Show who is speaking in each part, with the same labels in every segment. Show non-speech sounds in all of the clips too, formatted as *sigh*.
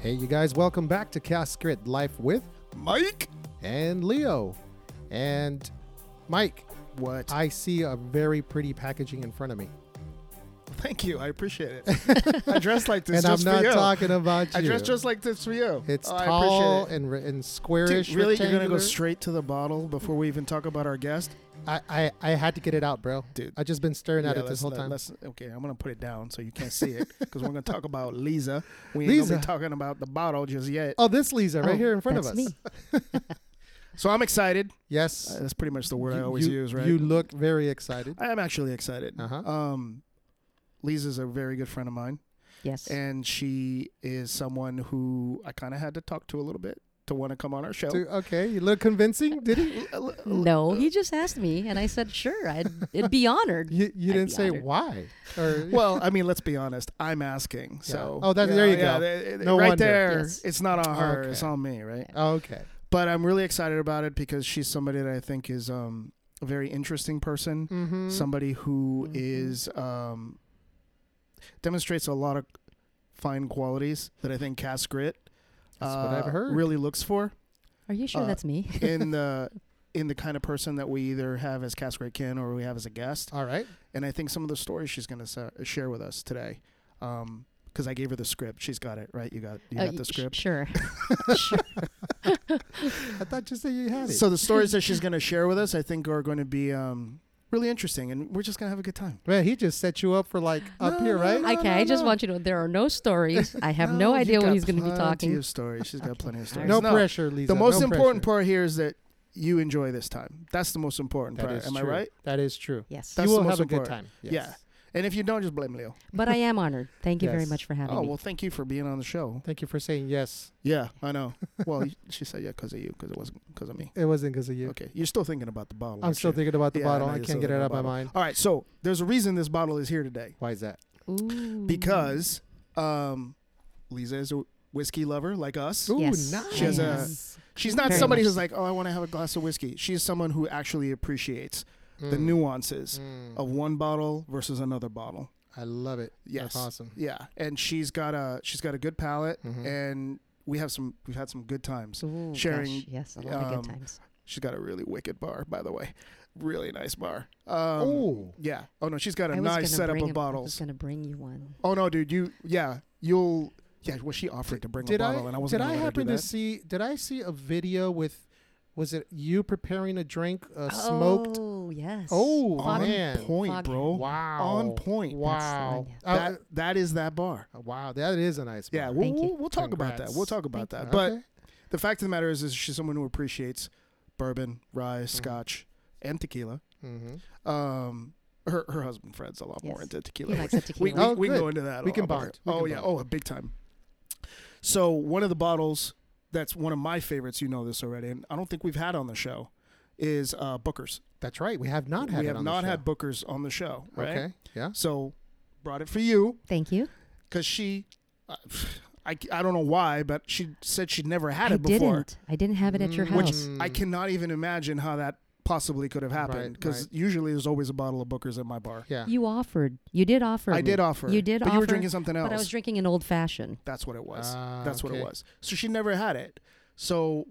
Speaker 1: Hey, you guys, welcome back to Cast Crit Life with
Speaker 2: Mike.
Speaker 1: and Leo. And Mike,
Speaker 2: What?
Speaker 1: I see a very pretty packaging in front of me.
Speaker 2: Thank you. I appreciate it.
Speaker 1: *laughs*
Speaker 2: I dressed like this
Speaker 1: and I'm
Speaker 2: just
Speaker 1: not
Speaker 2: for you.
Speaker 1: talking about you.
Speaker 2: I dressed just like this for you.
Speaker 1: it's
Speaker 2: Oh,
Speaker 1: tall
Speaker 2: I appreciate it.
Speaker 1: and, re- and
Speaker 2: Dude,
Speaker 1: squarish.
Speaker 2: really, you're gonna go
Speaker 1: rectangular.
Speaker 2: straight to the bottle before we even talk about our guest,
Speaker 1: I, I, I had to get it out, bro.
Speaker 2: dude.
Speaker 1: I've just been staring at
Speaker 2: yeah,
Speaker 1: it
Speaker 2: let's-
Speaker 1: this whole
Speaker 2: let-
Speaker 1: time.
Speaker 2: let's- okay, I'm gonna put it down so you can't see it because we're gonna talk about Lisa. We ain't gonna
Speaker 1: Lisa.
Speaker 2: be talking about the bottle just yet.
Speaker 1: Oh, this Lisa right
Speaker 3: Oh,
Speaker 1: here in front of us.
Speaker 3: that's me.
Speaker 2: So I'm excited.
Speaker 1: *laughs* Yes.
Speaker 2: Uh, that's pretty much the word I
Speaker 1: You-
Speaker 2: always
Speaker 1: you-
Speaker 2: use, right?
Speaker 1: You look very excited.
Speaker 2: I am actually excited.
Speaker 1: Uh-huh.
Speaker 2: Um, Lisa's a very good friend of mine,
Speaker 3: Yes.
Speaker 2: and she is someone who I kind of had to talk to a little bit to want to come on our show.
Speaker 1: Dude, okay, you look convincing, did he?
Speaker 2: L- l-
Speaker 3: no, he just asked me, and I said, sure, I'd it'd be honored.
Speaker 1: You, you
Speaker 3: I'd
Speaker 1: didn't
Speaker 3: be
Speaker 1: say
Speaker 3: honored.
Speaker 1: why. Or
Speaker 2: Well, I mean, let's be honest. I'm asking, so
Speaker 1: Oh, that- there you go.
Speaker 2: th- th-
Speaker 1: No
Speaker 2: right
Speaker 1: wonder.
Speaker 2: there,
Speaker 3: Yes.
Speaker 2: it's not on her.
Speaker 1: Okay.
Speaker 2: It's on me, right?
Speaker 1: okay.
Speaker 2: But I'm really excited about it because she's somebody that I think is um, a very interesting person.
Speaker 1: Mm-hmm.
Speaker 2: Somebody who
Speaker 3: Mhm.
Speaker 2: is um, demonstrates a lot of fine qualities that I think Cass Grit
Speaker 1: That's what I've
Speaker 2: uh,
Speaker 1: heard.
Speaker 2: really looks for
Speaker 3: Are you sure
Speaker 2: Uh,
Speaker 3: that's me? *laughs*
Speaker 2: in the in the kind of person that we either have as Cass Grit Kin or we have as a guest.
Speaker 1: All right.
Speaker 2: and I think some of the stories she's going to sa- share with us today. Um 'cause because I gave her the script. She's got it right. You got you
Speaker 3: Uh,
Speaker 2: got
Speaker 3: y-
Speaker 2: the
Speaker 3: sh-
Speaker 2: script. *laughs*
Speaker 3: Sure.
Speaker 1: I thought you said you had it.
Speaker 2: So the stories that
Speaker 3: *laughs*
Speaker 2: she's going to share with us, I think, are going to be um, really interesting, and we're just going to have a good time.
Speaker 1: Man, he just set you up for
Speaker 2: *gasps*
Speaker 1: like up
Speaker 2: No,
Speaker 1: here,
Speaker 2: no,
Speaker 1: right?
Speaker 2: no.
Speaker 3: okay, I just want you to know there are no stories. I have no,
Speaker 2: you've
Speaker 3: idea what
Speaker 2: got
Speaker 3: he's going to be
Speaker 2: plenty
Speaker 3: talking.
Speaker 2: Of stories. She's got
Speaker 3: *laughs*
Speaker 2: plenty of stories.
Speaker 1: No, pressure, Lisa.
Speaker 2: The most
Speaker 1: no
Speaker 2: important
Speaker 1: pressure.
Speaker 2: part here is that you enjoy this time. That's the most important
Speaker 1: That
Speaker 2: part.
Speaker 1: is
Speaker 2: Am I
Speaker 1: true.
Speaker 2: right?
Speaker 1: That is true.
Speaker 3: Yes.
Speaker 2: That's
Speaker 1: you
Speaker 2: the
Speaker 1: will
Speaker 2: most
Speaker 1: have a good time.
Speaker 2: important.
Speaker 1: Yes.
Speaker 2: Yeah. And if you don't, just blame Leo.
Speaker 3: But I am honored. Thank you very
Speaker 1: Yes.
Speaker 3: much for having
Speaker 2: Oh
Speaker 3: me.
Speaker 2: well, thank you for being on the show.
Speaker 1: Thank you for saying yes.
Speaker 2: Yeah, I know. well, you- she said yeah because of you, because it wasn't because of me.
Speaker 1: It wasn't because of you.
Speaker 2: Okay, you're still thinking about the bottle.
Speaker 1: I'm
Speaker 2: aren't
Speaker 1: still
Speaker 2: you?
Speaker 1: thinking about the
Speaker 2: Yeah, I
Speaker 1: bottle.
Speaker 2: know
Speaker 1: I
Speaker 2: you're
Speaker 1: can't
Speaker 2: still
Speaker 1: get it
Speaker 2: thinking
Speaker 1: out of my
Speaker 2: about
Speaker 1: mind.
Speaker 2: All right, so there's a reason this bottle is here today
Speaker 1: Why is that?
Speaker 3: Ooh.
Speaker 2: because um, Lisa is a whiskey lover like us.
Speaker 1: Ooh,
Speaker 3: yes.
Speaker 1: nice.
Speaker 2: She has a- She's not
Speaker 3: Very
Speaker 2: somebody
Speaker 3: much
Speaker 2: who's
Speaker 3: so.
Speaker 2: like, oh, I want to have a glass of whiskey. She is someone who actually appreciates the Oh.
Speaker 1: Mm.
Speaker 2: nuances
Speaker 1: Mm.
Speaker 2: of one bottle versus another bottle.
Speaker 1: I love it.
Speaker 2: Yes.
Speaker 1: That's awesome.
Speaker 2: Yeah, and she's got a she's got a good palate,
Speaker 1: Mhm.
Speaker 2: and we have some we've had some good times.
Speaker 3: Ooh,
Speaker 2: sharing,
Speaker 3: gosh, yes, a lot of
Speaker 2: um,
Speaker 3: good times.
Speaker 2: She's got a really wicked bar, by the way, really nice bar. Um,
Speaker 1: oh,
Speaker 2: yeah. Oh no, she's got a
Speaker 3: I was gonna
Speaker 2: nice setup of
Speaker 3: bring a- I was
Speaker 2: bottles.
Speaker 3: going to bring you one.
Speaker 2: Oh no, dude, you yeah, you'll yeah. Well, she offered to bring
Speaker 1: did
Speaker 2: a
Speaker 1: I?
Speaker 2: bottle, and I
Speaker 1: did
Speaker 2: wasn't.
Speaker 1: I
Speaker 2: gonna let her do
Speaker 1: happen to
Speaker 2: that.
Speaker 1: see? Did I see a video with? Was it you preparing a drink, uh, smoked?
Speaker 3: Oh yes.
Speaker 1: Oh,
Speaker 2: on
Speaker 1: man.
Speaker 2: point,
Speaker 3: Fog-
Speaker 2: bro?
Speaker 1: Wow.
Speaker 2: On point.
Speaker 1: Wow.
Speaker 3: That's
Speaker 1: Uh,
Speaker 2: That that is that bar.
Speaker 1: uh, wow. That is a nice.
Speaker 2: Yeah,
Speaker 1: bar.
Speaker 2: we'll,
Speaker 3: Thank you.
Speaker 2: we'll, we'll talk about that.
Speaker 1: Congrats.
Speaker 2: We'll talk about
Speaker 3: Thank
Speaker 2: that. But
Speaker 1: Okay.
Speaker 2: the fact of the matter is, is she's someone who appreciates bourbon, rye, Scotch, and tequila.
Speaker 1: Mhm.
Speaker 2: Um, her her husband Fred's a lot more
Speaker 3: Yes.
Speaker 2: into
Speaker 3: He
Speaker 2: tequila.
Speaker 3: likes the
Speaker 2: we
Speaker 3: tequila.
Speaker 2: we,
Speaker 1: Oh,
Speaker 2: we can
Speaker 1: good.
Speaker 2: go into that. a
Speaker 1: We
Speaker 2: lot
Speaker 1: can
Speaker 2: more.
Speaker 1: bond. We
Speaker 2: oh
Speaker 1: can
Speaker 2: yeah.
Speaker 1: bond.
Speaker 2: Oh, big time. So one of the bottles that's one of my favorites. You know this already, and I don't think we've had on the show is uh, Booker's.
Speaker 1: That's right. We have not had.
Speaker 2: we
Speaker 1: it
Speaker 2: have
Speaker 1: on the
Speaker 2: not
Speaker 1: show.
Speaker 2: had Booker's on the show, right?
Speaker 1: Okay. Yeah.
Speaker 2: So brought it for you
Speaker 3: Thank you.
Speaker 2: because she, I, I don't know why, but she said she'd never had
Speaker 3: I
Speaker 2: it before,
Speaker 3: didn't. I didn't have it at your
Speaker 1: Mm. Which-
Speaker 3: house.
Speaker 2: I cannot even imagine how that possibly could have happened
Speaker 1: Right,
Speaker 2: because
Speaker 1: right.
Speaker 2: usually there's always a bottle of Booker's at my bar.
Speaker 1: Mm. Yeah.
Speaker 3: You offered. You did offer.
Speaker 2: I
Speaker 3: me.
Speaker 2: did offer,
Speaker 3: You
Speaker 2: it,
Speaker 3: did
Speaker 2: but you were
Speaker 3: offer,
Speaker 2: drinking something else.
Speaker 3: But I was drinking an old fashioned.
Speaker 2: That's what it was.
Speaker 1: Ah,
Speaker 2: That's what
Speaker 1: okay.
Speaker 2: it was. So she never had it. So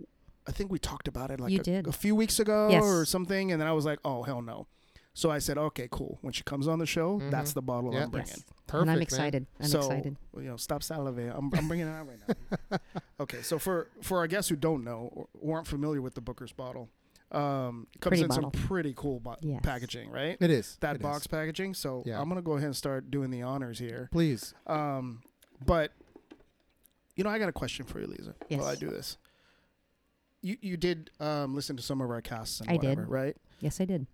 Speaker 2: I think we talked about it like
Speaker 3: You
Speaker 2: a,
Speaker 3: did.
Speaker 2: a few weeks ago
Speaker 3: Yes.
Speaker 2: or something, and then I was like, oh hell no. So I said, okay, cool. When she comes on the show,
Speaker 1: Mhm.
Speaker 2: that's the bottle
Speaker 1: Yeah.
Speaker 2: I'm bringing.
Speaker 3: Mm-hmm. Yes.
Speaker 1: Perfect.
Speaker 3: and I'm
Speaker 1: man.
Speaker 3: excited. I'm
Speaker 2: so
Speaker 3: excited.
Speaker 2: you know, stop salivating. I'm, I'm bringing it out right now.
Speaker 3: *laughs*
Speaker 2: okay, so for for our guests who don't know or, or aren't familiar with the Booker's bottle, um, it comes
Speaker 3: Pretty
Speaker 2: in
Speaker 3: bottle.
Speaker 2: some pretty cool bo-
Speaker 3: Yes.
Speaker 2: packaging,
Speaker 3: *laughs*
Speaker 2: right?
Speaker 1: It is.
Speaker 2: That
Speaker 1: It is.
Speaker 2: box packaging. So
Speaker 1: Yeah.
Speaker 2: I'm gonna go ahead and start doing the honors here.
Speaker 1: Please.
Speaker 2: Um, but you know, I got a question for you, Lisa.
Speaker 3: Yes.
Speaker 2: While I do this, you you did um, listen to some of our casts and
Speaker 3: I did.
Speaker 2: whatever, right?
Speaker 3: Yes, I did.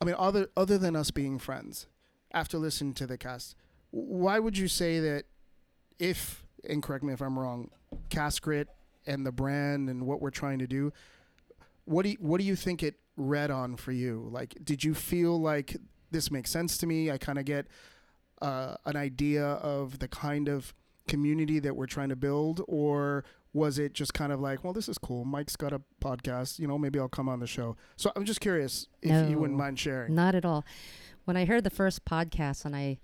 Speaker 2: I mean, other other than us being friends, after listening to the cast, why would you say that? If and correct me if I'm wrong, Cast Grit and the brand and what we're trying to do, what do you, what do you think it read on for you? Like, did you feel like this makes sense to me? I kind of get uh, an idea of the kind of community that we're trying to build, or was it just kind of like, well, this is cool. Mike's got a podcast, you know, maybe I'll come on the show. So I'm just curious if you wouldn't
Speaker 3: No.
Speaker 2: mind sharing.
Speaker 3: Not at all. When I heard the first podcast, and I,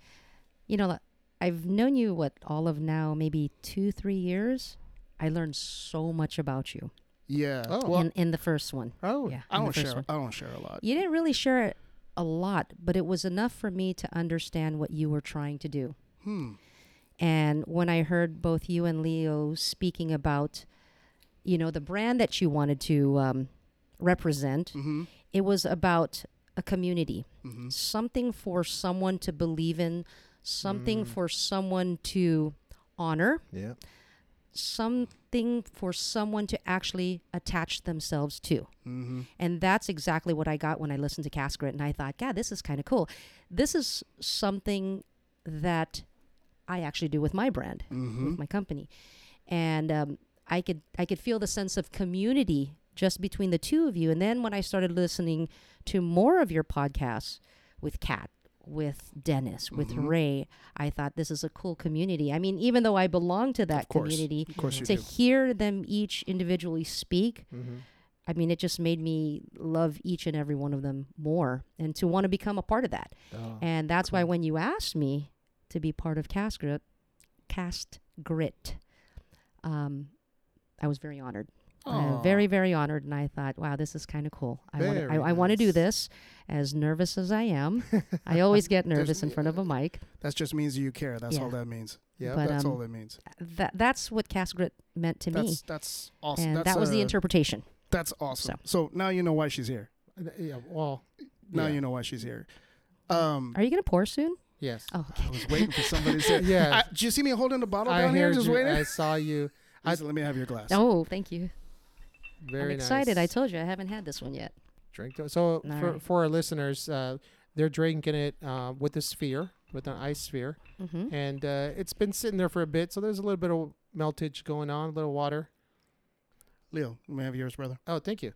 Speaker 3: you know, I've known you what all of now maybe two, three years, I learned so much about you
Speaker 2: Yeah.
Speaker 1: Oh.
Speaker 2: Uh, Well,
Speaker 3: in, in the first one.
Speaker 1: Oh,
Speaker 3: yeah,
Speaker 2: I
Speaker 3: in the
Speaker 2: don't
Speaker 3: first
Speaker 2: share.
Speaker 3: one.
Speaker 2: I don't share a lot.
Speaker 3: You didn't really share it a lot, but it was enough for me to understand what you were trying to do.
Speaker 2: Hmm.
Speaker 3: And when I heard both you and Leo speaking about, you know, the brand that you wanted to um, represent,
Speaker 2: Mm-hmm.
Speaker 3: it was about a community,
Speaker 2: Mm-hmm.
Speaker 3: something for someone to believe in, something for someone to honor,
Speaker 1: yeah.
Speaker 3: something for someone to actually attach themselves to.
Speaker 2: Mm-hmm.
Speaker 3: And that's exactly what I got when I listened to Cascaret. And I thought, God, this is kind of cool. This is something that I actually do with my brand,
Speaker 2: Mm-hmm.
Speaker 3: with my company. And um, I could I could feel the sense of community just between the two of you. And then when I started listening to more of your podcasts with Kat, with Dennis, with
Speaker 2: Mhm.
Speaker 3: Ray, I thought this is a cool community. I mean, even though I belong to that
Speaker 2: course.
Speaker 3: community,
Speaker 2: Of course you
Speaker 3: to
Speaker 2: do.
Speaker 3: hear them each individually speak
Speaker 1: Mm-hmm.
Speaker 3: I mean, it just made me love each and every one of them more and to want to become a part of that.
Speaker 1: Oh.
Speaker 3: And that's why
Speaker 1: cool.
Speaker 3: when you asked me to be part of Cast Grit, Cast Grit, um, I was very honored. Uh,
Speaker 2: Aw.
Speaker 3: very, very honored. And I thought, wow, this is kind of cool. I want to I,
Speaker 1: Very
Speaker 3: I wanna do
Speaker 1: nice.
Speaker 3: this as nervous as
Speaker 2: *laughs*
Speaker 3: I am. *laughs* I always get nervous in front of a mic.
Speaker 2: That just means you care. That's
Speaker 3: Yeah.
Speaker 2: all that means.
Speaker 1: *laughs* Yeah.
Speaker 3: But,
Speaker 2: that's
Speaker 3: um,
Speaker 2: all it means.
Speaker 3: That, that's what Cast Grit meant to me.
Speaker 2: That's that's awesome.
Speaker 3: and
Speaker 2: that's
Speaker 3: that was the
Speaker 2: uh,
Speaker 3: interpretation.
Speaker 2: That's awesome. So. now you know why she's here.
Speaker 1: yeah. Well.
Speaker 2: Now
Speaker 1: yeah.
Speaker 2: you know why she's here. Um,
Speaker 3: Are you going to pour soon?
Speaker 1: Yes. *laughs*
Speaker 3: Oh, okay.
Speaker 2: I was waiting for somebody to say.
Speaker 3: *laughs*
Speaker 1: Yeah.
Speaker 2: I, do you see me holding the bottle
Speaker 1: I
Speaker 2: down here,
Speaker 1: heard
Speaker 2: just
Speaker 1: you.
Speaker 2: waiting?
Speaker 1: I saw you. I-
Speaker 2: Just let me have your glass.
Speaker 3: Oh, thank you.
Speaker 1: Very
Speaker 3: I'm excited. I
Speaker 1: Nice.
Speaker 3: told you I haven't had this one yet.
Speaker 1: drink. to- So
Speaker 3: All
Speaker 1: for
Speaker 3: right.
Speaker 1: for our listeners, uh, they're drinking it uh, with a sphere, with an ice sphere,
Speaker 3: Mm-hmm.
Speaker 1: and uh, it's been sitting there for a bit. So there's a little bit of meltage going on, a little water.
Speaker 2: Leo, let me have yours, brother.
Speaker 1: Oh, thank you.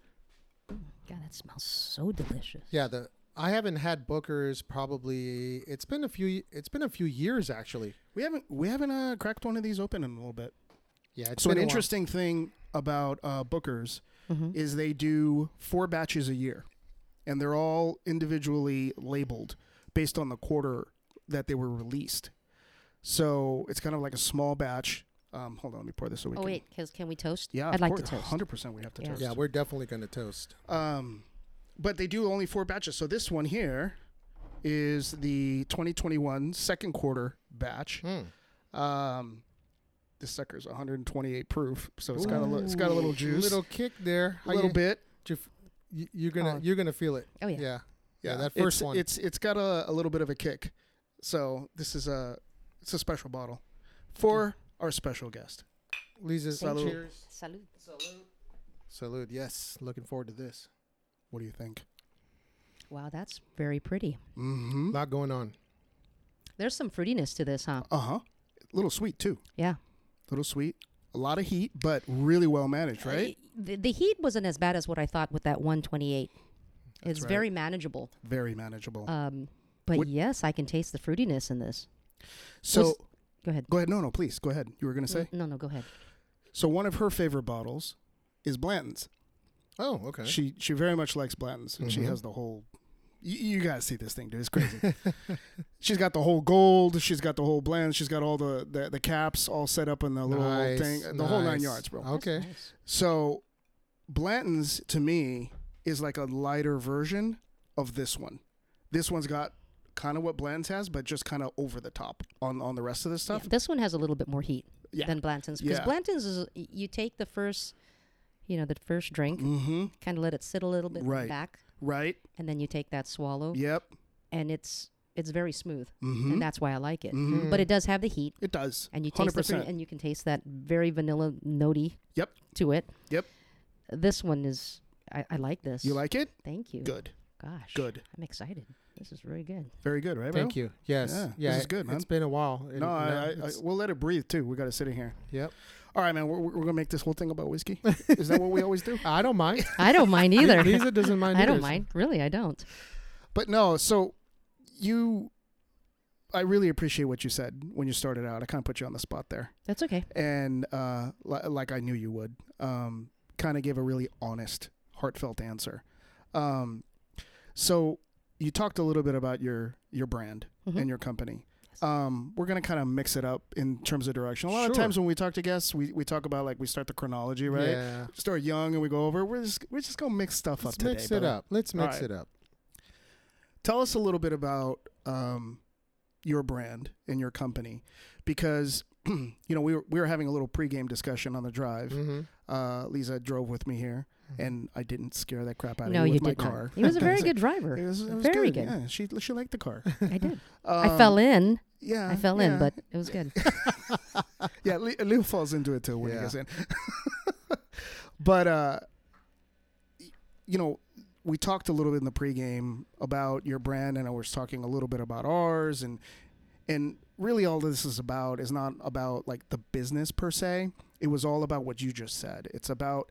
Speaker 3: God, that smells so delicious.
Speaker 1: Yeah, the I haven't had Booker's probably. It's been a few. It's been a few years actually.
Speaker 2: We haven't we haven't uh, cracked one of these open in a little bit.
Speaker 1: Yeah, it's
Speaker 2: so
Speaker 1: been
Speaker 2: an
Speaker 1: a while.
Speaker 2: interesting thing about uh, Booker's
Speaker 3: Mm-hmm.
Speaker 2: is they do four batches a year, and they're all individually labeled based on the quarter that they were released. So it's kind of like a small batch. Um, hold on, let me pour this so we
Speaker 3: Oh
Speaker 2: can.
Speaker 3: wait, because can we toast?
Speaker 2: Yeah,
Speaker 3: I'd like to toast.
Speaker 2: Hundred percent, we have to
Speaker 3: Yeah.
Speaker 2: toast.
Speaker 1: Yeah, we're definitely gonna toast.
Speaker 2: Um, but they do only four batches. So this one here is the 2021 second quarter batch.
Speaker 1: Mm.
Speaker 2: Um, this sucker's 128 proof, so it's got a li- it's got a little juice,
Speaker 1: little kick there.
Speaker 2: a little
Speaker 1: you,
Speaker 2: bit. Uh,
Speaker 1: you f- you- You're gonna
Speaker 3: Oh.
Speaker 1: you're gonna feel it.
Speaker 3: Oh yeah.
Speaker 1: Yeah, yeah, that first
Speaker 2: it's,
Speaker 1: one.
Speaker 2: It's it's got a, a little bit of a kick. So this is a it's a special bottle for our special guest.
Speaker 1: Lisa's
Speaker 2: Thank you.
Speaker 1: cheers.
Speaker 3: Salud.
Speaker 1: Salute. Yes, looking forward to this.
Speaker 2: What do you think?
Speaker 3: Wow, that's very pretty.
Speaker 2: Mm-hmm.
Speaker 1: lot going on.
Speaker 3: There's some fruitiness to this, huh?
Speaker 2: Uh huh. A little sweet too.
Speaker 3: Yeah.
Speaker 2: A little sweet. A lot of heat, but really well managed, right?
Speaker 3: The, the heat wasn't as bad as what I thought with that 128. it's
Speaker 2: right.
Speaker 3: very manageable.
Speaker 2: Very manageable.
Speaker 3: Um, but
Speaker 2: What-
Speaker 3: yes, I can taste the fruitiness in this.
Speaker 2: so
Speaker 3: Go ahead.
Speaker 2: Go ahead. No, no, please. Go ahead. You were going to say?
Speaker 3: No, no, go ahead.
Speaker 2: So one of her favorite bottles is Blanton's.
Speaker 1: Oh, okay.
Speaker 2: She she very much likes Blanton's. And She
Speaker 1: Mhm.
Speaker 2: has the whole you, you guys see this thing, dude. It's crazy. *laughs* she's got the whole gold, she's got the whole blend, she's got all the the, the caps all set up in the little
Speaker 1: Nice,
Speaker 2: thing, the whole nine
Speaker 1: nice. Oh.
Speaker 2: yards, bro.
Speaker 1: That's Okay.
Speaker 2: So Blanton's to me is like a lighter version of this one. This one's got kind of what Blanton's has, but just kind of over the top on on the rest of the stuff.
Speaker 3: this one has a little bit more heat
Speaker 2: Yeah.
Speaker 3: than Blanton's because
Speaker 2: Yeah.
Speaker 3: Blanton's is y- you take the first, you know, the first drink,
Speaker 2: Mm-hmm.
Speaker 3: kind of let it sit a little bit
Speaker 2: Right.
Speaker 3: back,
Speaker 2: Right.
Speaker 3: and then you take that swallow,
Speaker 2: Yep.
Speaker 3: and it's it's very smooth,
Speaker 2: Mm-hmm.
Speaker 3: Oh. and that's why I like it.
Speaker 2: mm-hmm.
Speaker 3: But it does have the heat.
Speaker 2: It does.
Speaker 3: and you taste the fruit,
Speaker 2: 100%.
Speaker 3: and you can taste that very vanilla notey.
Speaker 2: Yep.
Speaker 3: To it.
Speaker 2: Yep.
Speaker 3: This one is. I, I like this.
Speaker 2: You like it?
Speaker 3: Thank you.
Speaker 2: Good.
Speaker 3: Gosh.
Speaker 2: Good.
Speaker 3: I'm excited. This is really good. *laughs*
Speaker 2: Very good, right?
Speaker 1: Thank you. Yes.
Speaker 2: Yeah,
Speaker 1: Yeah.
Speaker 2: this is good,
Speaker 1: It's
Speaker 2: man.
Speaker 1: been a while. It-
Speaker 2: No, I, I, I,
Speaker 1: it's-
Speaker 2: we'll let it breathe too. We got to sit in here.
Speaker 1: yep.
Speaker 2: All right, man. We're, we're gonna make this whole thing about
Speaker 1: *laughs*
Speaker 2: whiskey. Is that what we always do?
Speaker 1: I don't
Speaker 3: *laughs*
Speaker 1: mind.
Speaker 3: I don't
Speaker 2: *laughs*
Speaker 3: mind either. *laughs*
Speaker 1: Lisa doesn't mind.
Speaker 3: I
Speaker 1: either.
Speaker 3: don't mind. Really, I don't.
Speaker 2: But no. So you, I really appreciate what you said when you started out. I kind of put you on the spot there,
Speaker 3: That's okay.
Speaker 2: and uh, li- like I knew you would, um, kind of gave a really honest, heartfelt answer. Um, so you talked a little bit about your your brand
Speaker 3: Mhm.
Speaker 1: Mm-hmm.
Speaker 2: and your company. Um, we're gonna kind of mix it up in terms of direction. A lot of
Speaker 1: Sure.
Speaker 2: times when we talk to guests, we, we talk about like we start the chronology, right?
Speaker 1: Yeah.
Speaker 2: Start young and we go over. We're just we're just gonna mix stuff
Speaker 1: Let's
Speaker 2: up today.
Speaker 1: mix it
Speaker 2: brother.
Speaker 1: up. Let's mix
Speaker 2: Alright.
Speaker 1: it up.
Speaker 2: Tell us a little bit about um, your brand and your company, because *clears throat* you know we were we were having a little pregame discussion on the drive.
Speaker 1: Mm-hmm.
Speaker 2: Uh, Lisa drove with me here, and I didn't scare that crap out of
Speaker 3: Mm-hmm. No,
Speaker 2: you
Speaker 3: you
Speaker 2: with my
Speaker 3: did
Speaker 2: car.
Speaker 3: not. He was
Speaker 2: *laughs*
Speaker 3: a very
Speaker 2: So-
Speaker 3: good driver.
Speaker 2: It was, it was
Speaker 3: Very
Speaker 2: good.
Speaker 3: good.
Speaker 2: Yeah, she she liked the car. Um, *laughs*
Speaker 3: I did. *laughs* I fell in.
Speaker 2: Yeah,
Speaker 3: I fell
Speaker 2: uh, yeah.
Speaker 3: in, but it was good.
Speaker 2: yeah, Leo, Leo falls into it too when he
Speaker 1: Yeah.
Speaker 2: gets in. *laughs* but uh, y- you know, we talked a little bit in the pregame about your brand, and I was talking a little bit about ours, and and really all this is about is not about like the business per se. It was all about what you just said. It's about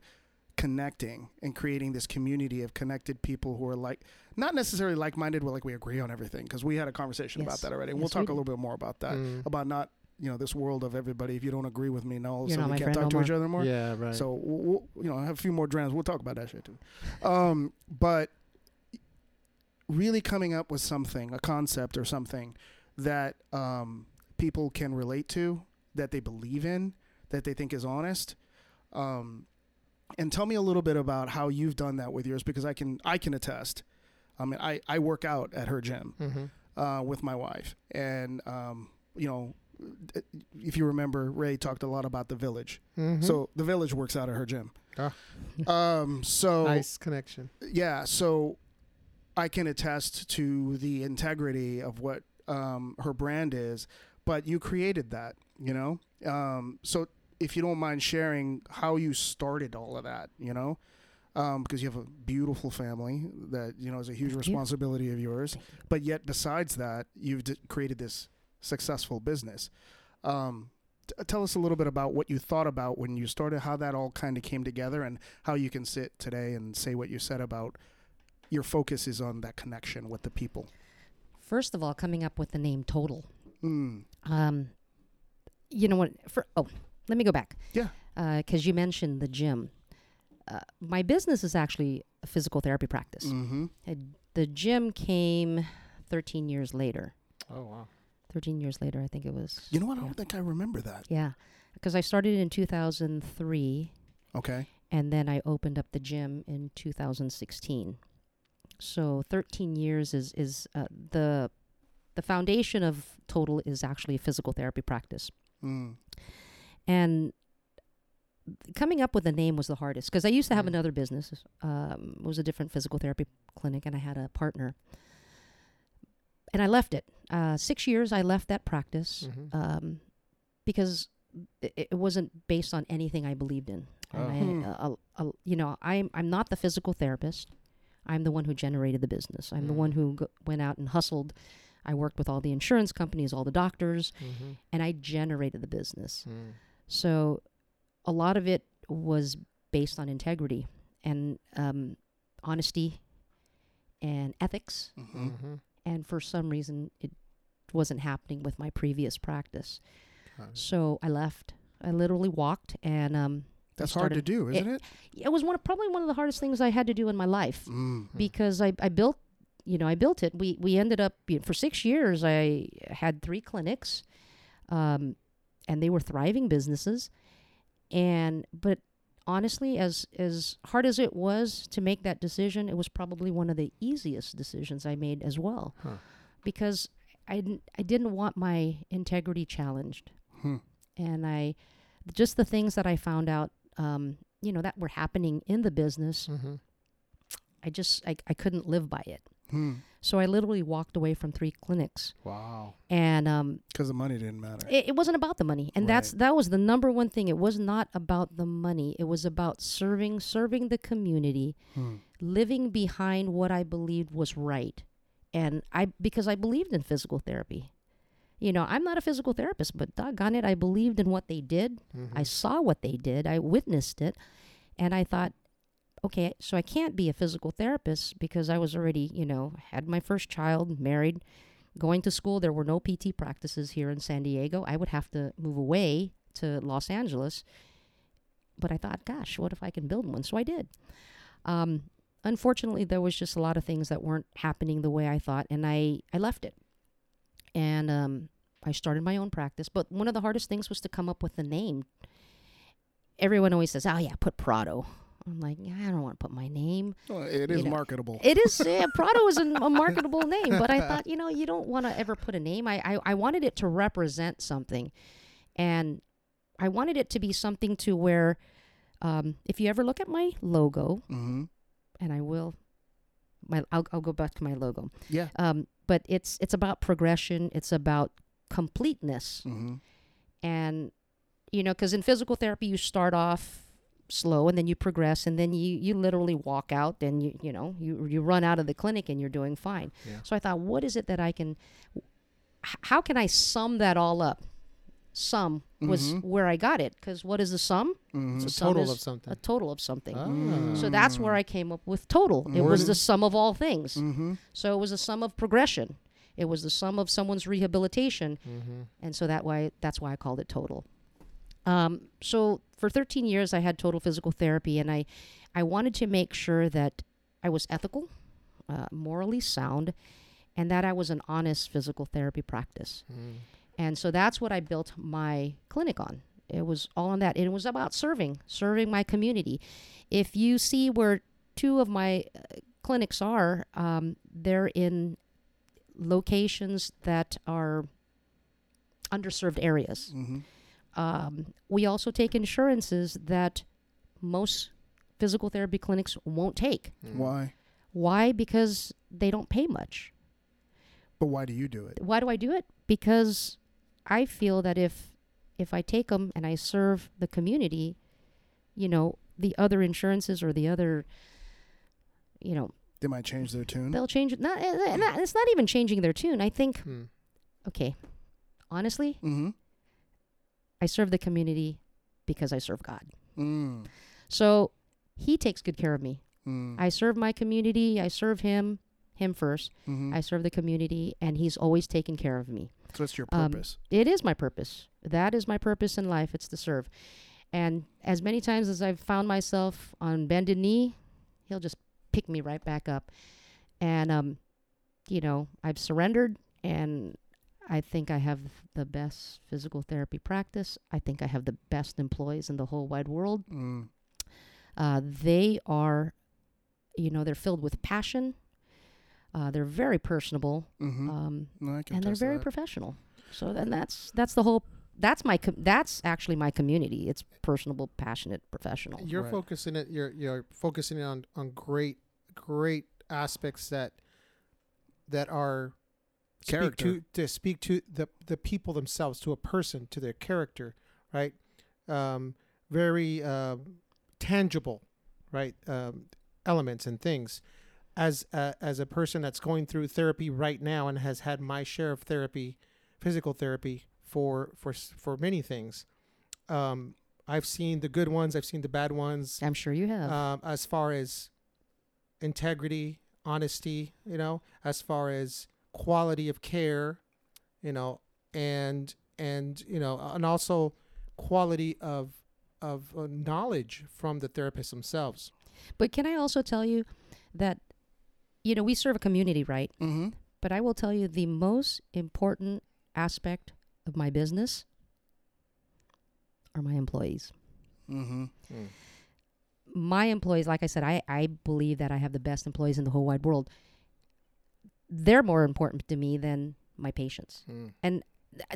Speaker 2: connecting and creating this community of connected people who are like not necessarily like-minded but like we agree on everything because we had a conversation about
Speaker 3: Yes.
Speaker 2: that already and
Speaker 3: Yes,
Speaker 2: we'll
Speaker 3: we
Speaker 2: talk a
Speaker 3: did.
Speaker 2: little bit more about that
Speaker 1: Mm.
Speaker 2: about not you know this world of everybody. If you don't agree with me, now all of a
Speaker 3: You're
Speaker 2: sudden
Speaker 3: not
Speaker 2: we
Speaker 3: my
Speaker 2: can't talk
Speaker 3: friend
Speaker 2: to
Speaker 3: no
Speaker 2: each other anymore.
Speaker 1: Yeah, right.
Speaker 2: So we'll, we'll- you know, I have a few more drams. We'll talk about that shit too. Um, but really coming up with something, a concept or something that um, people can relate to, that they believe in, that they think is honest. Um, and tell me a little bit about how you've done that with yours, because I can I can attest. I mean, I, I work out at her gym
Speaker 1: hmm
Speaker 2: uh, with my wife. And, um, you know, if you remember, Ray talked a lot about the village.
Speaker 1: mm-hmm.
Speaker 2: So the village works out of her gym.
Speaker 1: Ah.
Speaker 2: *laughs* Um, so,
Speaker 1: nice connection.
Speaker 2: yeah, so I can attest to the integrity of what um, her brand is, but you created that, you know? Um, so if you don't mind sharing how you started all of that, you know? Um, because you have a beautiful family that you know is a huge
Speaker 3: Thank you.
Speaker 2: responsibility of yours,
Speaker 3: Thank you.
Speaker 2: but yet besides that, you've d- created this successful business. Um, t- tell us a little bit about what you thought about when you started, how that all kind of came together, and how you can sit today and say what you said about your focus is on that connection with the people.
Speaker 3: First of all, coming up with the name Total.
Speaker 2: Mm.
Speaker 3: Um, you know what? For oh, let me go back.
Speaker 2: Yeah.
Speaker 3: Because you mentioned the gym. Uh, my business is actually a physical therapy practice.
Speaker 2: Mm-hmm.
Speaker 3: And The gym came 13 years later.
Speaker 1: Oh wow.
Speaker 3: 13 years later, I think it was.
Speaker 2: You know what? I don't think I remember that.
Speaker 3: Yeah. Because I started in 2003
Speaker 2: Okay.
Speaker 3: and then I opened up the gym in 2016. So 13 years is is uh, the the foundation of total is actually a physical therapy practice.
Speaker 2: Mm.
Speaker 3: And coming up with a name was the hardest because I used to have
Speaker 1: Mm.
Speaker 3: another business. Um, it was a different physical therapy clinic, and I had a partner. And I left it. Uh, six years I left that practice
Speaker 1: Mhm.
Speaker 3: um, because it, it wasn't based on anything I believed in.
Speaker 1: Oh. Hmm.
Speaker 3: And I, uh, uh, you know, I'm I'm not the physical therapist. I'm the one who generated the business. I'm the
Speaker 1: Mm.
Speaker 3: one who go- went out and hustled. I worked with all the insurance companies, all the doctors,
Speaker 1: Mhm.
Speaker 3: and I generated the business.
Speaker 1: Mm.
Speaker 3: So a lot of it was based on integrity and um, honesty and ethics.
Speaker 2: Mm-hmm.
Speaker 1: Mhm.
Speaker 3: And for some reason, it wasn't happening with my previous practice.
Speaker 1: Got it.
Speaker 3: So I left. I literally walked, and um,
Speaker 2: That's
Speaker 3: I
Speaker 2: hard to
Speaker 3: started-
Speaker 2: do, isn't it?
Speaker 3: it was one of, probably one of the hardest things I had to do in my life
Speaker 2: Mm.
Speaker 3: because I, I built you know I built it. We we ended up you know, for six years I had three clinics, um, and they were thriving businesses, and but honestly as as hard as it was to make that decision it was probably one of the easiest decisions i made as well
Speaker 1: Huh.
Speaker 3: because i didn't i didn't want my integrity challenged
Speaker 2: Hmm.
Speaker 3: and i just the things that i found out um, you know that were happening in the business
Speaker 1: Mhm.
Speaker 3: i just i, I couldn't live by it
Speaker 2: Hmm.
Speaker 3: so I literally walked away from three clinics,
Speaker 1: Wow.
Speaker 3: and um,
Speaker 2: Because the money didn't matter.
Speaker 3: it, it wasn't about the money. And that's that was the number one thing. It was not about the money. It was about serving, serving the community,
Speaker 2: Hmm.
Speaker 3: living behind what I believed was right, and I because I believed in physical therapy. You know, I'm not a physical therapist, but doggone it, I believed in what they did.
Speaker 1: Mm-hmm.
Speaker 3: I saw what they did. I witnessed it, and I thought. Okay, so I can't be a physical therapist because I was already, you know, had my first child, married, going to school there were no pt practices here in san diego i would have to move away to los angeles but i thought gosh what if i can build one so i did um, unfortunately there was just a lot of things that weren't happening the way i thought and i, I left it and um, I started my own practice, but one of the hardest things was to come up with a name. Everyone always says, "Oh yeah, put Prado." I'm like, "Yeah, I don't want to put my name.
Speaker 2: Well, it is
Speaker 3: know,
Speaker 2: marketable.
Speaker 3: It is yeah, Prado is an, a marketable name, but I thought, you know, you don't want to ever put a name. I, I I wanted it to represent something, and I wanted it to be something to where, um, if you ever look at my logo,
Speaker 2: mm-hmm.
Speaker 3: and I will, my I'll I'll go back to my logo.
Speaker 2: Yeah.
Speaker 3: Um, but it's it's about progression. It's about completeness.
Speaker 2: Mm-hmm.
Speaker 3: and you know because in physical therapy you start off slow and then you progress and then you you literally walk out and you you know you you run out of the clinic and you're doing fine
Speaker 1: Yeah.
Speaker 3: so i thought what is it that i can h- how can i sum that all up sum was
Speaker 1: Mm-hmm.
Speaker 2: Mhm.
Speaker 3: where i got it because what is the sum
Speaker 2: Mm-hmm.
Speaker 3: The
Speaker 1: It's a
Speaker 3: sum
Speaker 1: total
Speaker 3: is
Speaker 1: of something.
Speaker 3: a total of something
Speaker 1: Ah.
Speaker 3: so that's where i came up with total it was the
Speaker 1: Word-
Speaker 3: sum of all things
Speaker 1: Mm.
Speaker 2: Mm-hmm.
Speaker 3: so it was the sum of progression it was the sum of someone's rehabilitation
Speaker 1: Mhm.
Speaker 3: and so that why that's why I called it total. Um, so for 13 years, I had total physical therapy, and I I wanted to make sure that I was ethical, uh, morally sound, and that I was an honest physical therapy practice.
Speaker 1: Mm.
Speaker 3: And so that's what I built my clinic on. It was all on that. It was about serving, serving my community. If you see where two of my uh, clinics are, um, they're in locations that are underserved areas.
Speaker 2: Mm-hmm.
Speaker 3: Um, we also take insurances that most physical therapy clinics won't take.
Speaker 2: Why?
Speaker 3: Why? Because they don't pay much.
Speaker 2: But why do you do it?
Speaker 3: Why do I do it? Because I feel that if if I take them and I serve the community, you know, the other insurances or the other, you know,
Speaker 2: They might change their tune.
Speaker 3: they'll change. Not, eh, not it's not even changing their tune. I think
Speaker 1: Hmm.
Speaker 3: okay, honestly,
Speaker 2: Mm-hmm.
Speaker 3: I serve the community because I serve God.
Speaker 2: Mm.
Speaker 3: So he takes good care of me.
Speaker 2: Mm.
Speaker 3: I serve my community. I serve him, him 1st
Speaker 2: mm-hmm.
Speaker 3: I serve the community, and he's always taken care of me.
Speaker 2: so that's your
Speaker 3: um,
Speaker 2: purpose.
Speaker 3: It is my purpose. That is my purpose in life. It's to serve. And as many times as I've found myself on bended knee, he'll just pick me right back up. And, um, you know, I've surrendered, and I think I have the best physical therapy practice. I think I have the best employees in the whole wide world
Speaker 2: mm.
Speaker 3: uh, they are you know they're filled with passion uh, they're very personable
Speaker 2: Mm-hmm.
Speaker 3: um,
Speaker 2: no, I can
Speaker 3: and they're
Speaker 2: attest to
Speaker 3: very
Speaker 2: that.
Speaker 3: professional so then that's that's the whole that's my com- that's actually my community it's personable passionate professional
Speaker 1: You're
Speaker 2: Right.
Speaker 1: focusing it. You're you're focusing it on on great great aspects that that are
Speaker 2: Character.
Speaker 1: speak to to speak to the the people themselves, to a person, to their character, right? Um, very uh, tangible, right? Um, elements and things. As uh, as a person that's going through therapy right now and has had my share of therapy, physical therapy for for s- for many things, um, I've seen the good ones, I've seen the bad ones.
Speaker 3: i'm sure you have
Speaker 2: Uh,
Speaker 1: Um, as far as integrity, honesty, you know, as far as quality of care, you know, and and you know, and also quality of of uh, knowledge from the therapists themselves.
Speaker 3: but can i also tell you that you know we serve a community right
Speaker 2: Mm-hmm.
Speaker 3: but i will tell you the most important aspect of my business are my employees
Speaker 2: Mm-hmm.
Speaker 3: my employees, like I said, I, I believe that I have the best employees in the whole wide world. They're more important to me than my patients.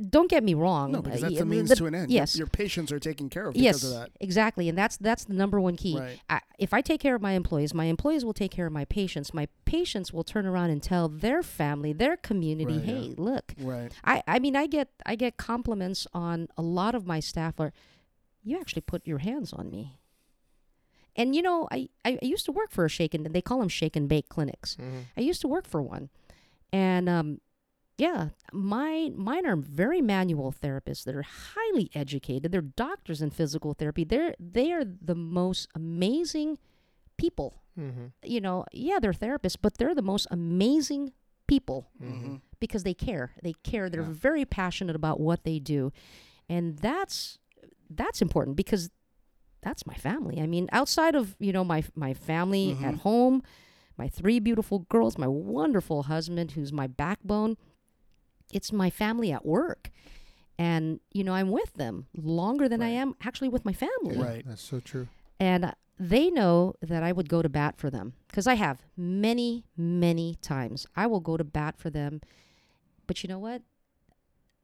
Speaker 3: Don't get me wrong.
Speaker 2: No, because
Speaker 3: uh,
Speaker 2: that's
Speaker 3: I
Speaker 2: the
Speaker 3: mean,
Speaker 2: means
Speaker 3: the-
Speaker 2: to an end. Your-
Speaker 3: Yes.
Speaker 2: Your, patients are taken care of because
Speaker 3: yes.
Speaker 2: of that.
Speaker 3: Exactly. And that's that's the number one key.
Speaker 2: Right.
Speaker 3: I, if I take care of my employees, my employees will take care of my patients. My patients will turn around and tell their family, their community,
Speaker 2: Right, yeah.
Speaker 3: hey, look.
Speaker 2: Right.
Speaker 3: I, I mean I get I get compliments on a lot of my staff are you actually put your hands on me. And you know, I, I I used to work for a shake and they call them shake and bake clinics. I used to work for one, and um, yeah, my mine are very manual therapists that are highly educated. They're doctors in physical therapy. They're they are the most amazing people.
Speaker 1: Mm-hmm.
Speaker 3: You know, yeah, they're therapists, but they're the most amazing people
Speaker 2: Mm-hmm.
Speaker 3: because they care. They care. They're
Speaker 2: Yeah.
Speaker 3: very passionate about what they do, and that's that's important because that's my family. I mean, outside of you know my my family
Speaker 2: Mhm.
Speaker 3: at home, my three beautiful girls, my wonderful husband who's my backbone. it's my family at work and you know i'm with them longer than i
Speaker 2: Right.
Speaker 3: am actually with my family
Speaker 1: Yeah,
Speaker 2: Right.
Speaker 1: That's so true.
Speaker 3: and uh, they know that i would go to bat for them because i have many many times i will go to bat for them but you know what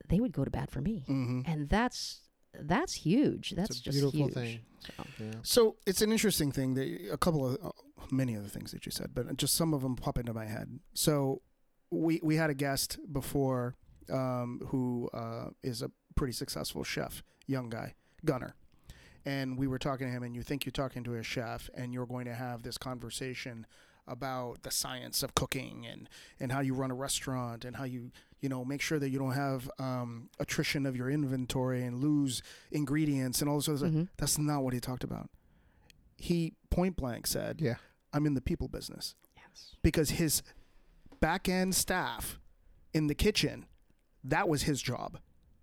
Speaker 3: they would go to bat for me
Speaker 2: Mm-hmm.
Speaker 3: and that's that's huge that's
Speaker 1: it's a
Speaker 3: just
Speaker 1: beautiful
Speaker 3: huge.
Speaker 1: thing.
Speaker 3: So,
Speaker 1: Yeah.
Speaker 2: So it's an interesting thing that a couple of uh, many other things that you said, but uh, just some of them pop into my head. So we we had a guest before um, who uh, is a pretty successful chef, young guy, Gunner, and we were talking to him, and you think you're talking to a chef, and you're going to have this conversation about the science of cooking and and how you run a restaurant and how you you know make sure that you don't have um, attrition of your inventory and lose ingredients and all this other stuff.
Speaker 3: mhm.
Speaker 2: That's not what he talked about. He point blank said,
Speaker 1: Yeah.
Speaker 2: I'm in the people business
Speaker 3: Yes.
Speaker 2: because his back end staff in the kitchen, that was his job.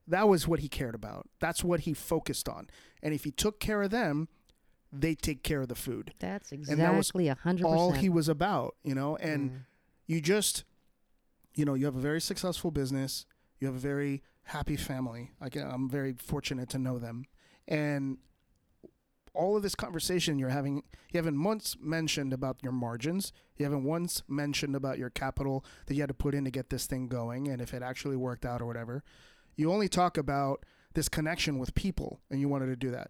Speaker 2: That was what he cared about. That's what he focused on. And if he took care of them, they take care of the food.
Speaker 3: that's
Speaker 2: that was
Speaker 3: exactly a hundred
Speaker 2: All
Speaker 3: percent
Speaker 2: he was about, you know, and you just you know you have a very successful business you have a very happy family I can, i'm very fortunate to know them and all of this conversation you're having you haven't once mentioned about your margins you haven't once mentioned about your capital that you had to put in to get this thing going and if it actually worked out or whatever you only talk about this connection with people and you wanted to do that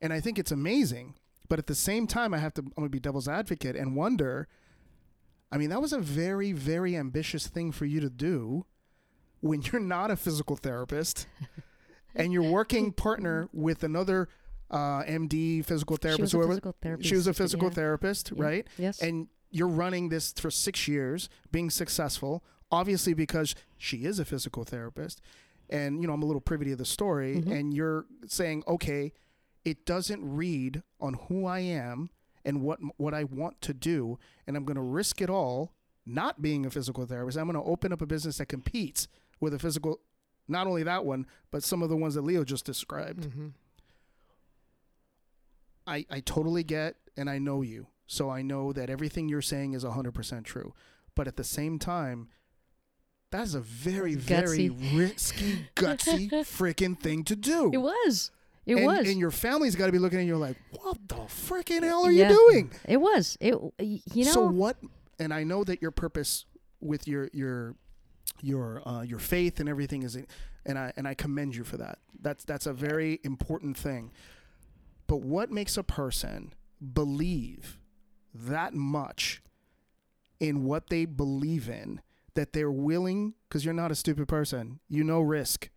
Speaker 2: and i think it's amazing but at the same time i have to i'm going to be devil's advocate and wonder I mean, that was a very, very ambitious thing for you to do when you're not a physical
Speaker 3: *laughs*
Speaker 2: therapist and you're working partner with another uh, MD, physical
Speaker 3: she
Speaker 2: therapist,
Speaker 3: was a
Speaker 2: whoever.
Speaker 3: physical therapist
Speaker 2: She was a
Speaker 3: yeah.
Speaker 2: physical therapist,
Speaker 3: Yeah.
Speaker 2: right?
Speaker 3: yes
Speaker 2: And you're running this for six years, being successful, obviously because she is a physical therapist. And, you know, I'm a little privy to the story.
Speaker 3: Mhm.
Speaker 2: And you're saying, okay, it doesn't read on who I am and what what I want to do. And I'm going to risk it all not being a physical therapist. I'm going to open up a business that competes with a physical, not only that one, but some of the ones that Leo just described.
Speaker 1: Mm-hmm.
Speaker 2: I, I totally get and I know you. So I know that everything you're saying is 100% true. But at the same time, that is a very, very risky,
Speaker 3: *laughs*
Speaker 2: gutsy freaking thing to do.
Speaker 3: it was it
Speaker 2: and,
Speaker 3: was
Speaker 2: And your family's got to be looking at you like, what the freaking hell are
Speaker 3: Yeah.
Speaker 2: you doing?
Speaker 3: It was. It you know.
Speaker 2: so what? And I know that your purpose with your, your, your uh, your faith and everything is and I and I commend you for that. That's that's a very important thing. But what makes a person believe that much in what they believe in that they're willing cuz you're not a stupid person. You know risk.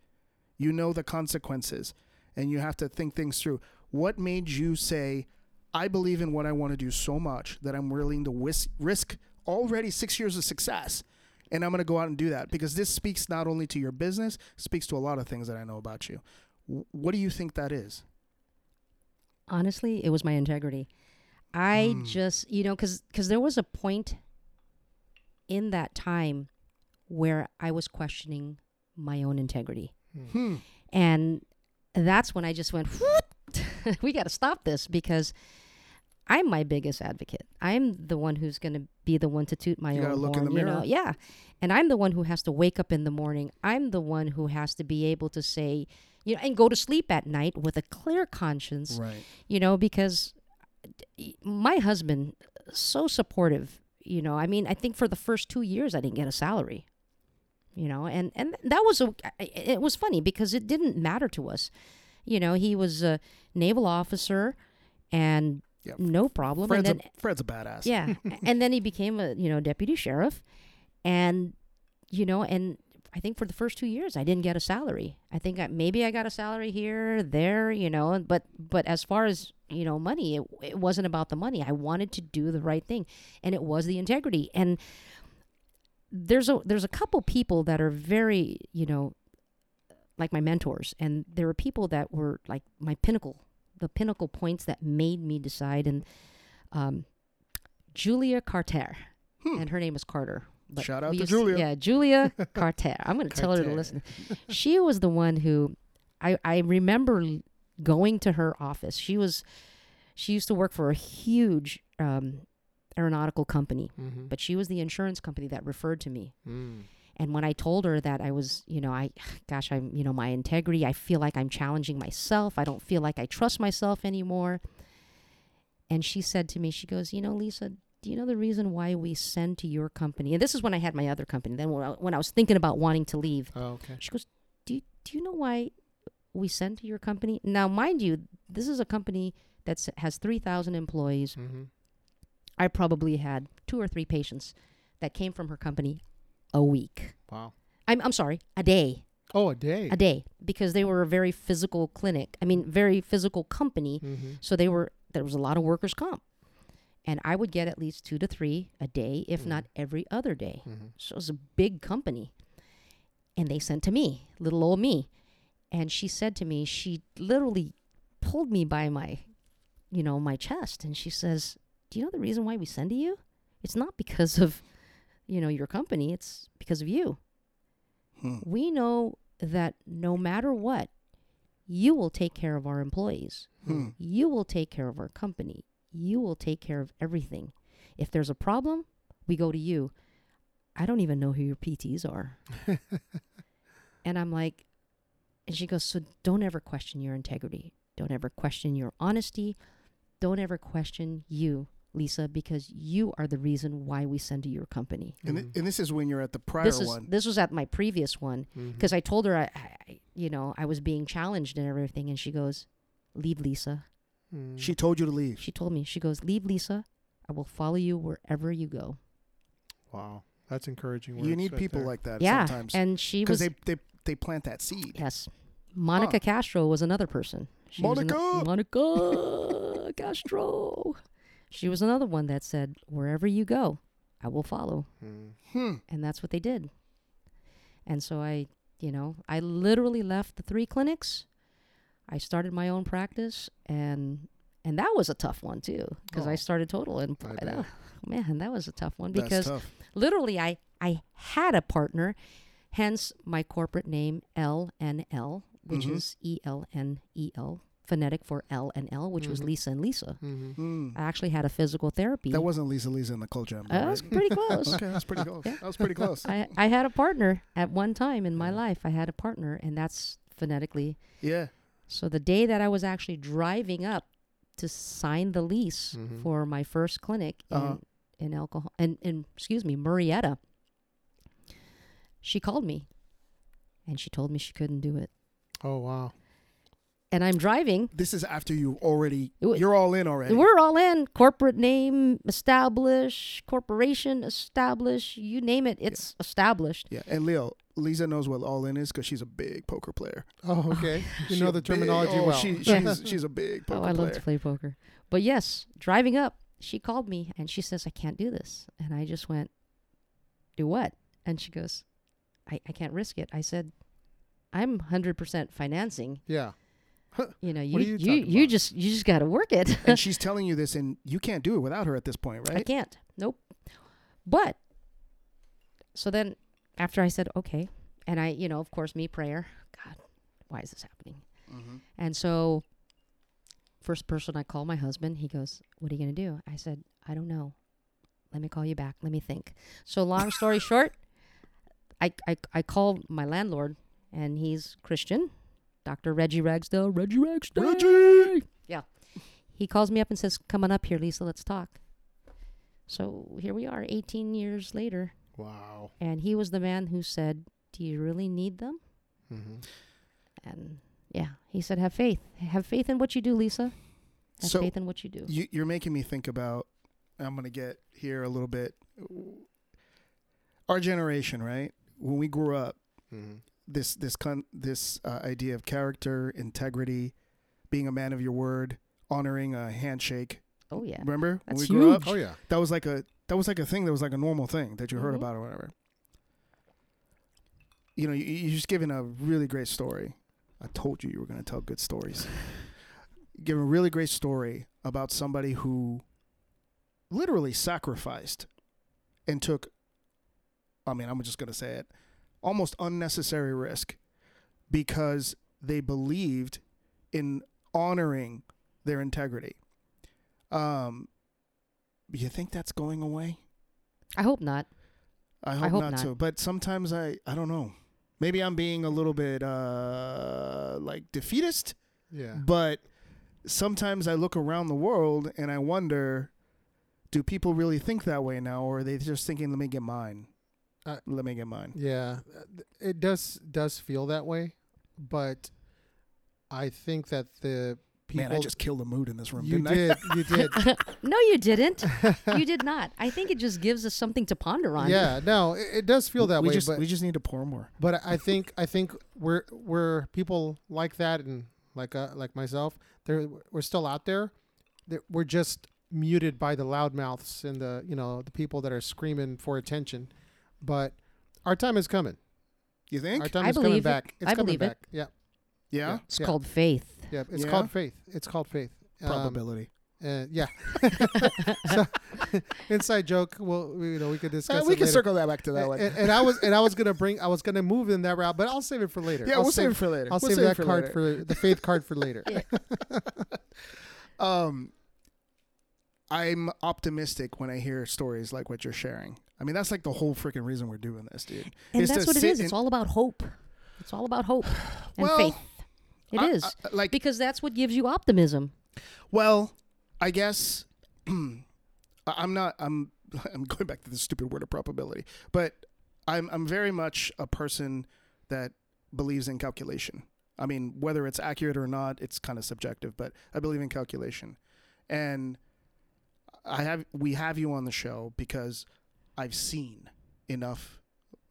Speaker 2: You know the consequences and you have to think things through. What made you say I believe in what I want to do so much that I'm willing to whis- risk already 6 years of success and I'm going to go out and do that because this speaks not only to your business, speaks to a lot of things that I know about you. W- What do you think that is?
Speaker 3: honestly, it was my integrity. I
Speaker 2: Mm.
Speaker 3: just you know because because there was a point in that time where I was questioning my own integrity,
Speaker 2: Hmm.
Speaker 3: and that's when I just went, *laughs* we got to stop this because. I'm my biggest advocate. I'm the one who's going to be the one to toot my
Speaker 2: You
Speaker 3: own
Speaker 2: gotta look in
Speaker 3: horn,
Speaker 2: the
Speaker 3: you know?
Speaker 2: mirror.
Speaker 3: Yeah. And I'm the one who has to wake up in the morning. I'm the one who has to be able to say, you know, and go to sleep at night with a clear conscience
Speaker 2: Right.
Speaker 3: you know, because eh, my husband so supportive, you know. I mean, I think for the first 2 years I didn't get a salary. You know, and and that was a it was funny because it didn't matter to us. You know, he was a naval officer and
Speaker 2: Yeah.
Speaker 3: no problem
Speaker 2: Fred's,
Speaker 3: and then
Speaker 2: a, Fred's a badass.
Speaker 3: yeah, and then he became a, you know, deputy sheriff and you know, and I think for the first 2 years I didn't get a salary. I think I, maybe I got a salary here, there, you know, but but as far as, you know, money, it, it wasn't about the money. I wanted to do the right thing and it was the integrity. And there's a there's a couple people that are very, you know, like my mentors and there were people that were like my pinnacle, the pinnacle points that made me decide and um Julia Carter,
Speaker 2: Hmm.
Speaker 3: and her name is Carter.
Speaker 2: Shout out
Speaker 3: we
Speaker 2: to
Speaker 3: used-
Speaker 2: Julia. *laughs*
Speaker 3: Yeah, Julia Carter. I'm going to tell her to
Speaker 2: Carter.
Speaker 3: listen. She was the one who I I remember l- going to her office. She was she used to work for a huge um, aeronautical company,
Speaker 1: Mm-hmm. Mm.
Speaker 3: but she was the insurance company that referred to me. And when I told her that I was, you know, I, *sighs* gosh, I'm, you know, my integrity, I feel like I'm challenging myself. I don't feel like I trust myself anymore. And she said to me, she goes, you know, Lisa, do you know the reason why we send to your company? And this is when I had my other company. Then when I, when I was thinking about wanting to leave,
Speaker 1: Oh, okay.
Speaker 3: she goes, do you, do you know why we send to your company? Now, mind you, this is a company that has 3,000 employees.
Speaker 1: hmm
Speaker 3: I probably had two or three patients that came from her company a week.
Speaker 1: Wow.
Speaker 3: I'm, I'm sorry, a day,
Speaker 1: Oh, a day.
Speaker 3: a day, because they were a very physical clinic. I mean, very physical company.
Speaker 1: hmm
Speaker 3: So they were, there was a lot of workers' comp. And I would get at least two to three a day, if not every other day.
Speaker 2: Mm-hmm.
Speaker 1: hmm
Speaker 3: So it was a big company. And they sent to me, little old me. And she said to me, she literally pulled me by my, you know, my chest. And she says, Do you know the reason why we send to you? It's not because of, you know, your company, it's because of you.
Speaker 2: Hmm.
Speaker 3: We know that no matter what, you will take care of our employees.
Speaker 1: Mm-hmm.
Speaker 2: Hmm.
Speaker 3: You will take care of our company. You will take care of everything. If there's a problem, we go to you. I don't even know who your PTs
Speaker 2: *laughs*
Speaker 3: are. and I'm like, and she goes, So don't ever question your integrity. Don't ever question your honesty. Don't ever question you, Lisa, because you are the reason why we send to your company.
Speaker 2: And, thi- and this is when you're at the prior
Speaker 3: This is Mm-hmm.
Speaker 2: one.
Speaker 3: this was at my previous one
Speaker 1: Mhm.
Speaker 3: because I told her I, I, you know, I was being challenged and everything, and she goes, "Leave, Lisa."
Speaker 1: Mm.
Speaker 2: She told you to leave.
Speaker 3: She told me, she goes, Leave Lisa. I will follow you wherever you go.
Speaker 1: Wow, that's encouraging.
Speaker 2: You
Speaker 1: words
Speaker 2: need
Speaker 1: right
Speaker 2: people
Speaker 1: there.
Speaker 2: like that
Speaker 3: yeah.
Speaker 2: sometimes.
Speaker 3: And she was,
Speaker 2: Because they, they, they plant that seed.
Speaker 3: yes. Monica
Speaker 2: Huh.
Speaker 3: Castro was another person. She was ano- Monica Castro. She was another one that said, Wherever you go, I will follow.
Speaker 1: Mm.
Speaker 2: Hmm.
Speaker 3: And that's what they did. And so I, you know, I literally left the three clinics. I started my own practice and and that was a tough one too because I
Speaker 1: Oh,
Speaker 3: started total and
Speaker 1: I
Speaker 3: boy,
Speaker 1: bet.
Speaker 3: that- man, that was a tough one
Speaker 2: That's
Speaker 3: because
Speaker 2: tough.
Speaker 3: literally i i had a partner hence my corporate name lnl which
Speaker 2: Mhm.
Speaker 3: is E e-l-n-e-l phonetic for l and l which was
Speaker 1: Mhm.
Speaker 3: lisa and lisa
Speaker 1: hmm
Speaker 2: Hmm.
Speaker 3: i actually had a physical therapy
Speaker 2: That wasn't Lisa Lisa in the cold jam. though,
Speaker 3: I was
Speaker 2: right?
Speaker 3: pretty close
Speaker 2: okay, that's
Speaker 3: *laughs*
Speaker 2: pretty close.
Speaker 3: Yeah.
Speaker 2: That was pretty close.
Speaker 3: *laughs* I, I had a partner at one time in my
Speaker 1: Yeah.
Speaker 3: life i had a partner and that's phonetically
Speaker 2: Yeah.
Speaker 3: so the day that i was actually driving up to sign the lease
Speaker 1: Mhm.
Speaker 3: for my first clinic in,
Speaker 2: Uh-huh.
Speaker 3: in alcohol and in excuse me murrieta she called me and she told me she couldn't do it
Speaker 1: Oh wow.
Speaker 3: and i'm driving
Speaker 2: This is after you already,
Speaker 3: It wa-
Speaker 2: you're all in already.
Speaker 3: and we're all in corporate name established corporation established you name it it's established
Speaker 2: Yeah. And Leo, Lisa knows what all in is because she's a big poker player. *laughs*
Speaker 1: Oh, okay. you
Speaker 2: She
Speaker 1: know
Speaker 2: a
Speaker 1: the
Speaker 2: big-
Speaker 1: terminology
Speaker 2: oh,
Speaker 1: well. *laughs*
Speaker 2: She,
Speaker 3: Yeah.
Speaker 2: she's, she's a big poker
Speaker 3: oh i
Speaker 2: player.
Speaker 3: *laughs* love to play poker but yes driving up she called me and she says i can't do this and i just went do what and she goes i, I can't risk it i said i'm 100% financing
Speaker 1: yeah.
Speaker 3: you know you
Speaker 1: What are
Speaker 3: you,
Speaker 1: you
Speaker 3: you,
Speaker 1: talking about?
Speaker 3: just you just got to work it
Speaker 2: and she's telling you this, and you can't do it without her at this point,
Speaker 3: *laughs* i
Speaker 2: right?
Speaker 3: can't nope but so then after i said okay and i you know of course me prayer god why is this happening
Speaker 2: Mm-hmm.
Speaker 3: and so first person i call my husband he goes what are you going to do i said i don't know let me call you back let me think so long
Speaker 2: *laughs*
Speaker 3: story short I, I i called my landlord and he's christian dr reggie ragsdale reggie ragsdale
Speaker 2: Reggie!
Speaker 3: yeah. He calls me up and says, Come on up here, Lisa, let's talk. So here we are, 18 years later.
Speaker 1: Wow.
Speaker 3: And he was the man who said, Do you really need them?
Speaker 1: hmm
Speaker 2: Mm-hmm.
Speaker 3: And yeah, he said, Have faith. Have faith in what you do, Lisa. Have
Speaker 2: So-
Speaker 3: faith in what you do.
Speaker 2: You, you're making me think about. I'm gonna get here a little bit. Our generation, right? When we grew up, Mm-hmm.
Speaker 1: hmm
Speaker 2: this this con- this uh, idea of character, integrity, being a man of your word, honoring a handshake.
Speaker 3: Oh, yeah.
Speaker 2: Remember when we
Speaker 3: That's
Speaker 2: grew up?
Speaker 1: Oh yeah.
Speaker 2: That was like a that was like a thing that was like a normal thing that you heard
Speaker 3: Mhm.
Speaker 2: about or whatever. You know, you, you're just giving a really great story. I told you you were going to tell
Speaker 1: *sighs*
Speaker 2: good stories. giving a really great story about somebody who literally sacrificed and took. I mean, I'm just going to say it, almost unnecessary risk because they believed in honoring their integrity. Um, you think that's going away?
Speaker 3: I hope not.
Speaker 2: I hope,
Speaker 3: hope
Speaker 2: not,
Speaker 3: not.
Speaker 2: to. But sometimes I, I don't know. Maybe I'm being a little bit uh, like defeatist,
Speaker 1: Yeah.
Speaker 2: but sometimes I look around the world and I wonder, do people really think that way now, or are they just thinking, "Let me get mine,
Speaker 1: Uh,
Speaker 2: let me get mine"?
Speaker 1: Yeah, it does does feel that way, but I think that the people
Speaker 2: Man, I just killed the mood in this room,
Speaker 1: you
Speaker 2: didn't
Speaker 1: did you
Speaker 2: *laughs*
Speaker 1: did
Speaker 3: No, you didn't. you did not. I think it just gives us something to ponder on.
Speaker 1: yeah
Speaker 3: *laughs*
Speaker 1: no it, it does
Speaker 2: I?
Speaker 1: feel that
Speaker 2: we
Speaker 1: way
Speaker 2: Just,
Speaker 1: but
Speaker 2: we just need to pour more.
Speaker 1: but I think I think we're we're people like that and like uh, like myself they're we're still out there They're- we're just muted by the loudmouths and the you know the people that are screaming for attention but our time is coming
Speaker 2: You think?
Speaker 1: our time
Speaker 3: I
Speaker 1: is coming
Speaker 3: believe it.
Speaker 1: back it's
Speaker 3: I
Speaker 1: coming
Speaker 3: believe it.
Speaker 1: back yeah
Speaker 2: yeah.
Speaker 3: It's
Speaker 1: Yeah.
Speaker 3: called faith.
Speaker 1: yeah it's
Speaker 2: Yeah.
Speaker 1: called faith it's called faith Um,
Speaker 2: Probability.
Speaker 1: Uh, yeah. *laughs* so, *laughs* inside joke. Well, you know, we could discuss.
Speaker 2: Uh,
Speaker 1: it
Speaker 2: we can
Speaker 1: later.
Speaker 2: circle that back to that
Speaker 1: And,
Speaker 2: one.
Speaker 1: and,
Speaker 2: *laughs*
Speaker 1: and I was and I was gonna bring I was gonna move in that route, but I'll save it for later.
Speaker 2: yeah,
Speaker 1: I'll
Speaker 2: we'll save it for later.
Speaker 1: I'll
Speaker 2: We'll
Speaker 1: save,
Speaker 2: it
Speaker 1: that card
Speaker 2: later.
Speaker 1: for the faith card for
Speaker 2: *laughs*
Speaker 1: later.
Speaker 2: Um, I'm optimistic when I hear stories like what you're sharing. I mean, that's like the whole freaking reason we're doing this, dude.
Speaker 3: And
Speaker 2: Is to
Speaker 3: that's what it
Speaker 2: sit
Speaker 3: is. It's
Speaker 2: and-
Speaker 3: all about hope. It's all
Speaker 2: *sighs*
Speaker 3: about hope and
Speaker 2: Well,
Speaker 3: faith. It
Speaker 2: I-
Speaker 3: is.
Speaker 2: I- like,
Speaker 3: because that's what gives you optimism.
Speaker 2: well, I guess *clears throat* I- I'm not. I'm. *laughs* I'm going back to the stupid word of probability, but I'm. I'm very much a person that believes in calculation. I mean, whether it's accurate or not, it's kind of subjective, but I believe in calculation. And I have we have you on the show because I've seen enough.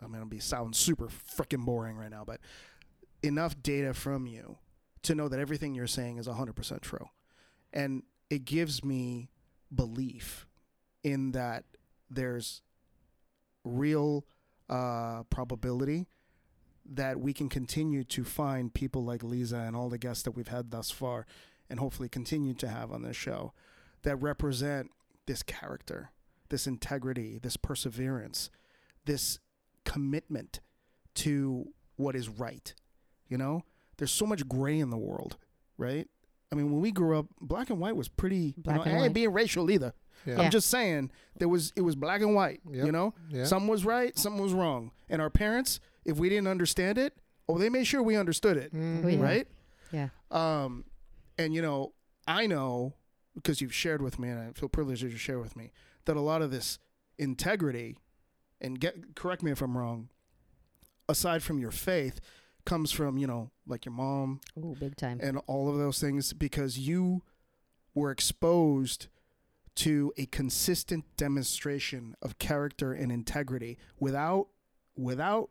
Speaker 2: I'm gonna be sound super freaking boring right now, but enough data from you to know that everything you're saying is 100% true, and it gives me belief in that there's real uh, probability that we can continue to find people like Lisa and all the guests that we've had thus far, and hopefully continue to have on this show, that represent this character, this integrity, this perseverance, this commitment to what is right. You know, there's so much gray in the world, right? I mean, when we grew up, black and white was pretty. you
Speaker 3: Black
Speaker 2: know,
Speaker 3: and
Speaker 2: I ain't
Speaker 3: white.
Speaker 2: being racial either.
Speaker 1: Yeah.
Speaker 3: Yeah.
Speaker 2: I'm just saying there was it was black and white.
Speaker 1: Yep.
Speaker 2: You know,
Speaker 1: Yeah.
Speaker 2: some was right, some was wrong. And our parents, if we didn't understand it, oh, they made sure we understood it,
Speaker 1: Mhm.
Speaker 3: Oh, yeah.
Speaker 2: right?
Speaker 3: Yeah.
Speaker 2: Um, and you know, I know because you've shared with me, and I feel privileged that you share with me that a lot of this integrity, and get correct me if I'm wrong, aside from your faith, comes from you know like your mom,
Speaker 3: Ooh, big time.
Speaker 2: and all of those things because you were exposed to a consistent demonstration of character and integrity without without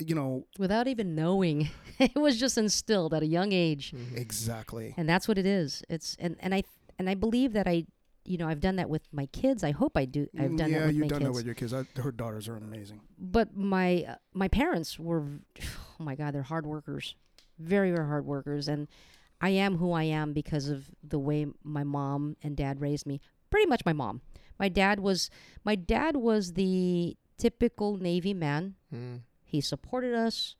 Speaker 2: you know
Speaker 3: Without even knowing, *laughs* it was just instilled at a young age.
Speaker 1: Mhm.
Speaker 2: exactly
Speaker 3: and that's what it is it's and, and i and i believe that i you know i've done that with my kids i hope i do i've done
Speaker 2: yeah
Speaker 3: that with
Speaker 2: you've
Speaker 3: my
Speaker 2: done
Speaker 3: kids
Speaker 2: that with your kids I, her daughters are amazing
Speaker 3: but my uh, my parents were v- *sighs* oh my god they're hard workers very very hard workers and i am who i am because of the way my mom and dad raised me pretty much my mom my dad was my dad was the typical navy man
Speaker 1: Mhm.
Speaker 3: he supported us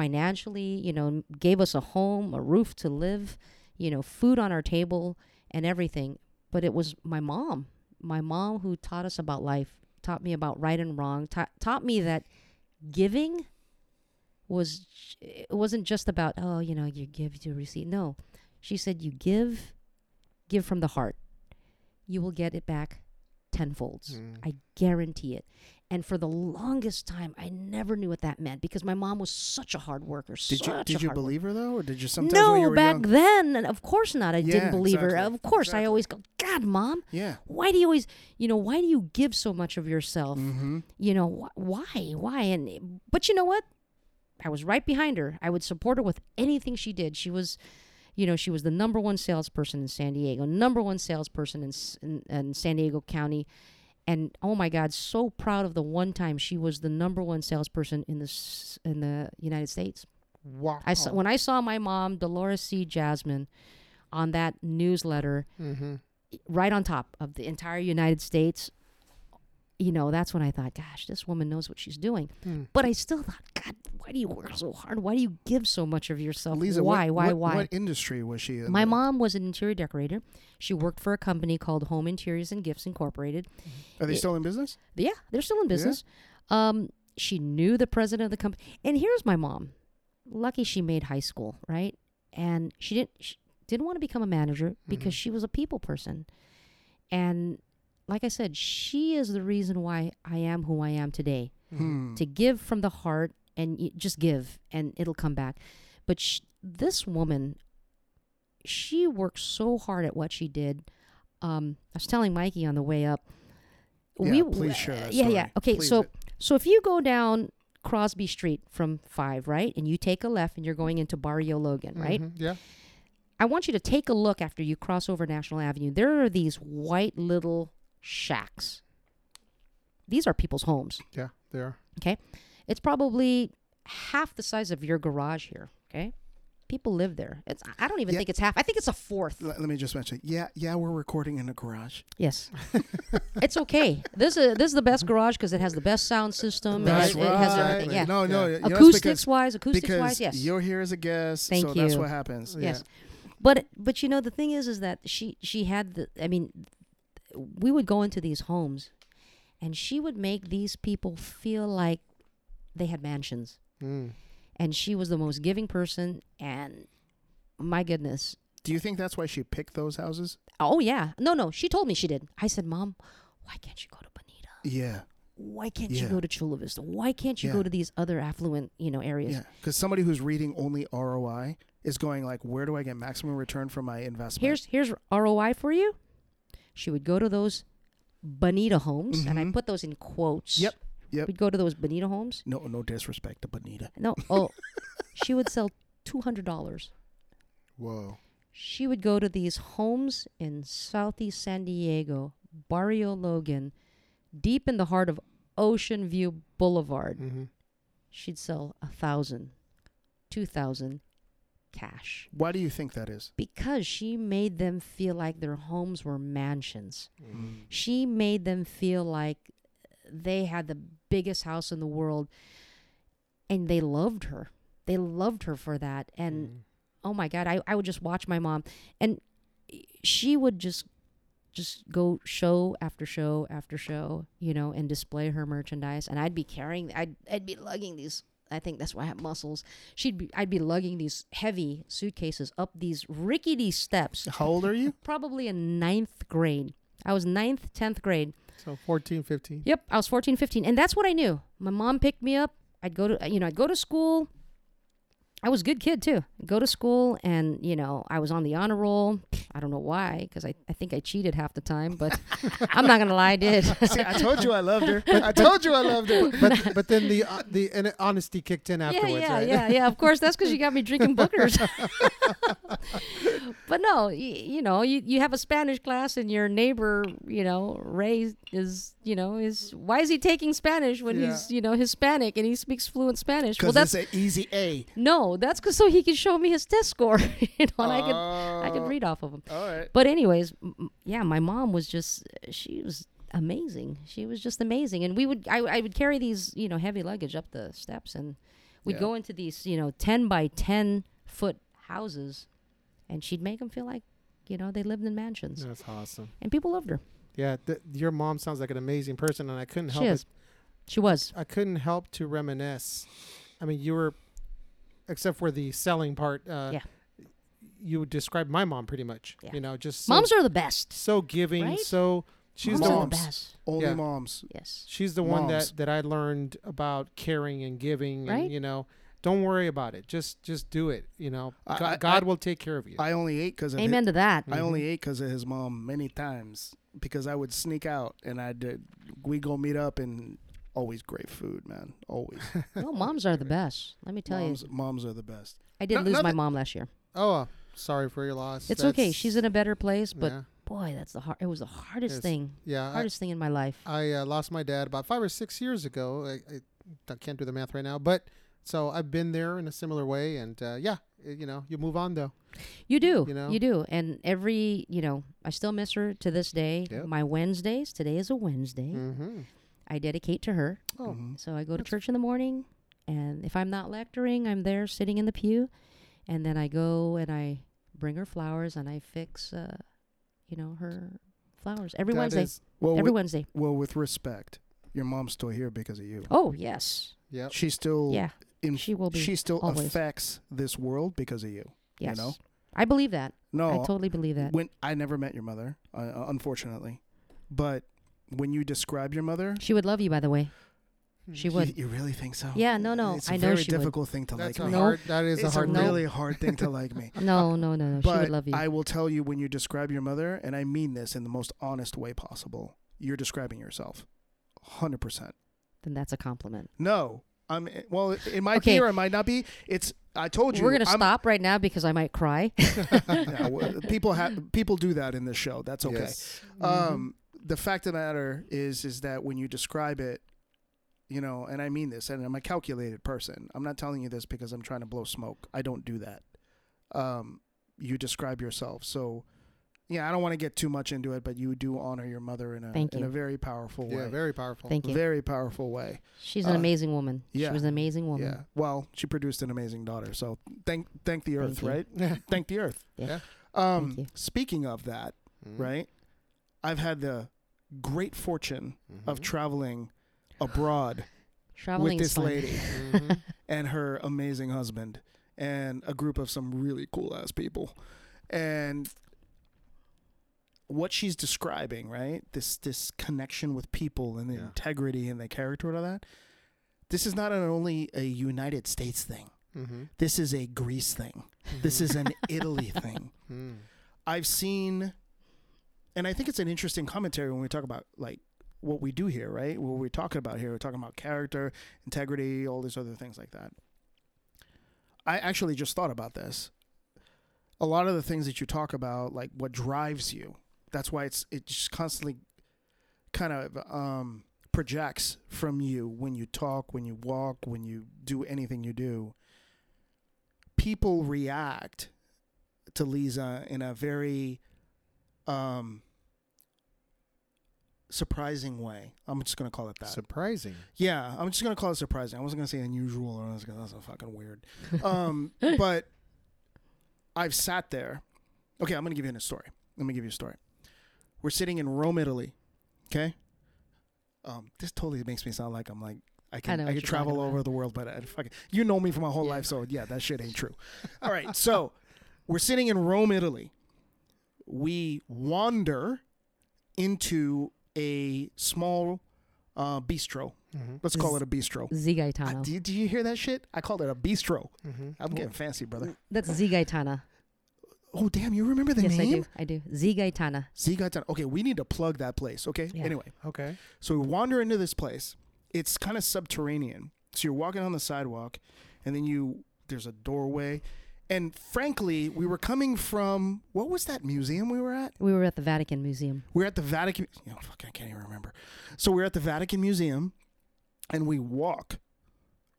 Speaker 3: financially, you know, gave us a home, a roof to live, you know, food on our table and everything. But it was my mom, my mom who taught us about life, taught me about right and wrong, ta- taught me that giving was it wasn't just about oh, you know, you give you receive. No. She said you give give from the heart. You will get it back tenfolds.
Speaker 1: Mm.
Speaker 3: I guarantee it. And for the longest time, I never knew what that meant because my mom was such a hard worker.
Speaker 2: did you
Speaker 3: such a
Speaker 2: did you
Speaker 3: hard worker.
Speaker 2: believe her though or did you sometimes when you
Speaker 3: no,
Speaker 2: were
Speaker 3: back
Speaker 2: young
Speaker 3: then, and of course not. I
Speaker 2: Yeah,
Speaker 3: didn't believe her.
Speaker 2: exactly.
Speaker 3: Of course,
Speaker 2: Exactly.
Speaker 3: I always go, God, mom,
Speaker 2: yeah
Speaker 3: why do you always, you know, why do you give so much of yourself?
Speaker 2: mm-hmm.
Speaker 3: You know, wh- why, why? And eh, but you know what? I was right behind her. I would support her with anything she did. She was, you know, she was the number one salesperson in San Diego, number one salesperson in S- in, in San Diego County, and oh my God, so proud of the one time she was the number one salesperson in the s- in the United States.
Speaker 1: Wow.
Speaker 2: Oh.
Speaker 3: I saw when I saw my mom, Dolores C. Jasmine, on that newsletter,
Speaker 1: hmm
Speaker 3: right on top of the entire United States. You know, that's when I thought, gosh, this woman knows what she's doing.
Speaker 1: Hmm.
Speaker 3: But I still thought, God, why do you work so hard? Why do you give so much of yourself?
Speaker 2: Lisa
Speaker 3: Oh, why,
Speaker 2: what,
Speaker 3: why,
Speaker 2: what,
Speaker 3: why?
Speaker 2: what industry was she in
Speaker 3: My
Speaker 2: then?
Speaker 3: mom was an interior decorator. She worked for a company called Home Interiors and Gifts Incorporated.
Speaker 2: are they still in business
Speaker 3: Yeah, they're still in business. Um, she knew the president of the company. And here's my mom. Lucky she made high school, right? And she didn't she didn't want to become a manager because
Speaker 2: Mm-hmm.
Speaker 1: Mhm.
Speaker 3: she was a people person. And like I said, she is the reason why I am who I am today
Speaker 2: Hmm.
Speaker 3: to give from the heart and y just give and it'll come back but sh- this woman she worked so hard at what she did um, i was telling mikey on the way up
Speaker 2: Yeah, please share that
Speaker 3: yeah yeah
Speaker 2: story.
Speaker 3: okay
Speaker 2: Please
Speaker 3: so
Speaker 2: it-
Speaker 3: so if you go down crosby street from five right and you take a left and you're going into barrio logan
Speaker 2: Mm-hmm.
Speaker 3: right
Speaker 1: Mhm. Yeah.
Speaker 3: I want you to take a look after you cross over National Avenue. There are these white little shacks. These are people's homes.
Speaker 1: Yeah. There.
Speaker 3: Okay. It's probably half the size of your garage here. Okay. People live there. It's I don't even
Speaker 2: Yeah.
Speaker 3: think it's half. I think it's a fourth.
Speaker 2: L- let me just mention. Yeah, yeah, we're recording in a garage. *laughs*
Speaker 3: Yes. it's okay. This is this is the best garage because it has the best sound system.
Speaker 1: That's
Speaker 3: and it, it has
Speaker 1: right.
Speaker 3: everything. Yeah.
Speaker 2: No, no.
Speaker 1: Yeah.
Speaker 2: you know, it's
Speaker 3: acoustics
Speaker 2: because,
Speaker 3: wise, acoustics
Speaker 2: because
Speaker 3: wise, yes.
Speaker 2: you're here as a guest,
Speaker 3: Thank
Speaker 2: so that's
Speaker 3: you.
Speaker 2: what happens.
Speaker 3: Yes. But but you know the thing is is that she she had the I mean we would go into these homes and she would make these people feel like they had mansions
Speaker 1: Mm.
Speaker 3: and she was the most giving person and my goodness
Speaker 2: Do you think that's why she picked those houses?
Speaker 3: oh yeah no no she told me she did I said mom why can't you go to Bonita
Speaker 2: Yeah,
Speaker 3: why can't you
Speaker 2: Yeah.
Speaker 3: go to Chula Vista why can't you
Speaker 2: Yeah.
Speaker 3: go to these other affluent you know areas
Speaker 2: yeah. Because somebody who's reading only ROI is going like, where do I get maximum return for my investment?
Speaker 3: here's here's ROI for you. She would go to those Bonita homes, and I
Speaker 2: Mhm.
Speaker 3: put those in quotes.
Speaker 2: Yep, yep.
Speaker 3: We'd go to those Bonita homes.
Speaker 2: no, no disrespect to Bonita. *laughs*
Speaker 3: No, oh, she would sell two hundred dollars.
Speaker 1: Whoa.
Speaker 3: She would go to these homes in Southeast San Diego, Barrio Logan, deep in the heart of Ocean View Boulevard.
Speaker 1: Mm-hmm.
Speaker 3: She'd sell a thousand, two thousand, cash
Speaker 2: Why do you think that is?
Speaker 3: because she made them feel like their homes were mansions.
Speaker 2: Mm.
Speaker 3: she made them feel like they had the biggest house in the world and they loved her they loved her for that and
Speaker 1: Mm. Mm-hmm.
Speaker 3: oh my god I, I would just watch my mom and she would just just go show after show after show you know and display her merchandise and i'd be carrying i'd, I'd be lugging these i think that's why i have muscles she'd be i'd be lugging these heavy suitcases up these
Speaker 2: *laughs*
Speaker 3: rickety steps
Speaker 2: How old are you?
Speaker 3: probably in ninth grade i was ninth tenth grade
Speaker 1: So 14, 15.
Speaker 3: Yep, I was 14, 15. And that's what I knew. My mom picked me up. I'd go to, you know, I'd go to school. I was a good kid too. I'd go to school and, you know, I was on the honor roll. I don't know why, because I, I think I cheated half the time, but I'm not going to lie, I did. *laughs*
Speaker 2: See, I told you I loved *laughs* her. I told you I loved her.
Speaker 1: *laughs* But but then the uh, the and honesty kicked in
Speaker 3: yeah,
Speaker 1: afterwards,
Speaker 3: yeah,
Speaker 1: right?
Speaker 3: yeah, yeah. Of course, that's because you got me drinking bookers. *laughs* but no, you, you know, you, you have a Spanish class and your neighbor, you know, Ray is, you know, is why is he taking Spanish when
Speaker 1: Yeah.
Speaker 3: he's, you know, Hispanic and he speaks fluent Spanish? Well,
Speaker 2: Because
Speaker 3: that's
Speaker 2: that's an easy A.
Speaker 3: No, that's 'cause so he can show me his test score, *laughs* you know, and I could I could
Speaker 2: Oh,
Speaker 3: read off of him.
Speaker 2: All right.
Speaker 3: But anyways, m- m- yeah, my mom was just she was amazing. She was just amazing, and we would I, I would carry these you know heavy luggage up the steps, and we'd
Speaker 2: Yeah.
Speaker 3: go into these you know ten by ten foot houses, and she'd make them feel like you know they lived in mansions,
Speaker 1: That's awesome.
Speaker 3: and people loved her.
Speaker 1: Yeah, th- your mom sounds like an amazing person, and I couldn't help
Speaker 3: She is.
Speaker 1: it.
Speaker 3: She was.
Speaker 1: I couldn't help to reminisce. I mean, you were, except for the selling part. Uh,
Speaker 3: Yeah.
Speaker 1: You described my mom pretty much.
Speaker 3: Yeah.
Speaker 1: You know, just so,
Speaker 3: Moms are the best.
Speaker 1: so giving,
Speaker 3: Right?
Speaker 1: so she's
Speaker 3: Moms
Speaker 1: the
Speaker 3: are
Speaker 1: one.
Speaker 2: Moms.
Speaker 3: the best.
Speaker 2: Only
Speaker 1: Yeah.
Speaker 2: moms.
Speaker 3: Yes.
Speaker 1: She's the one
Speaker 2: Moms.
Speaker 1: that that I learned about caring and giving,
Speaker 3: Right?
Speaker 1: and you know, don't worry about it. Just just do it. You know,
Speaker 2: I-
Speaker 1: God,
Speaker 2: I-
Speaker 1: God
Speaker 2: I-
Speaker 1: will take care of you.
Speaker 2: I only ate because of
Speaker 3: Amen to that.
Speaker 2: *laughs* I only ate because of his mom many times because I would sneak out and I did. We go meet up and always great food, man. Always.
Speaker 3: no, moms are the best. Let me tell
Speaker 2: moms,
Speaker 3: you,
Speaker 2: moms are the best.
Speaker 3: I did
Speaker 2: No-
Speaker 3: lose
Speaker 2: not
Speaker 3: my
Speaker 2: that-
Speaker 3: mom last year.
Speaker 1: oh, uh, sorry for your loss.
Speaker 3: It's okay.
Speaker 1: That's-
Speaker 3: She's in a better place, but
Speaker 1: yeah,
Speaker 3: boy, that's the hard. It was the hardest
Speaker 1: Yes.
Speaker 3: thing,
Speaker 1: yeah. I-
Speaker 3: hardest thing in my life.
Speaker 1: I uh, lost my dad about five or six years ago. I, I, I can't do the math right now, but so I've been there in a similar way, and uh, yeah, y- you know, you move on though.
Speaker 3: You do,
Speaker 1: you
Speaker 3: you,
Speaker 1: know?
Speaker 3: do, and every, you know, I still miss her to this day.
Speaker 1: Yep.
Speaker 3: My Wednesdays, today is a Wednesday.
Speaker 1: Mm-hmm.
Speaker 3: I dedicate to her.
Speaker 1: Oh,
Speaker 2: Mhm.
Speaker 3: So I go to
Speaker 1: That's-
Speaker 3: church in the morning, and if I'm not lecturing, I'm there sitting in the pew, and then I go and I bring her flowers and I fix, uh, you know, her flowers every
Speaker 1: that
Speaker 3: Wednesday.
Speaker 1: is-
Speaker 2: Well,
Speaker 3: every
Speaker 2: with,
Speaker 3: Wednesday.
Speaker 2: well, with respect, your mom's still here because of you.
Speaker 3: Oh yes,
Speaker 1: Yep.
Speaker 2: She still
Speaker 3: yeah.
Speaker 2: in-
Speaker 3: She will be.
Speaker 2: she still
Speaker 3: always.
Speaker 2: affects this world because of you.
Speaker 3: yes,
Speaker 2: know?
Speaker 3: I believe that.
Speaker 2: No,
Speaker 3: I totally believe that.
Speaker 2: when I never met your mother, uh, unfortunately, but when you describe your mother,
Speaker 3: She would love you, by the way.
Speaker 1: Mm-hmm.
Speaker 3: She
Speaker 2: you-
Speaker 3: would.
Speaker 2: You, really think so?
Speaker 3: Yeah, no, no,
Speaker 2: It's
Speaker 3: I
Speaker 2: a
Speaker 3: know
Speaker 2: very
Speaker 3: she would.
Speaker 2: difficult thing to
Speaker 1: That's
Speaker 2: like
Speaker 1: a
Speaker 2: me.
Speaker 3: No.
Speaker 1: hard. That is a
Speaker 2: it's a,
Speaker 1: hard.
Speaker 3: no.
Speaker 1: no.
Speaker 2: really hard thing to like me.
Speaker 3: No, no, no, no. Oh, She
Speaker 2: uh, But
Speaker 3: would love you.
Speaker 2: I will tell you when you describe your mother, and I mean this in the most honest way possible, you're describing yourself. 100%.
Speaker 3: then that's a compliment.
Speaker 2: No. I'm well, it might
Speaker 3: Okay.
Speaker 2: be or it might not be. It's I told you
Speaker 3: We're gonna
Speaker 2: I'm-
Speaker 3: stop right now because I might cry.
Speaker 2: *laughs* Yeah, well, people
Speaker 3: *laughs*
Speaker 2: have people do that in this show. That's okay.
Speaker 1: Yes.
Speaker 3: Mm-hmm.
Speaker 2: Um, the fact of the matter is, is that when you describe it, you know, and I mean this, and I'm a calculated person. I'm not telling you this because I'm trying to blow smoke. I don't do that. Um, you describe yourself. So, yeah, I don't want to get too much into it, but you do honor your mother in a
Speaker 3: Thank
Speaker 2: in
Speaker 3: you.
Speaker 2: a very powerful
Speaker 1: Yeah.
Speaker 2: way.
Speaker 1: Very powerful.
Speaker 3: Thank you.
Speaker 2: very powerful way.
Speaker 3: She's an
Speaker 2: uh,
Speaker 3: amazing woman.
Speaker 2: yeah.
Speaker 3: She was an amazing woman.
Speaker 2: Yeah. Well, she produced an amazing daughter. So thank thank the earth,
Speaker 3: Thank you.
Speaker 2: right? *laughs* Thank the earth.
Speaker 3: Yeah.
Speaker 1: Yeah.
Speaker 2: Um,
Speaker 3: you.
Speaker 2: speaking of that,
Speaker 1: Mm.
Speaker 2: right? I've had the great fortune of
Speaker 1: Mhm.
Speaker 2: traveling abroad
Speaker 3: Traveling
Speaker 2: with
Speaker 3: is
Speaker 2: this
Speaker 3: fun.
Speaker 2: lady
Speaker 1: Mhm.
Speaker 2: and her amazing husband and a group of some really cool ass people. And what she's describing, right? This this connection with people and the
Speaker 1: Yeah.
Speaker 2: integrity and the character and all that. This is not an only a United States thing.
Speaker 1: Mhm.
Speaker 2: This is a Greece thing. This is an Italy thing.
Speaker 1: Mm.
Speaker 2: I've seen, and I think it's an interesting commentary when we talk about like what we do here, right? What we're talking about here, we're talking about character, integrity, all these other things like that. I actually just thought about this. A lot of the things that you talk about, like what drives you, that's why it's it just constantly kind of um, projects from you when you talk, when you walk, when you do anything you do. People react to Lisa in a very um, surprising way. I'm just gonna call it that.
Speaker 1: Surprising.
Speaker 2: yeah, I'm just gonna call it surprising. I wasn't gonna say unusual or I was gonna, that's so fucking weird.
Speaker 3: *laughs*
Speaker 2: Um, but I've sat there. Okay, I'm gonna give you a story. Let me give you a story. We're sitting in Rome, Italy. Okay. Um, this totally makes me sound like I'm like I can
Speaker 3: know
Speaker 2: I,
Speaker 3: what
Speaker 2: can
Speaker 3: you're talking
Speaker 2: travel
Speaker 3: about.
Speaker 2: over the world, but I fucking you know me for my whole
Speaker 3: Yeah.
Speaker 2: life, so yeah, that shit ain't true. All right, so we're sitting in Rome, Italy. We wander into a small uh, bistro.
Speaker 1: Mhm.
Speaker 2: Let's call it a bistro.
Speaker 3: Z
Speaker 2: I,
Speaker 3: Gaetano.
Speaker 2: do, do you hear that shit? I called it a bistro.
Speaker 1: Mhm.
Speaker 2: I'm getting fancy, brother.
Speaker 3: That's Z Gaetano.
Speaker 2: Oh damn, you remember the
Speaker 3: yes,
Speaker 2: name?
Speaker 3: I do. I do. Z Gaetano.
Speaker 2: Z got done. Okay, we need to plug that place. Okay.
Speaker 3: Yeah.
Speaker 2: Anyway,
Speaker 1: Okay.
Speaker 2: so we wander into this place. It's kind of subterranean. So you're walking on the sidewalk, and then you there's a doorway. And frankly, we were coming from what was that museum we were at?
Speaker 3: We were at the Vatican Museum.
Speaker 2: we are at the Vatican. You know, fuck, I can't even remember. So we're at the Vatican Museum, and we walk.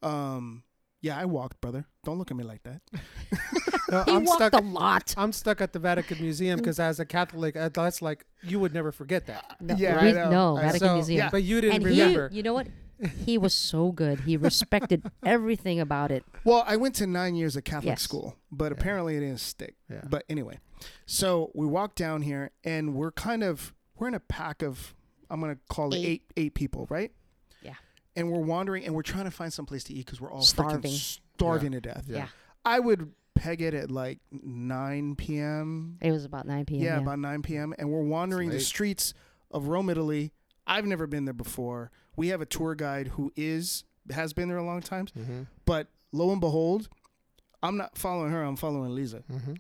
Speaker 2: Um, yeah, I walked, brother. Don't look at me like that.
Speaker 1: No,
Speaker 3: He
Speaker 1: I'm
Speaker 3: walked
Speaker 1: stuck.
Speaker 3: a lot.
Speaker 1: I'm stuck at the Vatican Museum because as a Catholic, uh, that's like you would never forget that.
Speaker 3: No,
Speaker 2: Yeah,
Speaker 3: we-
Speaker 2: I know.
Speaker 3: no,
Speaker 2: I-
Speaker 3: Vatican
Speaker 1: So-
Speaker 3: Museum.
Speaker 2: yeah.
Speaker 1: But you didn't
Speaker 3: and
Speaker 1: remember.
Speaker 3: he,
Speaker 2: *laughs*
Speaker 3: you know what? He was so good. He respected everything about it.
Speaker 2: Well, I went to nine years of Catholic
Speaker 3: Yes.
Speaker 2: school, but apparently it didn't stick.
Speaker 1: Yeah.
Speaker 2: But anyway, so we walk down here, and we're kind of we're in a pack of I'm gonna call it
Speaker 3: Eight.
Speaker 2: eight eight people, right?
Speaker 3: Yeah.
Speaker 2: And we're wandering, and we're trying to find some place to eat because we're all
Speaker 3: Starving.
Speaker 2: freaking starving to death.
Speaker 1: Yeah.
Speaker 3: Yeah.
Speaker 2: I would peg it at like 9 p.m.
Speaker 3: It was about 9 p.m.
Speaker 2: yeah, about 9 p.m. And we're wandering the
Speaker 1: late.
Speaker 2: streets of Rome, Italy. I've never been there before. We have a tour guide who is has been there a long time,
Speaker 1: Mhm.
Speaker 2: but lo and behold, I'm not following her. I'm following Lisa.
Speaker 1: Mhm.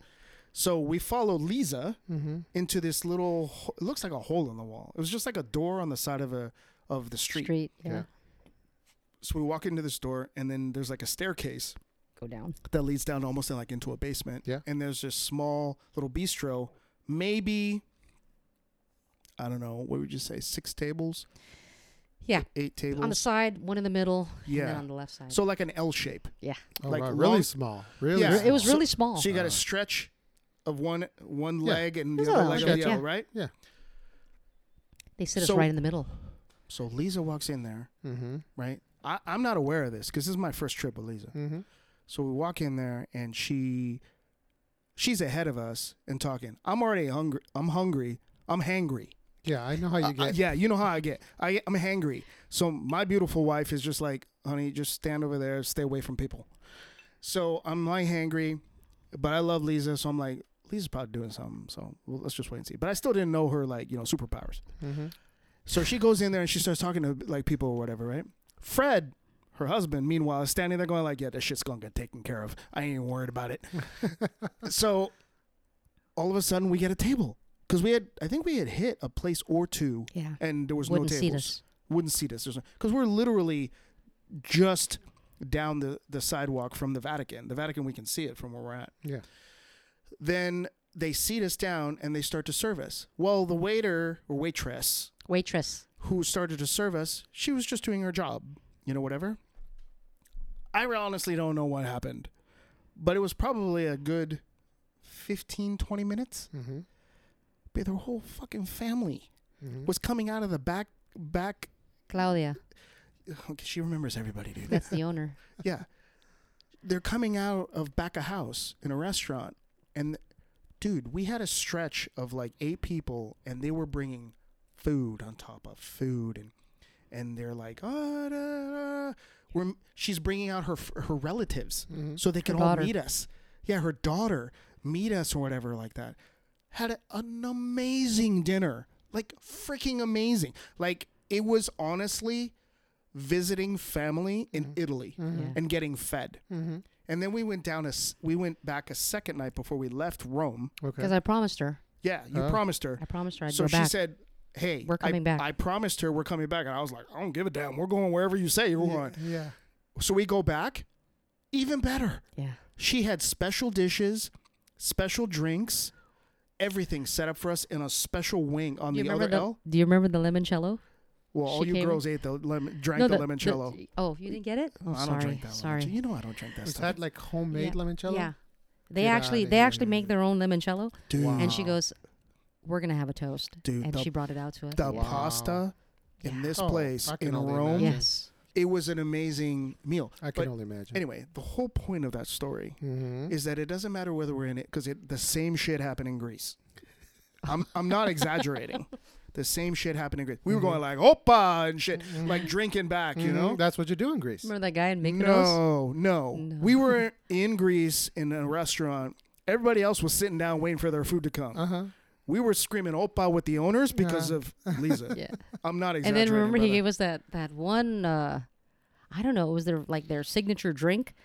Speaker 2: So we follow Lisa
Speaker 1: Mhm.
Speaker 2: into this little. ho- It looks like a hole in the wall. It was just like a door on the side of a of the street.
Speaker 3: Street. Yeah.
Speaker 1: Yeah.
Speaker 2: So we walk into this door, and then there's like a staircase
Speaker 3: Go down.
Speaker 2: that leads down almost in, like into a basement.
Speaker 1: Yeah.
Speaker 2: And there's this small little bistro, maybe I don't know, what would you say, six tables?
Speaker 3: Yeah.
Speaker 2: Eight tables.
Speaker 3: On the side, one in the middle, and then
Speaker 2: yeah.
Speaker 3: on the left side.
Speaker 2: So like an L shape.
Speaker 1: Oh,
Speaker 2: Like
Speaker 1: wow, really
Speaker 2: long-
Speaker 1: small. Really.
Speaker 2: Yeah.
Speaker 1: Small.
Speaker 3: it was
Speaker 2: so-
Speaker 3: really small.
Speaker 2: So you got
Speaker 1: Uh.
Speaker 2: a stretch of one one
Speaker 1: Yeah.
Speaker 2: leg and
Speaker 3: There's
Speaker 2: the
Speaker 3: a
Speaker 2: other leg of
Speaker 1: stretch,
Speaker 2: the
Speaker 3: yeah.
Speaker 2: L, right?
Speaker 3: they sit us
Speaker 2: so-
Speaker 3: right in the middle.
Speaker 2: So Lisa walks in there,
Speaker 1: Mhm.
Speaker 2: right? I, I'm not aware of this because this is my first trip with Lisa.
Speaker 1: Mhm.
Speaker 2: So we walk in there and she she's ahead of us and talking. I'm already hungry. I'm hungry. I'm hangry.
Speaker 1: Yeah, I know how you
Speaker 2: Uh,
Speaker 1: get.
Speaker 2: yeah, you know how I get. I get- I'm hangry. So my beautiful wife is just like, honey, just stand over there, stay away from people. So I'm like hangry, but I love Lisa, so I'm like, Lisa's probably doing something. So well, let's just wait and see. But I still didn't know her like you know superpowers.
Speaker 1: hmm
Speaker 2: So she goes in there and she starts talking to like people or whatever, right? Fred, her husband, meanwhile, is standing there going like, yeah, this shit's gonna get taken care of. I ain't even worried about it. so all of a sudden we get a table because we had I think we had hit a place or two
Speaker 3: Yeah.
Speaker 2: and there was
Speaker 3: Wouldn't
Speaker 2: no
Speaker 3: see
Speaker 2: tables.
Speaker 3: this.
Speaker 2: Wouldn't seat us. Because we're literally just down the, the sidewalk from the Vatican. The Vatican, we can see it from where we're at.
Speaker 1: Yeah.
Speaker 2: Then they seat us down and they start to serve us. Well, the waiter or waitress
Speaker 3: Waitress.
Speaker 2: who started to serve us, she was just doing her job, you know, whatever. I honestly don't know what happened, but it was probably a good 15, 20 minutes.
Speaker 1: hmm
Speaker 2: But their whole fucking family
Speaker 1: hmm
Speaker 2: was coming out of the back, back.
Speaker 3: Claudia.
Speaker 2: Okay, she remembers everybody, dude.
Speaker 3: That's
Speaker 2: *laughs*
Speaker 3: the owner.
Speaker 2: yeah. They're coming out of back a house in a restaurant. And dude, we had a stretch of like eight people and they were bringing food on top of food. And, and they're like, oh, da, da." We're, she's bringing out her, her relatives
Speaker 1: hmm
Speaker 2: so they can
Speaker 3: Her
Speaker 2: all
Speaker 3: daughter.
Speaker 2: meet us. Yeah, her daughter meet us or whatever like that. Had a, an amazing dinner, like freaking amazing. Like it was honestly visiting family in
Speaker 3: Mm-hmm.
Speaker 2: Italy
Speaker 1: mm-hmm.
Speaker 3: Yeah.
Speaker 2: and getting fed.
Speaker 1: hmm
Speaker 2: And then we went down a s- we went back a second night before we left Rome.
Speaker 1: Okay.
Speaker 3: Because I promised her.
Speaker 2: Yeah, you
Speaker 1: Oh.
Speaker 2: promised her.
Speaker 3: I promised her I'd
Speaker 2: so
Speaker 3: go
Speaker 2: she
Speaker 3: back.
Speaker 2: said, "Hey,
Speaker 3: We're
Speaker 2: I-
Speaker 3: coming back."
Speaker 2: I promised her we're coming back, and I was like, "I don't give a damn. We're going wherever you say you're
Speaker 1: yeah,
Speaker 2: going."
Speaker 1: yeah.
Speaker 2: So we go back, even better.
Speaker 3: yeah.
Speaker 2: She had special dishes, special drinks, everything set up for us in a special wing on
Speaker 3: Do you
Speaker 2: the
Speaker 3: remember
Speaker 2: other
Speaker 3: the,
Speaker 2: L.
Speaker 3: Do you remember the limoncello?
Speaker 2: Well, all
Speaker 3: she
Speaker 2: you
Speaker 3: came-
Speaker 2: girls ate the lemon, drank
Speaker 3: no,
Speaker 2: the, limoncello.
Speaker 3: oh, you didn't get it?
Speaker 2: oh,
Speaker 3: Oh,
Speaker 2: I
Speaker 3: sorry.
Speaker 2: don't drink that
Speaker 3: sorry.
Speaker 2: limoncello. You know I don't drink that
Speaker 1: Is
Speaker 2: stuff.
Speaker 1: that like homemade
Speaker 3: Yeah.
Speaker 1: limoncello?
Speaker 3: Yeah. They
Speaker 1: Get
Speaker 3: actually
Speaker 1: outta
Speaker 3: they
Speaker 1: here.
Speaker 3: actually make their own limoncello
Speaker 2: Dude,
Speaker 1: Wow.
Speaker 3: and she goes, "We're going to have a toast."
Speaker 2: Ah. Dude,
Speaker 3: and
Speaker 2: the-
Speaker 3: she brought it out to us.
Speaker 2: the
Speaker 1: Wow.
Speaker 2: pasta in
Speaker 3: Yeah.
Speaker 2: this
Speaker 1: Oh,
Speaker 2: place
Speaker 1: I can
Speaker 2: in
Speaker 1: only
Speaker 2: Rome,
Speaker 1: imagine.
Speaker 3: Yes.
Speaker 2: it was an amazing meal.
Speaker 1: I can
Speaker 2: But
Speaker 1: only imagine.
Speaker 2: Anyway, the whole point of that story
Speaker 3: Mm-hmm.
Speaker 1: Mhm.
Speaker 2: is that it doesn't matter whether we're in it because it, the same shit happened in
Speaker 3: *laughs*
Speaker 2: Greece. I'm I'm not exaggerating. The same shit happened in Greece.
Speaker 3: Mm-hmm.
Speaker 2: We were going like opa and shit, like drinking back, you
Speaker 1: Mhm.
Speaker 2: know.
Speaker 1: that's what you do in Greece.
Speaker 3: Remember that guy in Mykonos?
Speaker 2: No, no,
Speaker 3: No.
Speaker 2: We
Speaker 3: *laughs*
Speaker 2: were in Greece in a restaurant. Everybody else was sitting down waiting for their food to come.
Speaker 3: Uh-huh.
Speaker 1: Uh huh.
Speaker 2: we were screaming opa with the owners because
Speaker 1: Yeah.
Speaker 2: of
Speaker 3: *laughs*
Speaker 2: Lisa.
Speaker 3: Yeah.
Speaker 2: I'm not
Speaker 3: Uh-huh. and
Speaker 2: exaggerating.
Speaker 3: then remember he
Speaker 2: brother.
Speaker 3: gave us that that one uh I don't know, it was their like their signature drink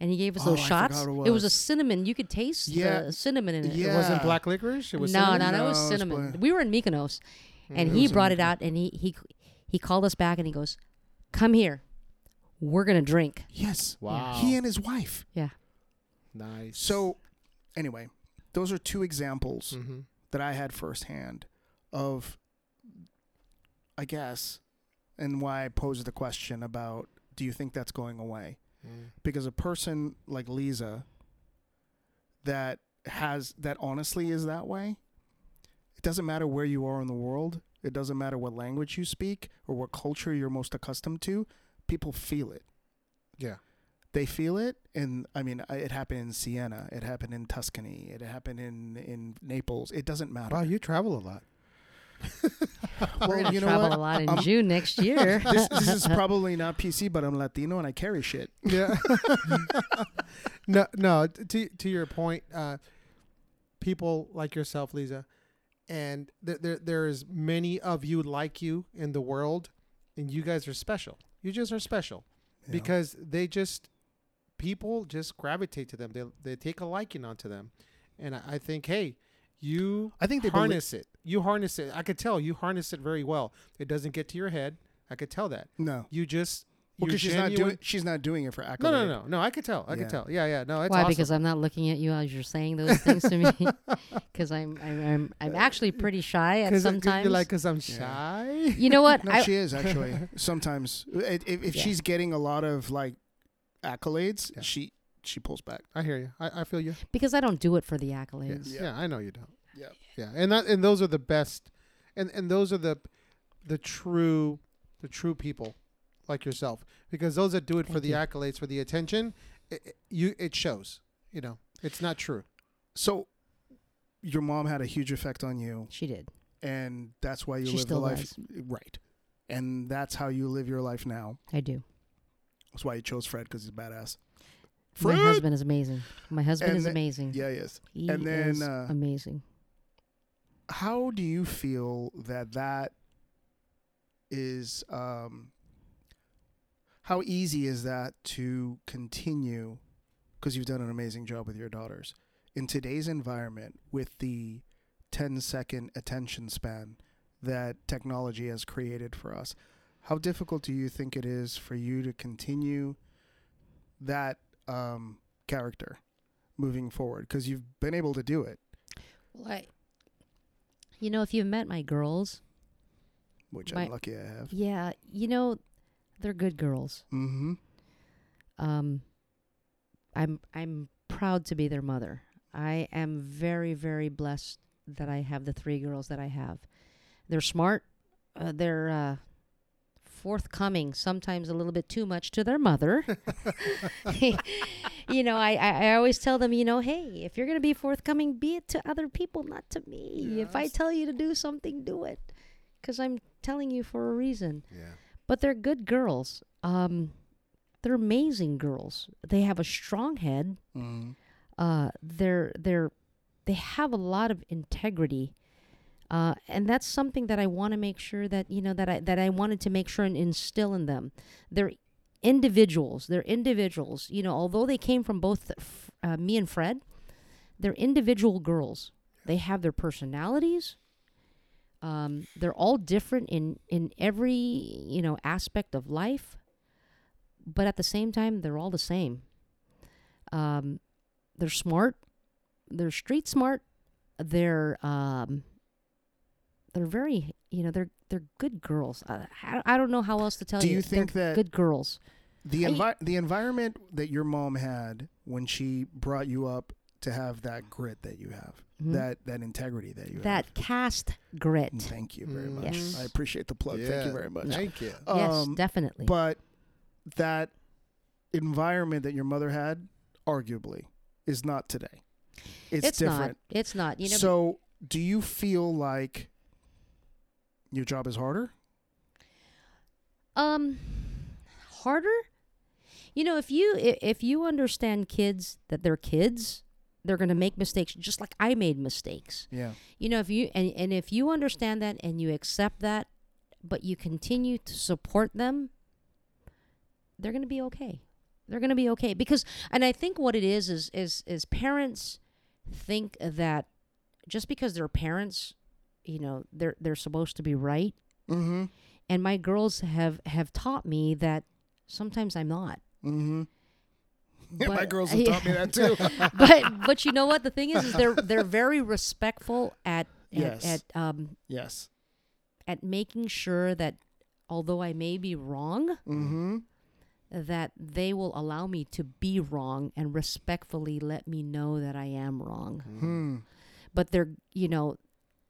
Speaker 3: and he gave us those
Speaker 2: Oh, I
Speaker 3: shots.
Speaker 2: forgot what it
Speaker 3: It was a
Speaker 2: was. cinnamon.
Speaker 3: cinnamon. You could taste
Speaker 2: Yeah.
Speaker 3: the cinnamon in it.
Speaker 2: Yeah.
Speaker 3: It wasn't
Speaker 1: Wasn't black licorice? It was
Speaker 3: no, no,
Speaker 1: cinnamon? Mm-hmm.
Speaker 3: no, it
Speaker 2: No,
Speaker 3: was
Speaker 2: it's
Speaker 3: cinnamon.
Speaker 2: black.
Speaker 3: We were in Mykonos, and
Speaker 2: Mm, it
Speaker 3: he
Speaker 2: was in
Speaker 3: brought it
Speaker 2: Mykonos.
Speaker 3: out, and he he he called us back, and he goes, "Come here, we're gonna drink."
Speaker 2: yes.
Speaker 1: Wow.
Speaker 2: He and his wife.
Speaker 3: Yeah,
Speaker 1: nice.
Speaker 2: So, anyway, those are two examples
Speaker 1: hmm
Speaker 2: that I had firsthand of, I guess, and why I posed the question about do you think that's going away?
Speaker 1: Mm-hmm.
Speaker 2: because a person like Lisa that has that honestly is that way it doesn't matter where you are in the world it doesn't matter what language you speak or what culture you're most accustomed to people feel it
Speaker 1: Yeah.
Speaker 2: they feel it and i mean I- it happened in siena it happened in tuscany it happened in in naples it doesn't
Speaker 1: Wow,
Speaker 2: matter
Speaker 1: you travel a lot. *laughs*
Speaker 3: we're
Speaker 2: well
Speaker 3: gonna
Speaker 2: you know
Speaker 3: travel
Speaker 2: what
Speaker 3: a lot in
Speaker 2: I'm-
Speaker 3: June
Speaker 2: *laughs*
Speaker 3: next year.
Speaker 2: this, this
Speaker 3: *laughs*
Speaker 2: is probably not pc but i'm latino and i carry shit *laughs*
Speaker 1: Yeah. *laughs* no, no. t- To to your point, uh, people like yourself, Lisa, and th- there there is many of you like you in the world, and you guys are special. You just are special
Speaker 2: you know?
Speaker 1: because they just people just gravitate to them. They they take a liking onto them, and I, I think hey, you
Speaker 2: i think they believe-
Speaker 1: harness it. You harness it. I could tell you harness it very well. It doesn't get to your head. I could tell that.
Speaker 2: no
Speaker 1: You just
Speaker 2: Well,
Speaker 1: you're
Speaker 2: 'cause she's not
Speaker 1: genuine-
Speaker 2: doing she's not doing it for accolade.
Speaker 1: no, no, no, no. I could tell. I
Speaker 2: Yeah.
Speaker 1: could tell. Yeah, yeah. No, it's
Speaker 3: Why?
Speaker 1: awesome.
Speaker 3: Because I'm not looking at you as you're saying those things to me. *laughs*
Speaker 1: *laughs*
Speaker 3: Because I'm, I'm I'm
Speaker 2: Uh,
Speaker 3: I'm actually pretty
Speaker 2: *laughs*
Speaker 3: shy at
Speaker 1: 'Cause it- 'cause
Speaker 3: sometimes.
Speaker 1: you're like, because I'm
Speaker 2: Yeah.
Speaker 1: shy.
Speaker 3: you know
Speaker 2: *laughs*
Speaker 3: what?
Speaker 2: No,
Speaker 3: I,
Speaker 2: she is actually. Sometimes, if, if
Speaker 3: Yeah.
Speaker 2: she's getting a lot of like accolades,
Speaker 1: Yeah.
Speaker 2: she she pulls back.
Speaker 1: I hear you. I, I feel you.
Speaker 3: because I don't do it for the
Speaker 1: Yeah.
Speaker 3: accolades.
Speaker 1: yeah, I know you don't.
Speaker 2: Yeah.
Speaker 1: yeah. And that and those are the best, and and those are the, the true, the true people, like yourself. Because those that do it for
Speaker 3: Thank
Speaker 1: the
Speaker 3: you.
Speaker 1: accolades, for the attention, it, it- you it shows. You *laughs* know, it's not true.
Speaker 2: So, your mom had a huge effect on you,
Speaker 3: She did.
Speaker 2: and that's why you
Speaker 3: She
Speaker 2: live
Speaker 3: still
Speaker 2: the life right, and that's how you live your life now.
Speaker 3: I do.
Speaker 2: That's why you chose Fred because he's badass.
Speaker 3: My
Speaker 2: Fred,
Speaker 3: husband is amazing. My husband
Speaker 2: And
Speaker 3: is
Speaker 2: the-
Speaker 3: amazing.
Speaker 2: yeah, yes.
Speaker 3: He
Speaker 2: and then,
Speaker 3: is
Speaker 2: uh,
Speaker 3: amazing.
Speaker 2: How do you feel that that is? Um, how easy is that to continue? Because you've done an amazing job with your daughters in today's environment with the 10 second attention span that technology has created for us. How difficult do you think it is for you to continue that um, character moving forward? Because you've been able to do it,
Speaker 3: Well, I, you know, if you've met my girls,
Speaker 2: which
Speaker 3: My-
Speaker 2: I'm lucky I have.
Speaker 3: yeah, you know, they're good girls.
Speaker 2: Mm-hmm.
Speaker 3: um, I'm I'm proud to be their mother. I am very very blessed that I have the three girls that I have. They're smart. Uh, they're uh, forthcoming. Sometimes a little bit too much to their mother. *laughs* you know, I, I I always tell them, you know, hey, if you're gonna be forthcoming, be it to other people, not to me. If I
Speaker 1: Yes.
Speaker 3: tell you to do something, do it, because I'm telling you for a reason
Speaker 4: Yeah.
Speaker 3: but they're good girls. Um, they're amazing girls. They have a strong head.
Speaker 2: Mm-hmm.
Speaker 3: Uh, they're they're they have a lot of integrity, uh, and that's something that I want to make sure that you know that I that I wanted to make sure and instill in them. They're individuals. They're individuals. You know, although they came from both f- uh, me and Fred, they're individual girls. They have their personalities. Um, they're all different in in every you know aspect of life, but at the same time, they're all the same. Um, they're smart. They're street smart. They're um, they're very you know they're they're good girls. Uh, I, I don't know how else to tell
Speaker 2: Do
Speaker 3: you.
Speaker 2: you
Speaker 3: They're
Speaker 2: think that-
Speaker 3: good girls?
Speaker 2: The
Speaker 3: I-
Speaker 2: envi- the environment that your mom had when she brought you up to have that grit that you have,
Speaker 3: Mhm.
Speaker 2: that that integrity that you Mm-hmm.
Speaker 3: that cast grit.
Speaker 2: have. Thank you very
Speaker 1: Mm.
Speaker 2: much.
Speaker 3: Yes.
Speaker 2: I appreciate the plug. Thank
Speaker 4: Yeah.
Speaker 2: you very much.
Speaker 4: Thank you.
Speaker 3: yes,
Speaker 2: Um,
Speaker 3: definitely.
Speaker 2: but that environment that your mother had, arguably, is not today. It's, different.
Speaker 3: not. It's not. You know.
Speaker 2: so, do you feel like your job is harder?
Speaker 3: Um, harder. You know, if you i- if you understand kids that they're kids, they're gonna make mistakes, just like I made mistakes.
Speaker 2: Yeah.
Speaker 3: You know, if you and, and if you understand that and you accept that, but you continue to support them, they're gonna be okay. They're gonna be okay because, and I think what it is is is is parents think that just because they're parents, you know, they're they're supposed to be right
Speaker 2: Mm-hmm.
Speaker 3: and my girls have have taught me that sometimes I'm not.
Speaker 2: Mm-hmm.
Speaker 3: *laughs*
Speaker 2: My *laughs*
Speaker 3: But-
Speaker 2: girls have taught me that too.
Speaker 3: But but you know what the thing is is they're they're very respectful at at,
Speaker 2: Yes.
Speaker 3: at um
Speaker 2: yes.
Speaker 3: at making sure that although I may be wrong
Speaker 2: Mm-hmm.
Speaker 3: that they will allow me to be wrong and respectfully let me know that I am wrong.
Speaker 2: Hmm.
Speaker 3: But they're you know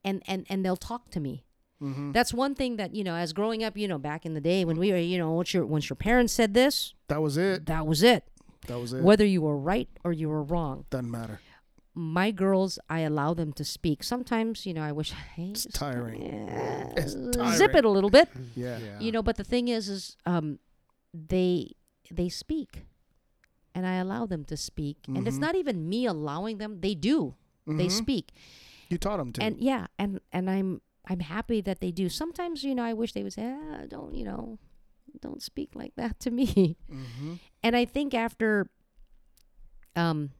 Speaker 3: and and and they'll talk to me.
Speaker 2: Mm-hmm.
Speaker 3: That's one thing that you know as growing up, you know, back in the day when we were, you know, once your once your parents said this,
Speaker 2: That was it.
Speaker 3: that was it.
Speaker 2: That was it.
Speaker 3: whether you were right or you were wrong.
Speaker 2: Doesn't matter.
Speaker 3: My girls, I allow them to speak. Sometimes, you know, I wish *laughs* hey,
Speaker 2: It's
Speaker 3: just,
Speaker 2: tiring.
Speaker 3: eh,
Speaker 2: It's
Speaker 3: zip
Speaker 2: tiring.
Speaker 3: it a little bit,
Speaker 2: Yeah.
Speaker 3: you know. But the thing is, is um, they they speak, and I allow them to speak, and it's
Speaker 2: Mhm.
Speaker 3: not even me allowing them; they do. They
Speaker 2: Mhm.
Speaker 3: speak,
Speaker 2: You taught them to.
Speaker 3: and yeah, and and I'm I'm happy that they do. Sometimes, you know, I wish they would say, ah, "Don't you know, don't speak like that to me."
Speaker 2: mm-hmm.
Speaker 3: and I think after, um,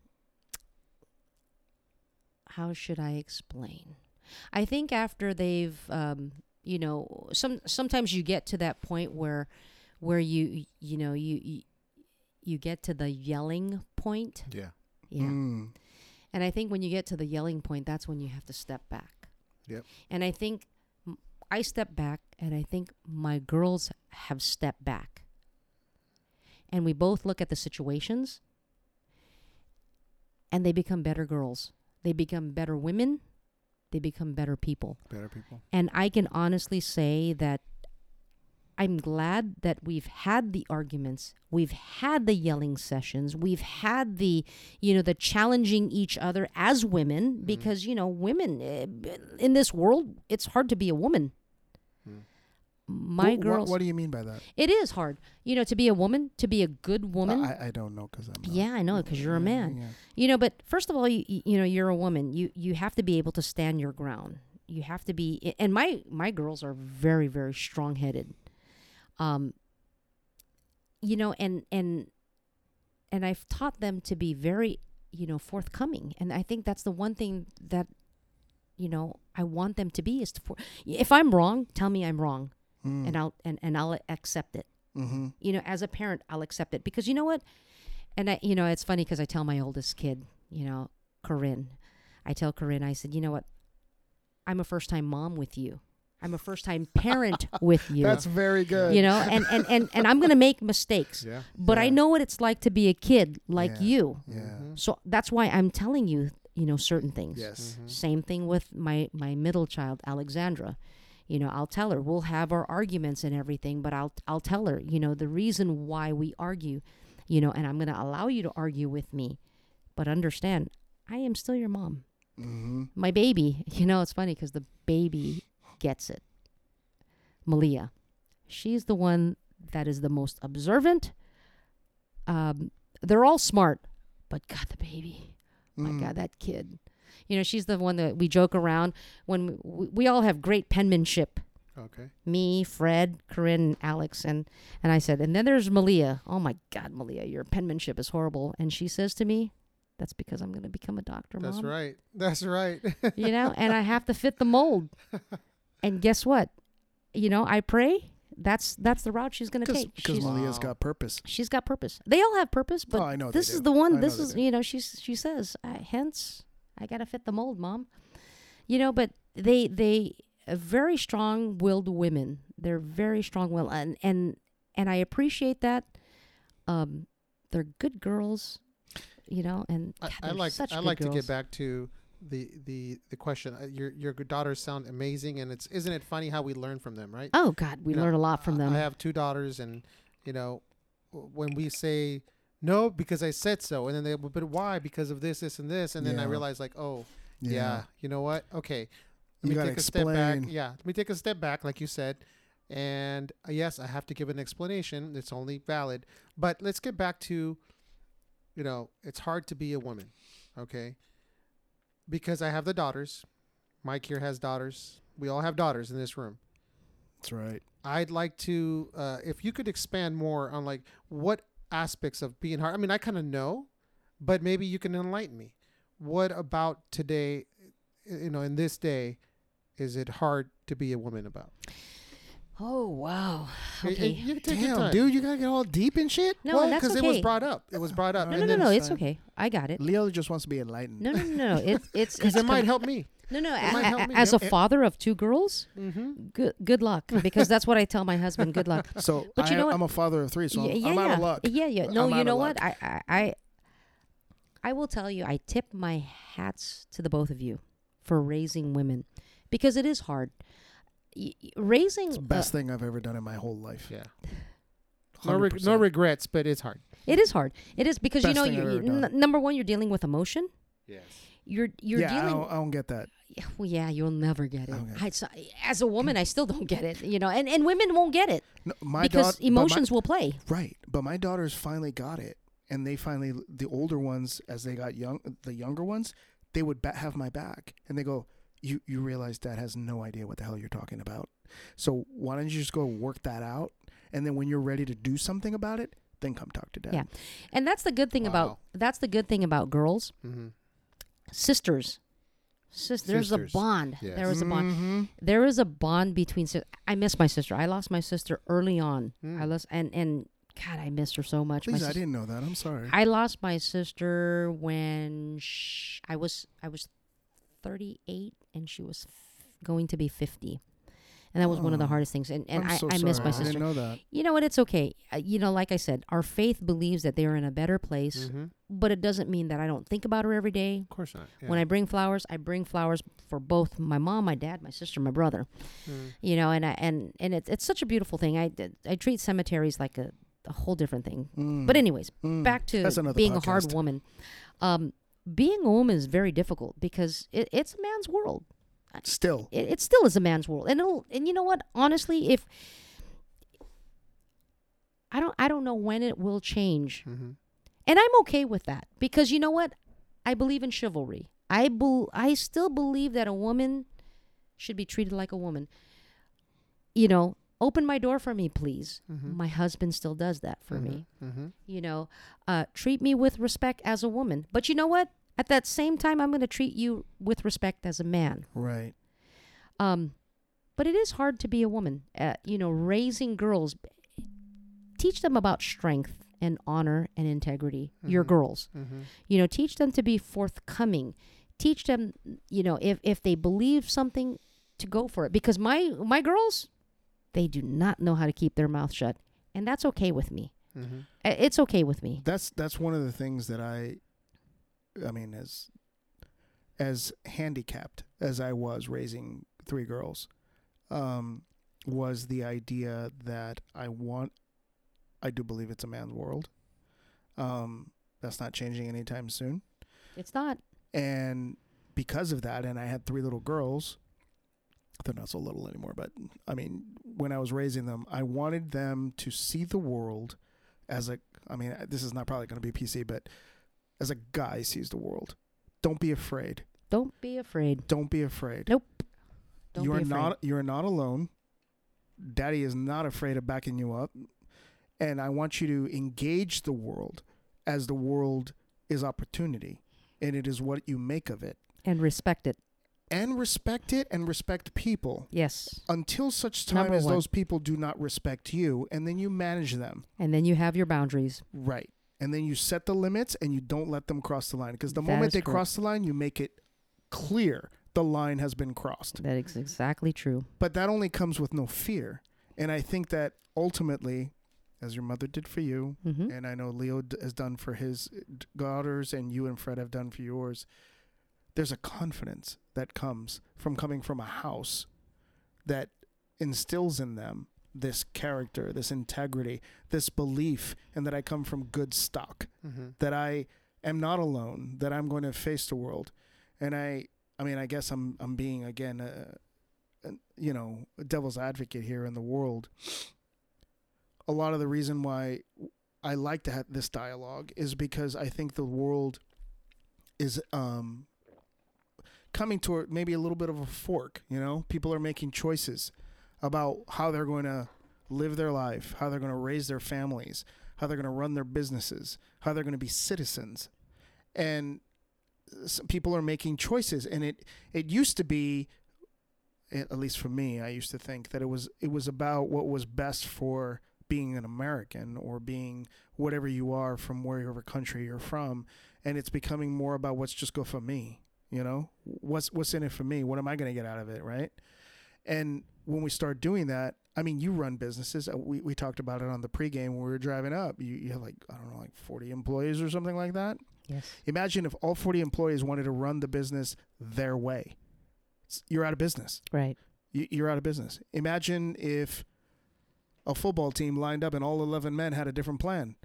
Speaker 3: how should I explain? I think after they've, um, you know, some sometimes you get to that point where, where you you know you you, you get to the yelling point,
Speaker 4: Yeah.
Speaker 3: yeah.
Speaker 2: Mm.
Speaker 3: And I think when you get to the yelling point, that's when you have to step back.
Speaker 4: Yep.
Speaker 3: And I think m- I step back, and I think my girls have stepped back. And we both look at the situations, and they become better girls. They become better women. They become better people.
Speaker 4: Better people.
Speaker 3: And I can honestly say that I'm glad that we've had the arguments, we've had the yelling sessions, we've had the, you know, the challenging each other as women
Speaker 2: Mm-hmm.
Speaker 3: because you know women eh, b- in this world it's hard to be a woman. My
Speaker 2: Mm-hmm. Wh- wh-
Speaker 3: girls,
Speaker 2: What do you mean by that?
Speaker 3: it is hard, you know, to be a woman, to be a good woman.
Speaker 2: I, Mm-hmm. I don't know because I'm. not-
Speaker 3: yeah, I know, because you're a man.
Speaker 2: Yeah.
Speaker 3: You know, but first of all, you, you know, you're a woman. You you have to be able to stand your ground. You have to be. And my my girls are very very strong headed. Um. You know, and and and I've taught them to be very you know forthcoming, and I think that's the one thing that you know I want them to be is to. For, if I'm wrong, tell me I'm wrong,
Speaker 2: Mm.
Speaker 3: and I'll and, and I'll accept it
Speaker 2: Mm-hmm.
Speaker 3: you know as a parent i'll accept it because you know what and i you know it's funny because i tell my oldest kid you know corinne i tell corinne i said you know what i'm a first time mom with you i'm a first time
Speaker 2: *laughs*
Speaker 3: parent with you
Speaker 2: That's very good.
Speaker 3: you know and, and and and i'm gonna make mistakes
Speaker 1: Yeah.
Speaker 3: but i
Speaker 2: *laughs* Yeah.
Speaker 3: know what it's like to be a kid like
Speaker 2: Yeah.
Speaker 3: you
Speaker 2: Yeah. Mm-hmm.
Speaker 3: so that's why i'm telling you you know certain things
Speaker 2: Yes.
Speaker 3: same thing with my my middle child, Alexandra. You know, I'll tell her we'll have our arguments and everything, but I'll I'll tell her, you know, the reason why we argue, you know, and I'm going to allow you to argue with me, but understand, I am still your mom.
Speaker 2: Mm-hmm.
Speaker 3: My baby, *laughs* you know, it's funny cuz the baby gets it. Malia. She's the one that is the most observant. Um they're all smart, but god the baby my
Speaker 1: Mm.
Speaker 2: Mm.
Speaker 3: god that kid you know she's the one that we joke around when we, we, we all have great penmanship
Speaker 1: Okay.
Speaker 3: me fred corinne alex and and i said and then there's malia oh my god malia your penmanship is horrible and she says to me that's because i'm going to become a doctor
Speaker 1: That's
Speaker 3: mom
Speaker 1: right. That's right. *laughs*
Speaker 3: you know and i have to fit the mold and guess what you know i pray that's that's the route she's going to take
Speaker 2: Because
Speaker 3: She's-
Speaker 2: Malia's
Speaker 1: Wow.
Speaker 2: got purpose.
Speaker 3: she's got purpose. They all have purpose, but
Speaker 2: Oh, I know they
Speaker 3: this
Speaker 2: do.
Speaker 3: is the
Speaker 2: I
Speaker 3: one.
Speaker 2: know
Speaker 3: This
Speaker 2: they
Speaker 3: is
Speaker 2: do.
Speaker 3: you know she's she says I, hence I gotta fit the mold, mom. You know, but they they are very strong willed women. They're very strong willed and and and I appreciate that. Um, they're good girls, you know, and
Speaker 1: I,
Speaker 3: God,
Speaker 1: I
Speaker 3: they're
Speaker 1: like
Speaker 3: such
Speaker 1: I
Speaker 3: good
Speaker 1: like to
Speaker 3: girls.
Speaker 1: get back to the the the question. Uh, Your your daughters sound amazing, and it's isn't it funny how we learn from them, right?
Speaker 3: Oh God, we
Speaker 1: you know,
Speaker 3: learn a lot from
Speaker 1: I-
Speaker 3: them.
Speaker 1: I have two daughters, and you know, w- when we say no because I said so, and then they, but why? Because of this, this, and this, and then I
Speaker 2: Yeah.
Speaker 1: realize like, oh, yeah. you know what? Okay,
Speaker 2: You
Speaker 1: let me
Speaker 2: gotta
Speaker 1: take a step back.
Speaker 2: explain.
Speaker 1: Yeah, let me take a step back, like you said, and uh, yes, I have to give an explanation. It's only valid, but let's get back to, you know, it's hard to be a woman, okay? Because I have the daughters. Mike here has daughters. We all have daughters in this room.
Speaker 2: That's right.
Speaker 1: I'd like to, uh, if you could expand more on like what aspects of being hard. I mean, I kind of know, but maybe you can enlighten me. What about today? y- You know, in this day, is it hard to be a woman about?
Speaker 3: oh wow.
Speaker 1: I- I-
Speaker 3: Okay.
Speaker 1: you can take your
Speaker 2: Damn,
Speaker 1: time.
Speaker 2: dude, you gotta get all deep and shit.
Speaker 3: no,
Speaker 1: well,
Speaker 3: and that's okay.
Speaker 1: it was brought up. It was brought up.
Speaker 2: No,
Speaker 3: no,
Speaker 1: and
Speaker 3: no, no,
Speaker 1: then-
Speaker 3: no. It's
Speaker 2: fine.
Speaker 3: okay. I got it.
Speaker 2: Leo just wants to be enlightened.
Speaker 3: No, no, no, no. It,
Speaker 1: *laughs*
Speaker 3: it's
Speaker 1: Because
Speaker 3: it's
Speaker 1: it might
Speaker 3: com-
Speaker 1: help me.
Speaker 3: No, no.
Speaker 1: It might
Speaker 3: a-
Speaker 1: help
Speaker 3: a-
Speaker 1: me,
Speaker 3: as
Speaker 1: yeah.
Speaker 3: a father of two girls,
Speaker 1: Mm-hmm.
Speaker 3: good good luck because that's what I tell my husband.
Speaker 2: *laughs*
Speaker 3: Good luck.
Speaker 2: So
Speaker 3: But you
Speaker 2: I,
Speaker 3: know what?
Speaker 2: I'm a father of three, so
Speaker 3: Y-
Speaker 2: I'm, I'm out
Speaker 3: yeah.
Speaker 2: of luck.
Speaker 3: Yeah, yeah. No,
Speaker 2: I'm
Speaker 3: you
Speaker 2: out
Speaker 3: know
Speaker 2: of
Speaker 3: what? I, I I I will tell you. I tip my hats to the both of you for raising women because it is hard. Y- y- raising uh,
Speaker 2: It's the
Speaker 3: a-
Speaker 2: best thing I've ever done in my whole life.
Speaker 1: Yeah. No, reg- no
Speaker 2: 100%.
Speaker 1: regrets, but it's hard.
Speaker 3: it is hard. It is because you
Speaker 2: Best
Speaker 3: know
Speaker 2: thing I've
Speaker 3: you, you-
Speaker 2: ever done.
Speaker 3: n- number one you're dealing with emotion.
Speaker 1: Yes.
Speaker 3: You're you're
Speaker 2: yeah, I,
Speaker 3: dealing.
Speaker 2: don't, I don't get that.
Speaker 3: *sighs* Well, yeah, you'll never get it.
Speaker 2: I don't get
Speaker 3: I, so- as a woman, I still don't get it. You know, and and women won't get it
Speaker 2: No, my
Speaker 3: because
Speaker 2: daugh- but my-
Speaker 3: emotions will play.
Speaker 2: right, but my daughters finally got it, and they finally the older ones as they got young, the younger ones, they would ba- have my back, and they go, "You you realize Dad has no idea what the hell you're talking about, so why don't you just go work that out, and then when you're ready to do something about it, then come talk to Dad."
Speaker 3: Yeah. And that's the good thing about
Speaker 1: Wow.
Speaker 3: that's the good thing about girls,
Speaker 1: Mm-hmm.
Speaker 3: sisters. Sis, there's
Speaker 1: Sisters.
Speaker 3: a bond.
Speaker 1: Yes.
Speaker 3: There is a bond.
Speaker 1: Mm-hmm.
Speaker 2: Mhm.
Speaker 3: There is a bond between. sis- I miss my sister. I lost my sister early on.
Speaker 1: Mm-hmm. Mm.
Speaker 3: I lost and and God, I miss her so much. my
Speaker 2: Please, I
Speaker 3: sis-
Speaker 2: didn't know that. I'm sorry.
Speaker 3: I lost my sister when sh I was I was 38 and she was f- going to be 50. and that was one of the
Speaker 2: Oh,
Speaker 3: hardest things. And and
Speaker 2: I'm
Speaker 3: I,
Speaker 2: so
Speaker 3: I miss
Speaker 2: sorry.
Speaker 3: my
Speaker 2: I
Speaker 3: sister.
Speaker 2: didn't know that.
Speaker 3: You know what? It's okay. Uh, you know, like I said, our faith believes that they are in a better
Speaker 2: Mm-hmm.
Speaker 3: place,
Speaker 1: Mhm.
Speaker 3: but it doesn't mean that I don't think about her every day.
Speaker 1: Of course not.
Speaker 3: When I bring flowers, I bring flowers for both my mom, my dad, my sister, my brother.
Speaker 2: Hmm.
Speaker 3: You know, and I and and it's it's such a beautiful thing. I I treat cemeteries like a, a whole different thing.
Speaker 2: Mm,
Speaker 3: But anyways,
Speaker 2: mm.
Speaker 3: back to
Speaker 2: That's another
Speaker 3: being a
Speaker 2: podcast.
Speaker 3: hard woman. Um, being a woman is very difficult because it, it's a man's world
Speaker 2: Still,
Speaker 3: it, it still is a man's world and it'll, and you know what honestly if i don't i don't know when it will change
Speaker 1: mm-hmm.
Speaker 3: and i'm okay with that because you know what i believe in chivalry i bel i still believe that a woman should be treated like a woman you know open my door for me please my husband still does that for me
Speaker 1: Mm-hmm.
Speaker 3: you know uh, treat me with respect as a woman but you know what at that same time i'm going to treat you with respect as a man
Speaker 2: right?
Speaker 3: um, but it is hard to be a woman. Uh, you know, raising girls, teach them about strength and honor and integrity. Your
Speaker 1: Mhm.
Speaker 3: girls,
Speaker 1: Mm-hmm.
Speaker 3: you know, teach them to be forthcoming. Teach them, you know, if if they believe something, to go for it. Because my my girls, they do not know how to keep their mouth shut, and that's okay with me.
Speaker 1: Mm-hmm.
Speaker 3: I- It's okay with me.
Speaker 2: That's that's one of the things that I, I mean, as as handicapped as I was raising three girls, um, was the idea that I want. I do believe it's a man's world. Um, that's not changing anytime soon.
Speaker 3: It's not.
Speaker 2: and because of that and i had three little girls they're not so little anymore but i mean when i was raising them i wanted them to see the world as a i mean this is not probably going to be pc but as a guy sees the world don't be afraid
Speaker 3: Don't be afraid.
Speaker 2: don't be afraid
Speaker 3: Nope. Don't
Speaker 2: you're
Speaker 3: be afraid.
Speaker 2: not you're not alone daddy is not afraid of backing you up and i want you to engage the world as the world is opportunity and it is what you make of it
Speaker 3: and respect it.
Speaker 2: and respect it and respect people
Speaker 3: Yes.
Speaker 2: until such time
Speaker 3: Number
Speaker 2: as
Speaker 3: one.
Speaker 2: those people do not respect you and then you manage them
Speaker 3: And then you have your boundaries.
Speaker 2: right and then you set the limits and you don't let them cross the line because the
Speaker 3: That
Speaker 2: moment
Speaker 3: is
Speaker 2: they
Speaker 3: correct.
Speaker 2: cross the line you make it clear the line has been crossed
Speaker 3: That is exactly true.
Speaker 2: but that only comes with no fear and i think that ultimately as your mother did for you
Speaker 3: Mm-hmm.
Speaker 2: and i know leo d- has done for his uh, d- daughters and you and fred have done for yours there's a confidence that comes from coming from a house that instills in them this character this integrity this belief and that i come from good stock
Speaker 1: Mm-hmm.
Speaker 2: that I am not alone, that I'm going to face the world. And I, I mean, I guess I'm, I'm being again, a, a, you know, a devil's advocate here in the world. A lot of the reason why I like to have this dialogue is because I think the world is, um, coming toward maybe a little bit of a fork, you know, people are making choices about how they're going to live their life, how they're going to raise their families, how they're going to run their businesses, how they're going to be citizens. And some people are making choices and it it used to be at at least for me, I used to think that it was it was about what was best for being an American or being whatever you are from wherever country you're from, and it's becoming more about what's just good for me. You know, what's what's in it for me? What am I going to get out of it, right? And when we start doing that, I mean, you run businesses. Uh, We, we talked about it on the pregame when we were driving up. You, you have like, I don't know, like 40 employees or something like that.
Speaker 3: Yes.
Speaker 2: Imagine if all 40 employees wanted to run the business their way. S- You're out of business.
Speaker 3: Right.
Speaker 2: You- You're out of business. Imagine if a football team lined up and all 11 men had a different plan.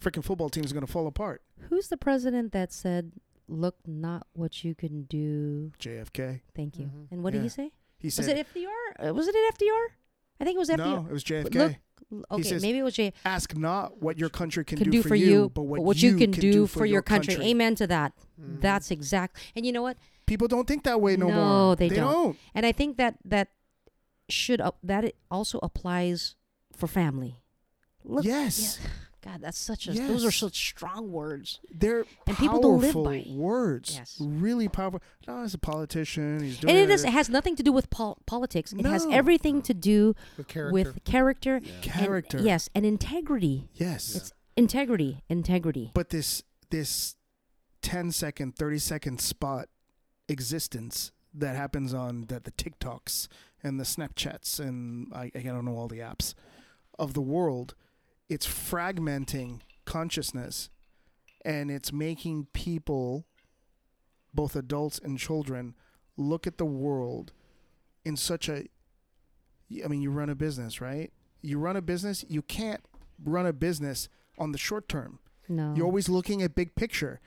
Speaker 2: Freaking football team is going to fall apart.
Speaker 3: Who's the president that said, "Look not what you can do."
Speaker 2: JFK.
Speaker 3: Thank you.
Speaker 1: Mhm.
Speaker 3: And what did
Speaker 2: Yeah.
Speaker 3: he say?
Speaker 2: He said,
Speaker 3: Was it FDR? Uh, Was it an FDR? I think it was
Speaker 2: no,
Speaker 3: FDR.
Speaker 2: it was JFK.
Speaker 3: look, okay,
Speaker 2: says,
Speaker 3: maybe it was J.
Speaker 2: Ask not what your country can,
Speaker 3: Can do for you,
Speaker 2: but what,
Speaker 3: you, can, do, for your country. Amen to that.
Speaker 2: Mm.
Speaker 1: Mhm.
Speaker 3: That's exact. And you know what?
Speaker 2: People don't think that way no,
Speaker 3: No,
Speaker 2: more.
Speaker 3: they don't.
Speaker 2: don't.
Speaker 3: And I think that that should up that it also applies for family. Look,
Speaker 2: yes,
Speaker 3: God, that's such a. Those are
Speaker 2: Yes.
Speaker 3: such strong words.
Speaker 2: they're
Speaker 3: And people
Speaker 2: powerful
Speaker 3: don't live by it.
Speaker 2: words.
Speaker 3: Yes.
Speaker 2: really powerful. No, he's a politician. He's doing
Speaker 3: and it, is, it has nothing to do with pol- politics. It has
Speaker 2: No.
Speaker 3: everything to do
Speaker 1: With character.
Speaker 3: with character and-
Speaker 2: character.
Speaker 3: yes, and integrity.
Speaker 2: yes.
Speaker 1: Yeah. It's-
Speaker 3: Integrity. Integrity.
Speaker 2: but this this 10 second, 30 second spot existence that happens on the, the TikToks and the Snapchats and I, I don't know all the apps of the world, it's fragmenting consciousness and it's making people, both adults and children, look at the world in such a. I mean, you run a business, right? You run a business, you can't run a business on the short term.
Speaker 3: No.
Speaker 2: You're always looking at big picture.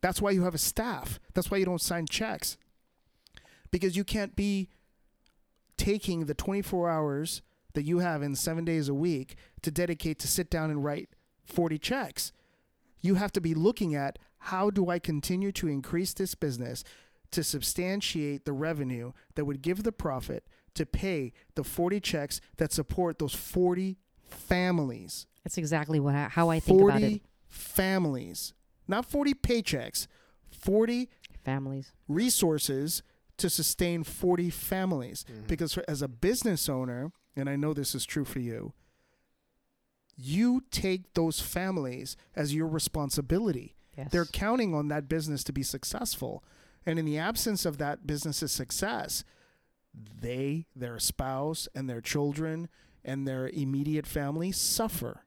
Speaker 2: That's why you have a staff. That's why you don't sign checks. Because you can't be taking the 24 hours that you have in 7 days a week to dedicate to sit down and write 40 checks. You have to be looking at how do I continue to increase this business to substantiate the revenue that would give the profit to pay the 40 checks that support those 40 families.
Speaker 3: That's exactly what I, how I think
Speaker 2: 40
Speaker 3: about it.
Speaker 2: families, not 40 paychecks, 40
Speaker 3: Families.
Speaker 2: resources to sustain 40 families. Because for- as a business owner, and I know this is true for you, you take those families as your responsibility.
Speaker 3: Yes.
Speaker 2: They're counting on that business to be successful. And in the absence of that business's success, they, their spouse, and their children and their immediate family suffer.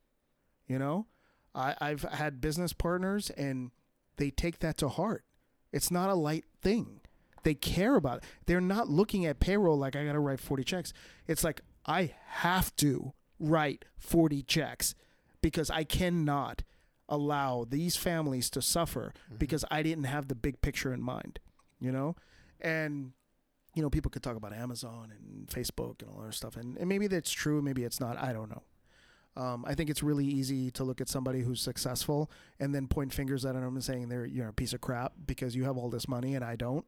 Speaker 2: You know, I, I've had business partners and they take that to heart. It's not a light thing. They care about it. They're not looking at payroll like I got to write 40 checks. It's like I have to write 40 checks because I cannot allow these families to suffer
Speaker 1: Mm-hmm.
Speaker 2: because I didn't have the big picture in mind, you know? And you know, people could talk about Amazon and Facebook and all that stuff, and, and maybe that's true, maybe it's not. I don't know. Um, I think it's really easy to look at somebody who's successful and then point fingers at them and saying they're you're a piece of crap because you have all this money and I don't.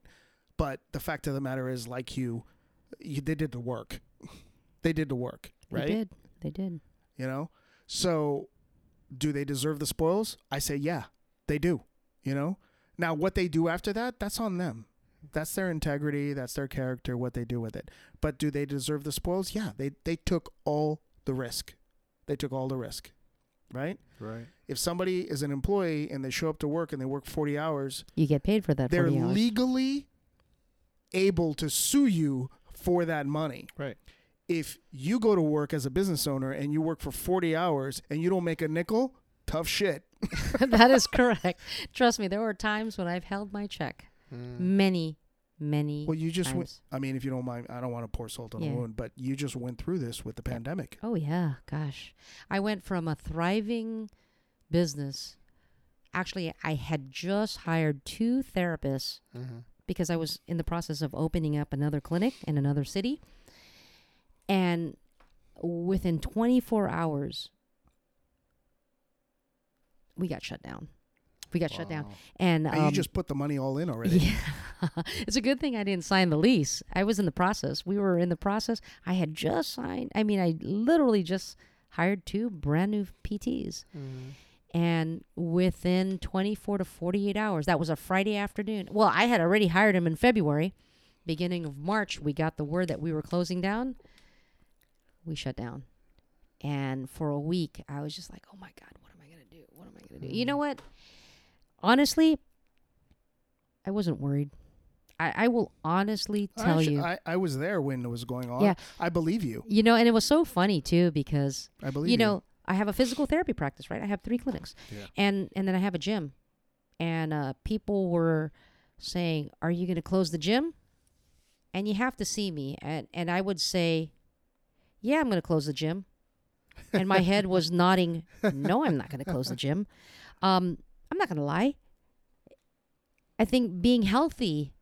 Speaker 2: But the fact of the matter is, like you, you they did the work. *laughs* they did the work,
Speaker 3: They
Speaker 2: right?
Speaker 3: did. They did.
Speaker 2: you know so do they deserve the spoils i say yeah they do you know now what they do after that that's on them that's their integrity that's their character what they do with it but do they deserve the spoils yeah they they took all the risk they took all the risk right
Speaker 1: Right.
Speaker 2: if somebody is an employee and they show up to work and they work 40 hours
Speaker 3: You get paid for that.
Speaker 2: they're
Speaker 3: 40 hours.
Speaker 2: legally able to sue you for that money
Speaker 1: Right.
Speaker 2: if you go to work as a business owner and you work for 40 hours and you don't make a nickel, tough
Speaker 3: *laughs*
Speaker 2: shit. *laughs*
Speaker 3: that is correct. Trust me, there were times when I've held my check.
Speaker 1: Mm-hmm.
Speaker 3: Many, many.
Speaker 2: Mm. Well, you just went.
Speaker 3: times.
Speaker 2: I mean, if you don't mind, I don't want to pour salt on
Speaker 3: Yeah.
Speaker 2: the wound, but you just went through this with the pandemic.
Speaker 3: Oh yeah, gosh. I went from a thriving business. Actually, I had just hired two therapists
Speaker 1: Mm-hmm.
Speaker 3: because I was in the process of opening up another clinic in another city. And within 24 hours, we got shut down. We got shut down. And,
Speaker 2: And
Speaker 3: um,
Speaker 2: you
Speaker 3: *laughs*
Speaker 2: just put the money all in already.
Speaker 3: yeah. *laughs* it's a good thing I didn't sign the lease. I was in the process. We were in the process. I had just signed. I mean, I literally just hired two brand new PTs.
Speaker 1: Mm-hmm.
Speaker 3: And within 24 to 48 hours, that was a Friday afternoon. Well, I had already hired him in February. Beginning of March, we got the word that we were closing down. We shut down. And for a week, I was just like, oh my God, what am I going to do? What am I going to do? You
Speaker 2: Mm.
Speaker 3: know what? Honestly, I wasn't worried. I, I will honestly
Speaker 2: *laughs* I
Speaker 3: tell
Speaker 2: actu-
Speaker 3: you.
Speaker 2: I, I was there when it was going on.
Speaker 3: Yeah.
Speaker 2: I believe you.
Speaker 3: you know, and it was so funny too because
Speaker 2: I believe you.
Speaker 3: you know I have a physical therapy practice, right? I have three clinics,
Speaker 1: Yeah.
Speaker 3: and and then I have a gym, and uh, people were saying, "Are you going to close the gym?" And you have to see me, and and I would say, "Yeah, I'm going to close the gym," and my head was nodding, "No, I'm not going to close the gym." Um, I'm not going to lie. I think being healthy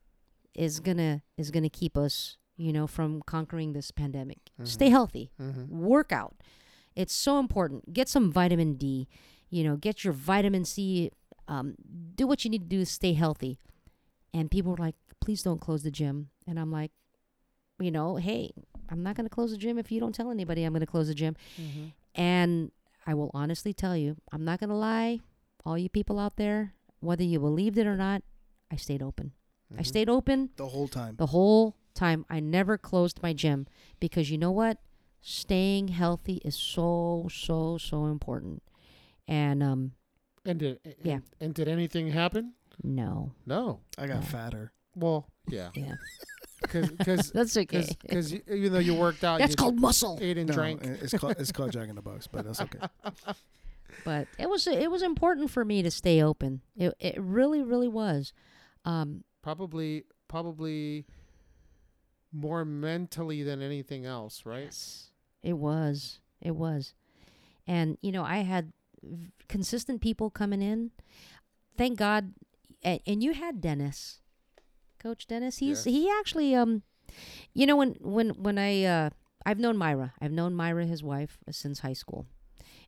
Speaker 3: is gonna is gonna keep us, you know, from conquering this pandemic. Stay healthy,
Speaker 1: Mm-hmm.
Speaker 3: work out. It's so important. Get some vitamin D. You know, get your vitamin C. Um, do what you need to do to stay healthy. And people were like, "Please don't close the gym." And I'm like, you know, hey, I'm not gonna close the gym if you don't tell anybody. I'm gonna close the gym.
Speaker 1: Mm-hmm.
Speaker 3: And I will honestly tell you, I'm not gonna lie. All you people out there, whether you believed it or not, I stayed open. I
Speaker 1: Mm-hmm.
Speaker 3: stayed open
Speaker 2: the whole time.
Speaker 3: the whole time. I never closed my gym because you know what? Staying healthy is so, so, so important. And um,
Speaker 1: And did and,
Speaker 3: Yeah.
Speaker 1: and did anything happen?
Speaker 3: no,
Speaker 1: No.
Speaker 2: I got fatter.
Speaker 1: *laughs* Well, yeah.
Speaker 3: yeah,
Speaker 1: because
Speaker 3: *laughs* That's *laughs* okay.
Speaker 1: because even though you worked out,
Speaker 3: That's
Speaker 1: you
Speaker 3: *laughs* called muscle.
Speaker 1: ate and
Speaker 2: No,
Speaker 1: drank.
Speaker 2: it- it's called it's called Jack in the Box, but that's
Speaker 3: *laughs*
Speaker 2: okay.
Speaker 3: but it was it was important for me to stay open. It it really really was. Um,
Speaker 1: Probably probably more mentally than anything else, right?
Speaker 3: yes, it was. It was, and you know I had v- consistent people coming in. Thank God, and, and you had Dennis, Coach Dennis.
Speaker 1: Yes.
Speaker 3: He's he actually um, you know when when when I uh, I've known Myra. I've known Myra, his wife, since high school,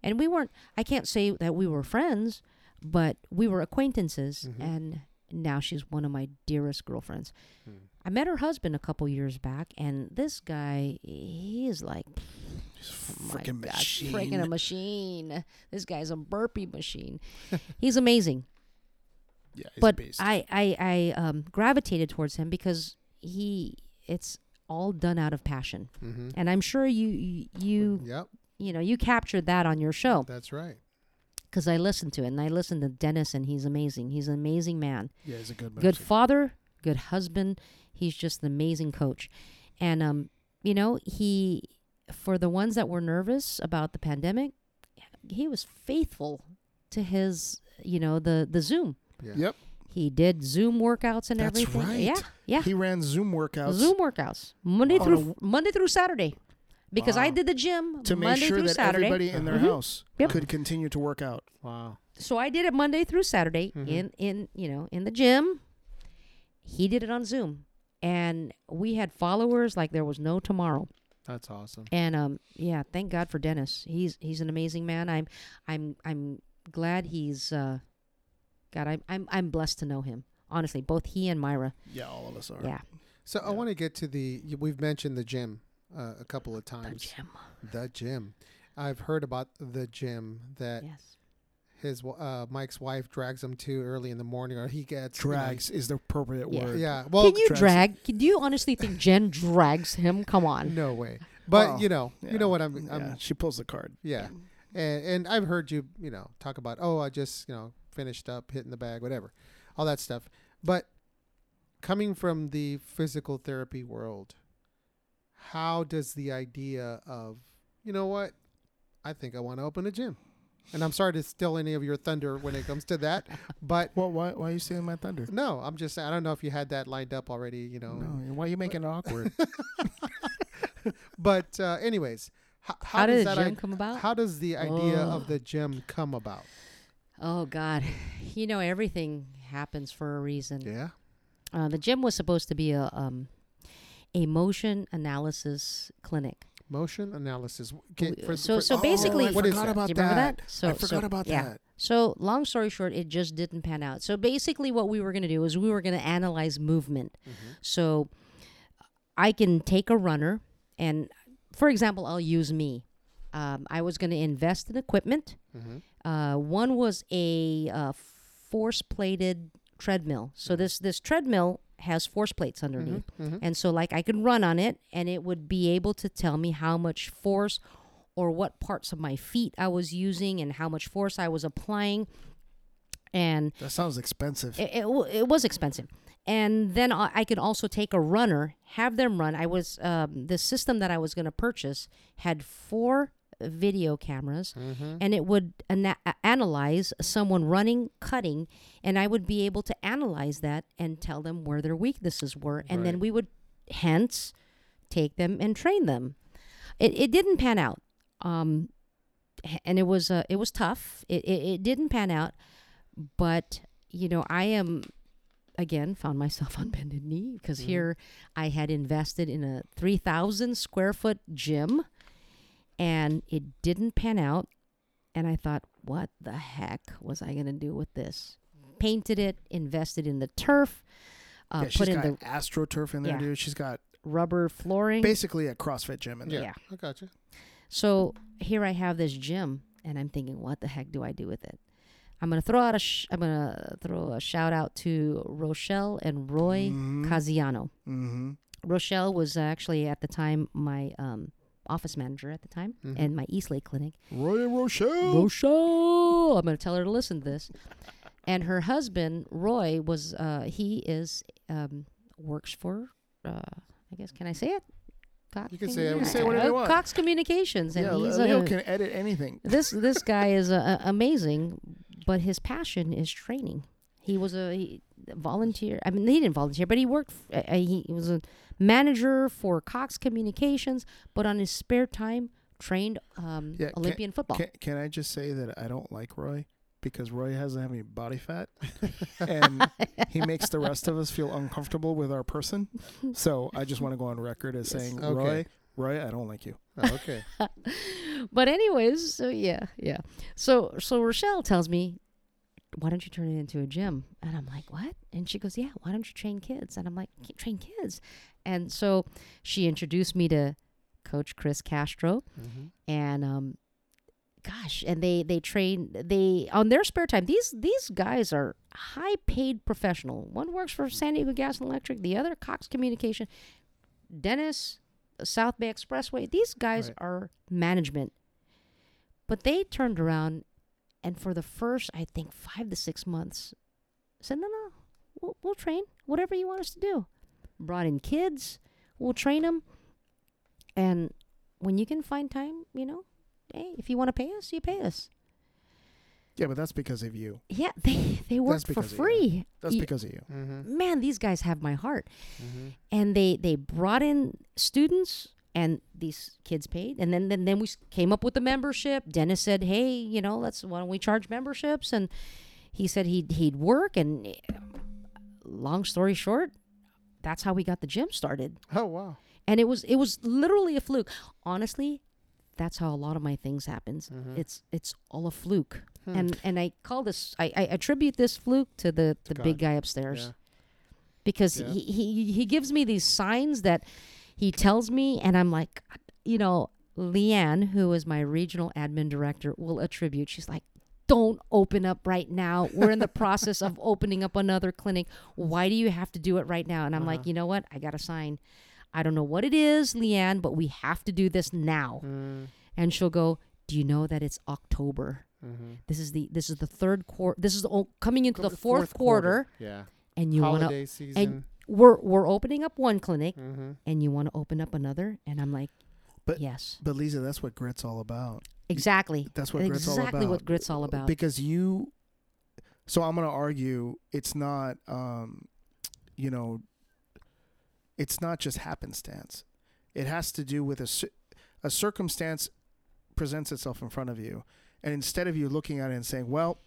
Speaker 3: and we weren't. I can't say that we were friends, but we were acquaintances,
Speaker 2: Mm-hmm.
Speaker 1: Mhm.
Speaker 3: and now she's one of my dearest girlfriends.
Speaker 2: Hmm.
Speaker 3: I met her husband a couple years back, and this guy, he is like, oh my
Speaker 2: freaking
Speaker 3: God,
Speaker 2: machine.
Speaker 3: freaking a machine. This guy's a burpee
Speaker 2: *laughs*
Speaker 3: machine. He's amazing,
Speaker 2: yeah, he's a
Speaker 3: but
Speaker 2: beast.
Speaker 3: I, I, I um, gravitated towards him because he, it's all done out
Speaker 2: *laughs*
Speaker 3: of passion,
Speaker 1: Mm-hmm.
Speaker 3: and I'm sure you, you, you,
Speaker 1: Yep,
Speaker 3: you know, you captured that on your show
Speaker 1: that's right.
Speaker 3: because I listened to it, and I listened to Dennis, and he's amazing. He's an amazing man.
Speaker 2: yeah, he's a good
Speaker 3: good
Speaker 2: machine.
Speaker 3: father, good husband. He's just an amazing coach. And um, you know, he for the ones that were nervous about the pandemic, he was faithful to his, you know, the the Zoom.
Speaker 1: Yeah.
Speaker 2: Yep,
Speaker 3: He did Zoom workouts and
Speaker 2: That's
Speaker 3: everything.
Speaker 2: right.
Speaker 3: Yeah. Yeah.
Speaker 2: he ran Zoom workouts
Speaker 3: Zoom workouts. Monday
Speaker 2: On a
Speaker 3: through Monday through Saturday. Because I
Speaker 1: Wow.
Speaker 3: did the gym
Speaker 2: to make
Speaker 3: Monday
Speaker 2: sure
Speaker 3: through
Speaker 2: that
Speaker 3: Saturday.
Speaker 2: everybody in their
Speaker 3: Mhm.
Speaker 2: house
Speaker 3: Yep.
Speaker 2: could continue to work out.
Speaker 1: Wow.
Speaker 3: so I did it Monday through Saturday
Speaker 1: Mhm.
Speaker 3: in in you know in the gym. He did it on Zoom, and we had followers like there was no tomorrow.
Speaker 1: That's awesome.
Speaker 3: And um, yeah, thank God for Dennis. He's he's an amazing man. I'm I'm I'm glad he's uh, God. I'm I'm I'm blessed to know him. Honestly, both he and Myra.
Speaker 2: Yeah, all of us are.
Speaker 3: Yeah,
Speaker 1: So I
Speaker 2: Yeah.
Speaker 1: want to get to the. y- We've mentioned the gym uh, a couple of
Speaker 3: the
Speaker 1: times.
Speaker 3: gym.
Speaker 1: The gym. I've heard about the gym that
Speaker 3: Yes,
Speaker 1: his w- uh, Mike's wife drags him to early in the morning, or he gets you know,
Speaker 2: Drags is the appropriate
Speaker 3: Yeah.
Speaker 2: word.
Speaker 1: Yeah. Well,
Speaker 3: can you
Speaker 2: drags-
Speaker 3: drag? Can, do you honestly think Jen drags him? Come on.
Speaker 1: no way. But
Speaker 2: Well,
Speaker 1: you know,
Speaker 2: Oh, yeah,
Speaker 1: you know what I'm. I'm
Speaker 2: yeah, she pulls the card.
Speaker 1: Yeah. And and I've heard you, you know, talk about, oh, I just, you know, finished up, hitting the bag, whatever. All that stuff. But coming from the physical therapy world, how does the idea of, you know what? I think I want to open a gym. And I'm sorry to steal any of your thunder when it comes to that, but
Speaker 2: Well, why why are you stealing my thunder?
Speaker 1: no, I'm just I don't know if you had that lined up already, you know.
Speaker 2: No, why are you making it awkward?
Speaker 1: *laughs* But uh anyways, how, how,
Speaker 3: How,
Speaker 1: does
Speaker 3: did the
Speaker 1: that
Speaker 3: gym
Speaker 1: i-
Speaker 3: come about?
Speaker 1: how does the idea
Speaker 3: Oh.
Speaker 1: of the gym come about?
Speaker 3: oh God, *laughs* you know everything happens for a reason.
Speaker 1: Yeah.
Speaker 3: Uh, the gym was supposed to be a um, a motion analysis clinic.
Speaker 1: Motion analysis. Can-
Speaker 3: W- uh,
Speaker 1: for-
Speaker 3: so-
Speaker 1: for-
Speaker 3: so
Speaker 2: *laughs* Oh,
Speaker 3: basically-
Speaker 2: I
Speaker 1: what is
Speaker 2: forgot
Speaker 1: that?
Speaker 2: about
Speaker 3: Do you remember that?
Speaker 2: that.
Speaker 3: So-
Speaker 2: I forgot
Speaker 3: so-
Speaker 2: about
Speaker 3: yeah.
Speaker 2: that.
Speaker 3: So long story short, it just didn't pan out. So basically, what we were going to do is we were going to analyze movement.
Speaker 1: Mm-hmm.
Speaker 3: So I can take a runner, and for example, I'll use me. Um, I was going to invest in equipment.
Speaker 1: Mm-hmm.
Speaker 3: Uh, one was a uh, force plated treadmill. So this this treadmill has force plates underneath. And so, like, I could run on it and it would be able to tell me how much force or what parts of my feet I was using and how much force I was applying. And
Speaker 2: That sounds expensive.
Speaker 3: it, it, w- it was expensive. And then I I could also take a runner, have them run. I was, um, the system that I was going to purchase had four video cameras
Speaker 1: Mm-hmm.
Speaker 3: and it would ana- a- analyze someone running, cutting, and I would be able to analyze that and tell them where their weaknesses were. And then
Speaker 1: Right.
Speaker 3: we would hence take them and train them. It, it didn't pan out. Um, h- and it was uh, it was tough. It, it, it didn't pan out, but you know I am again found myself *laughs* on bended knee because here I had invested in a three thousand square foot gym, and it didn't pan out. And I thought, what the heck was I gonna do with this? Painted it, invested in the turf, uh,
Speaker 2: yeah,
Speaker 3: put
Speaker 2: she's
Speaker 3: in
Speaker 2: got
Speaker 3: the
Speaker 2: AstroTurf in there,
Speaker 3: Yeah.
Speaker 2: dude. She's got
Speaker 3: rubber flooring.
Speaker 2: basically a CrossFit gym in there.
Speaker 1: yeah,
Speaker 3: yeah.
Speaker 1: I got you.
Speaker 3: So here I have this gym, and I'm thinking, what the heck do I do with it? I'm gonna throw out a sh- I'm gonna throw a shout out to Rochelle and Roy
Speaker 2: Mhm.
Speaker 3: Casiano.
Speaker 2: Mm-hmm.
Speaker 3: Rochelle was actually at the time my um, office manager at the time
Speaker 2: Mm-hmm.
Speaker 1: Mhm.
Speaker 3: and my East Lake clinic.
Speaker 2: Roy and Rochelle.
Speaker 3: Rochelle, I'm gonna tell her to listen to this. And her husband Roy was uh, he is um, works for uh, I guess can I say it? Cox
Speaker 1: You can say it. We can
Speaker 2: say whatever
Speaker 3: Oh,
Speaker 2: you want.
Speaker 3: Cox Communications, and
Speaker 2: yeah,
Speaker 3: he's
Speaker 2: Leo
Speaker 3: a,
Speaker 2: can edit anything.
Speaker 3: this this guy is uh, amazing, but his passion is training. He was a he, volunteer. I mean, he didn't volunteer, but he worked. f- Uh, uh, he, he was a manager for Cox Communications, but on his spare time, trained um,
Speaker 2: Yeah, can-
Speaker 3: Olympian football.
Speaker 2: Can, can I just say that I don't like Roy because Roy hasn't have any body
Speaker 3: *laughs*
Speaker 2: fat, and he makes the rest of us feel uncomfortable with our person. So I just want to go on record as
Speaker 3: Yes.
Speaker 2: saying,
Speaker 1: Okay.
Speaker 2: Roy, Roy, I don't like you.
Speaker 1: Oh, okay.
Speaker 3: *laughs* but anyways, so yeah, yeah. So so Rochelle tells me, "Why don't you turn it into a gym?" And I'm like, "What?" And she goes, "Yeah, why don't you train kids?" And I'm like, "Can't "Train kids?" And so she introduced me to Coach Chris Castro,
Speaker 1: Mhm.
Speaker 3: and um, gosh, and they they train they on their spare time. These these guys are high paid professional. One works for San Diego Gas and Electric, the other Cox Communication, Dennis, uh, South Bay Expressway. These guys
Speaker 1: Right.
Speaker 3: are management, but they turned around and for the first I think five to six months said no no we'll, we'll train whatever you want us to do. Brought in kids, we'll train them, and when you can find time, you know, hey, if you want to pay us, you pay us.
Speaker 2: Yeah, but that's because of you.
Speaker 3: Yeah, *laughs* they they work
Speaker 2: That's
Speaker 3: for
Speaker 2: because of you.
Speaker 3: free.
Speaker 2: That's
Speaker 3: Ye-
Speaker 2: because of you.
Speaker 1: Mhm.
Speaker 3: man, these guys have my heart.
Speaker 1: Mhm.
Speaker 3: And they they brought in students and these kids paid and then then, then we s- came up with the membership. Dennis said, "Hey, you know, let's why don't we charge memberships?" and he said he'd he'd work and eh, long story short, that's how we got the gym started.
Speaker 1: Oh wow.
Speaker 3: and it was it was literally a fluke honestly that's how a lot of my things happens
Speaker 1: Mm-hmm.
Speaker 3: it's it's all a fluke
Speaker 1: Hmm.
Speaker 3: and and i call this i, I attribute this fluke to the the big
Speaker 1: God.
Speaker 3: guy upstairs
Speaker 1: Yeah.
Speaker 3: because
Speaker 1: Yeah.
Speaker 3: he, he he gives me these signs that he tells me and i'm like you know leanne who is my regional admin director will attribute she's like don't open up right now we're
Speaker 1: *laughs*
Speaker 3: in the process of opening up another clinic why do you have to do it right now and i'm
Speaker 1: Uh-huh.
Speaker 3: like you know what i got a sign i don't know what it is leanne but we have to do this now
Speaker 1: Mm-hmm.
Speaker 3: and she'll go do you know that it's october
Speaker 1: Mm-hmm.
Speaker 3: this is the this is the third quarter this is the, o- coming into the fourth, quarter,
Speaker 1: Yeah.
Speaker 3: and you want to
Speaker 1: Holiday season.
Speaker 3: we're we're opening up one clinic
Speaker 1: Mm-hmm.
Speaker 3: and you want to open up another and i'm like
Speaker 2: But-
Speaker 3: yes
Speaker 2: But Lisa, that's what grit's all about.
Speaker 3: exactly
Speaker 2: That's what grit's all
Speaker 3: exactly
Speaker 2: about.
Speaker 3: what grit's all about
Speaker 2: Uh, Because you, so I'm gonna argue it's not, um, you know, it's not just happenstance. It has to do with a cir- a circumstance presents itself in front of you, and instead of you looking at it and saying, "Well,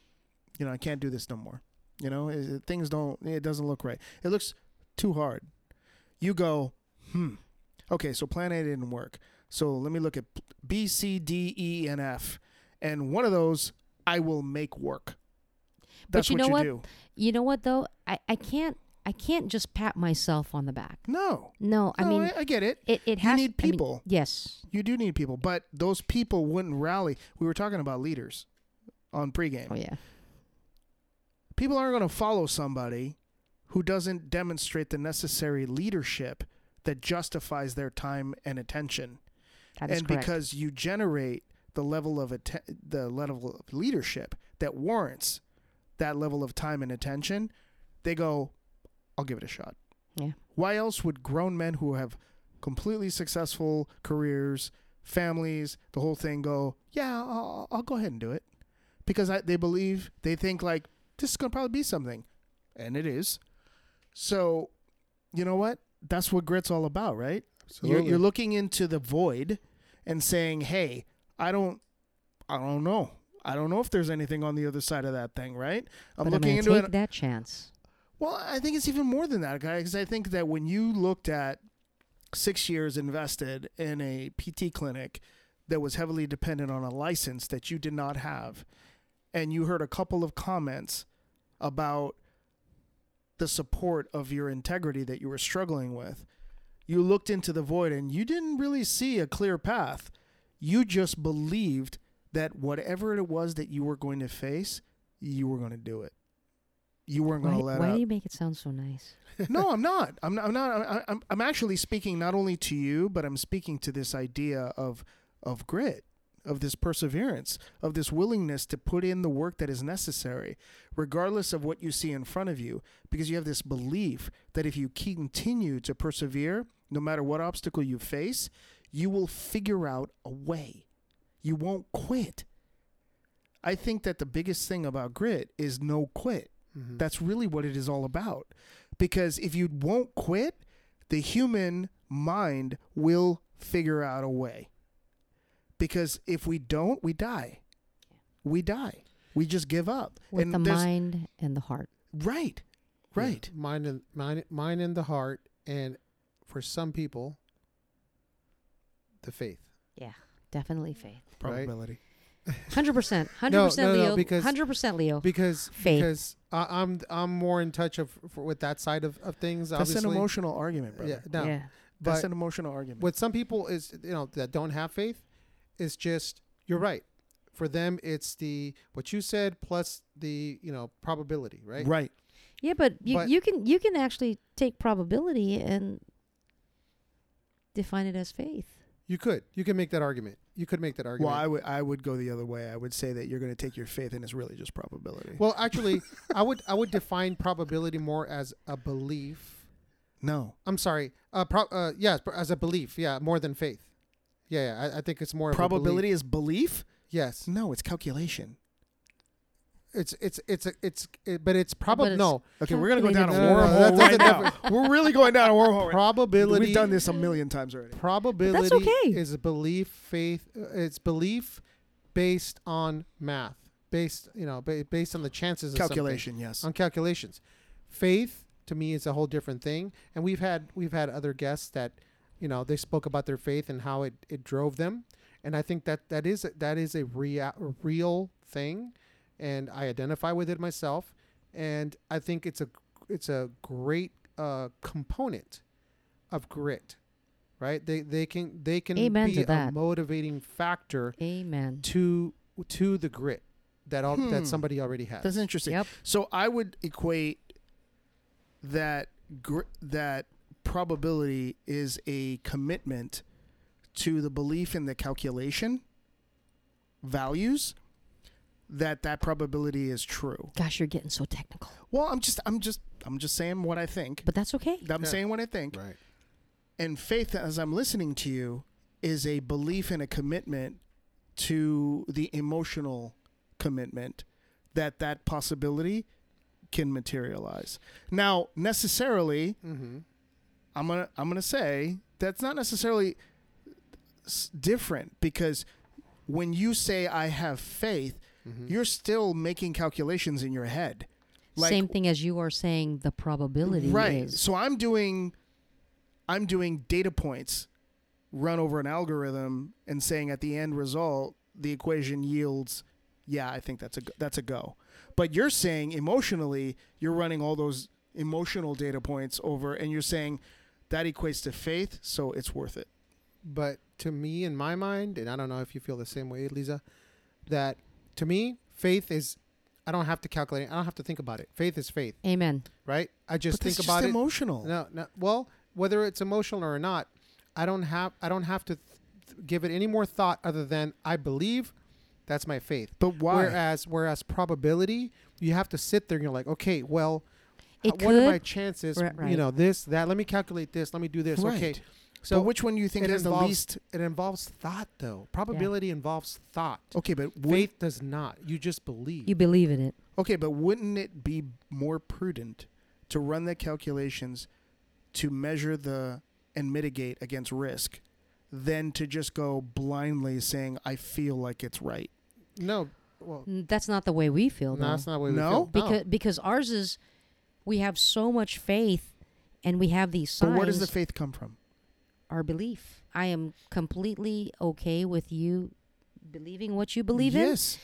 Speaker 2: you know, I can't do this no more," you know, it, it- things don't. It doesn't look right. It looks too hard. You go, hmm. Okay, so plan A didn't work. So let me look at B, C, D, E, and F, and one of those I will make work.
Speaker 3: But
Speaker 2: That's
Speaker 3: you
Speaker 2: what
Speaker 3: know
Speaker 2: you
Speaker 3: what?
Speaker 2: do.
Speaker 3: you know what though i i can't i can't just pat myself on the back
Speaker 2: No,
Speaker 3: no, i
Speaker 2: No,
Speaker 3: mean
Speaker 2: I, I get it.
Speaker 3: it, it
Speaker 2: you
Speaker 3: has
Speaker 2: need
Speaker 3: I mean,
Speaker 2: people.
Speaker 3: yes
Speaker 2: You do need people, but those people wouldn't rally. We were talking about leaders on pregame.
Speaker 3: oh yeah
Speaker 2: People aren't going to follow somebody who doesn't demonstrate the necessary leadership that justifies their time and attention.
Speaker 3: that is
Speaker 2: and
Speaker 3: correct
Speaker 2: because you generate the level of atten- the level of leadership that warrants that level of time and attention, they go, "I'll give it a shot."
Speaker 3: Yeah.
Speaker 2: Why else would grown men who have completely successful careers, families, the whole thing go, "Yeah, I'll, I'll go ahead and do it," because I, they believe they think like this is gonna probably be something, and it is. So, you know what? That's what grit's all about, right? You're,
Speaker 1: Absolutely.
Speaker 2: you're looking into the void and saying, "Hey, I don't, I don't know. I don't know if there's anything on the other side of that thing, right? I'm
Speaker 3: but
Speaker 2: looking
Speaker 3: i'm
Speaker 2: into
Speaker 3: gonna
Speaker 2: it.
Speaker 3: take that chance
Speaker 2: Well, I think it's even more than that, guy, because I think that when you looked at six years invested in a PT clinic that was heavily dependent on a license that you did not have, and you heard a couple of comments about the support of your integrity that you were struggling with, you looked into the void and you didn't really see a clear path. You just believed that whatever it was that you were going to face, you were going to do it. You weren't
Speaker 3: why,
Speaker 2: going to let
Speaker 3: why
Speaker 2: up
Speaker 3: do you make it sound so nice
Speaker 2: *laughs* no, I'm not. I'm not. I'm not. I- I'm, I'm actually speaking not only to you, but I'm speaking to this idea of of grit, of this perseverance, of this willingness to put in the work that is necessary, regardless of what you see in front of you, because you have this belief that if you continue to persevere, no matter what obstacle you face, you will figure out a way. You won't quit. I think that the biggest thing about grit is no quit.
Speaker 3: Mm-hmm.
Speaker 1: Mhm.
Speaker 2: That's really what it is all about. Because if you won't quit, the human mind will figure out a way. Because if we don't, we die. We die. We just give up.
Speaker 3: with the
Speaker 2: there's-
Speaker 3: mind and the heart.
Speaker 2: Right. Right.
Speaker 1: Yeah. Mind and mind, mind and the heart, and for some people, the faith.
Speaker 3: Yeah, definitely faith.
Speaker 2: Probability.
Speaker 3: Hundred *laughs* percent, hundred
Speaker 1: No,
Speaker 3: percent,
Speaker 1: no, no,
Speaker 3: Leo.
Speaker 1: because-
Speaker 3: Hundred percent, Leo.
Speaker 1: Because
Speaker 3: Oh, Faith.
Speaker 1: because I, I'm I'm more in touch of for, with that side of, of things.
Speaker 2: That's
Speaker 1: obviously,
Speaker 2: an emotional argument, brother.
Speaker 1: Yeah, no,
Speaker 3: Yeah,
Speaker 2: That's
Speaker 1: but
Speaker 2: an emotional argument.
Speaker 1: what some people is you know that don't have faith is just you're right. For them, it's the what you said plus the you know probability, right?
Speaker 2: Right.
Speaker 3: yeah, but you,
Speaker 1: But-
Speaker 3: you can you can actually take probability and define it as faith.
Speaker 1: You could you could make that argument. You could make that
Speaker 2: Well,
Speaker 1: argument.
Speaker 2: I would I would go the other way. I would say that you're going to take your faith and it's really just probability.
Speaker 1: well, actually, I would I would define probability more as a belief.
Speaker 2: no.
Speaker 1: I'm sorry. Uh, pro- uh, yes, but as a belief. Yeah, more than faith. Yeah, yeah I, I think it's more of a belief.
Speaker 2: Probability is belief?
Speaker 1: Yes,
Speaker 2: No, it's calculation.
Speaker 1: it's it's it's a- it's it, but it's probably
Speaker 3: it's-
Speaker 1: no
Speaker 2: Okay, we're gonna go down a
Speaker 1: No, no, no,
Speaker 2: wormhole
Speaker 1: that's-
Speaker 2: right now.
Speaker 1: that's
Speaker 2: *laughs* We're really going down a wormhole. Right
Speaker 1: probability.
Speaker 2: We've done this a million times already.
Speaker 1: Probability
Speaker 3: okay.
Speaker 1: is a belief. Faith. uh, It's belief based on math, based you know, ba- based on the chances of something.
Speaker 2: Calculation, yes.
Speaker 1: on calculations. Faith to me is a whole different thing. And we've had we've had other guests that, you know, they spoke about their faith and how it, it drove them. And I think that that is that is a real real thing, and I identify with it myself. And I think it's a it's a great uh, component of grit, right? They they can they can
Speaker 3: Amen
Speaker 1: be
Speaker 3: to
Speaker 1: a
Speaker 3: that.
Speaker 1: motivating factor
Speaker 3: Amen.
Speaker 1: to to the grit that all,
Speaker 2: Hmm.
Speaker 1: that somebody already has.
Speaker 2: That's interesting.
Speaker 3: Yep.
Speaker 2: So I would equate that gr- that probability is a commitment to the belief in the calculation values that that probability is true.
Speaker 3: Gosh, you're getting so technical,
Speaker 2: Well, I'm just I'm just I'm just saying what I think.
Speaker 3: but that's okay.
Speaker 2: I'm
Speaker 1: Yeah.
Speaker 2: saying what I think.
Speaker 1: right.
Speaker 2: and faith as i'm listening to you is a belief and a commitment to the emotional commitment that that possibility can materialize now necessarily
Speaker 1: Mm-hmm.
Speaker 2: i'm gonna i'm gonna say that's not necessarily s- different because when you say i have faith
Speaker 1: Mm-hmm.
Speaker 2: you're still making calculations in your head
Speaker 3: Same thing as you are saying. The probability
Speaker 2: right
Speaker 3: is
Speaker 2: so i'm doing i'm doing data points run over an algorithm and saying at the end result the equation yields yeah i think that's a go- that's a go but you're saying emotionally you're running all those emotional data points over and you're saying that equates to faith so it's worth it
Speaker 1: but to me in my mind and i don't know if you feel the same way lisa that to me faith is i don't have to calculate it i don't have to think about it faith is faith
Speaker 3: amen.
Speaker 1: right i just
Speaker 2: but that's
Speaker 1: think about
Speaker 2: just
Speaker 1: it
Speaker 2: emotional
Speaker 1: no no well whether it's emotional or not i don't have i don't have to th- give it any more thought other than i believe that's my faith
Speaker 2: but why
Speaker 1: whereas whereas probability you have to sit there and you're like okay well uh,
Speaker 3: It
Speaker 1: what are my
Speaker 3: could-
Speaker 1: chances
Speaker 3: Right,
Speaker 1: you
Speaker 3: right.
Speaker 1: know this that let me calculate this let me do this okay
Speaker 2: Right.
Speaker 1: so
Speaker 2: but which one do you think
Speaker 1: it
Speaker 2: has the
Speaker 1: involves-
Speaker 2: least
Speaker 1: it involves thought though probability involves thought
Speaker 2: okay but would,
Speaker 1: faith does not you just believe
Speaker 3: You believe in it.
Speaker 2: Okay, but wouldn't it be more prudent to run the calculations to measure the and mitigate against risk than to just go blindly saying I feel like it's right?
Speaker 1: no well
Speaker 3: N- That's not the way we feel.
Speaker 1: no,
Speaker 3: though.
Speaker 1: that's not what
Speaker 2: No?
Speaker 1: we feel.
Speaker 3: because because ours is we have so much faith and we have these
Speaker 2: But
Speaker 3: signs
Speaker 2: where does the faith come from?
Speaker 3: our belief i am completely okay with you believing what you believe in
Speaker 2: yes.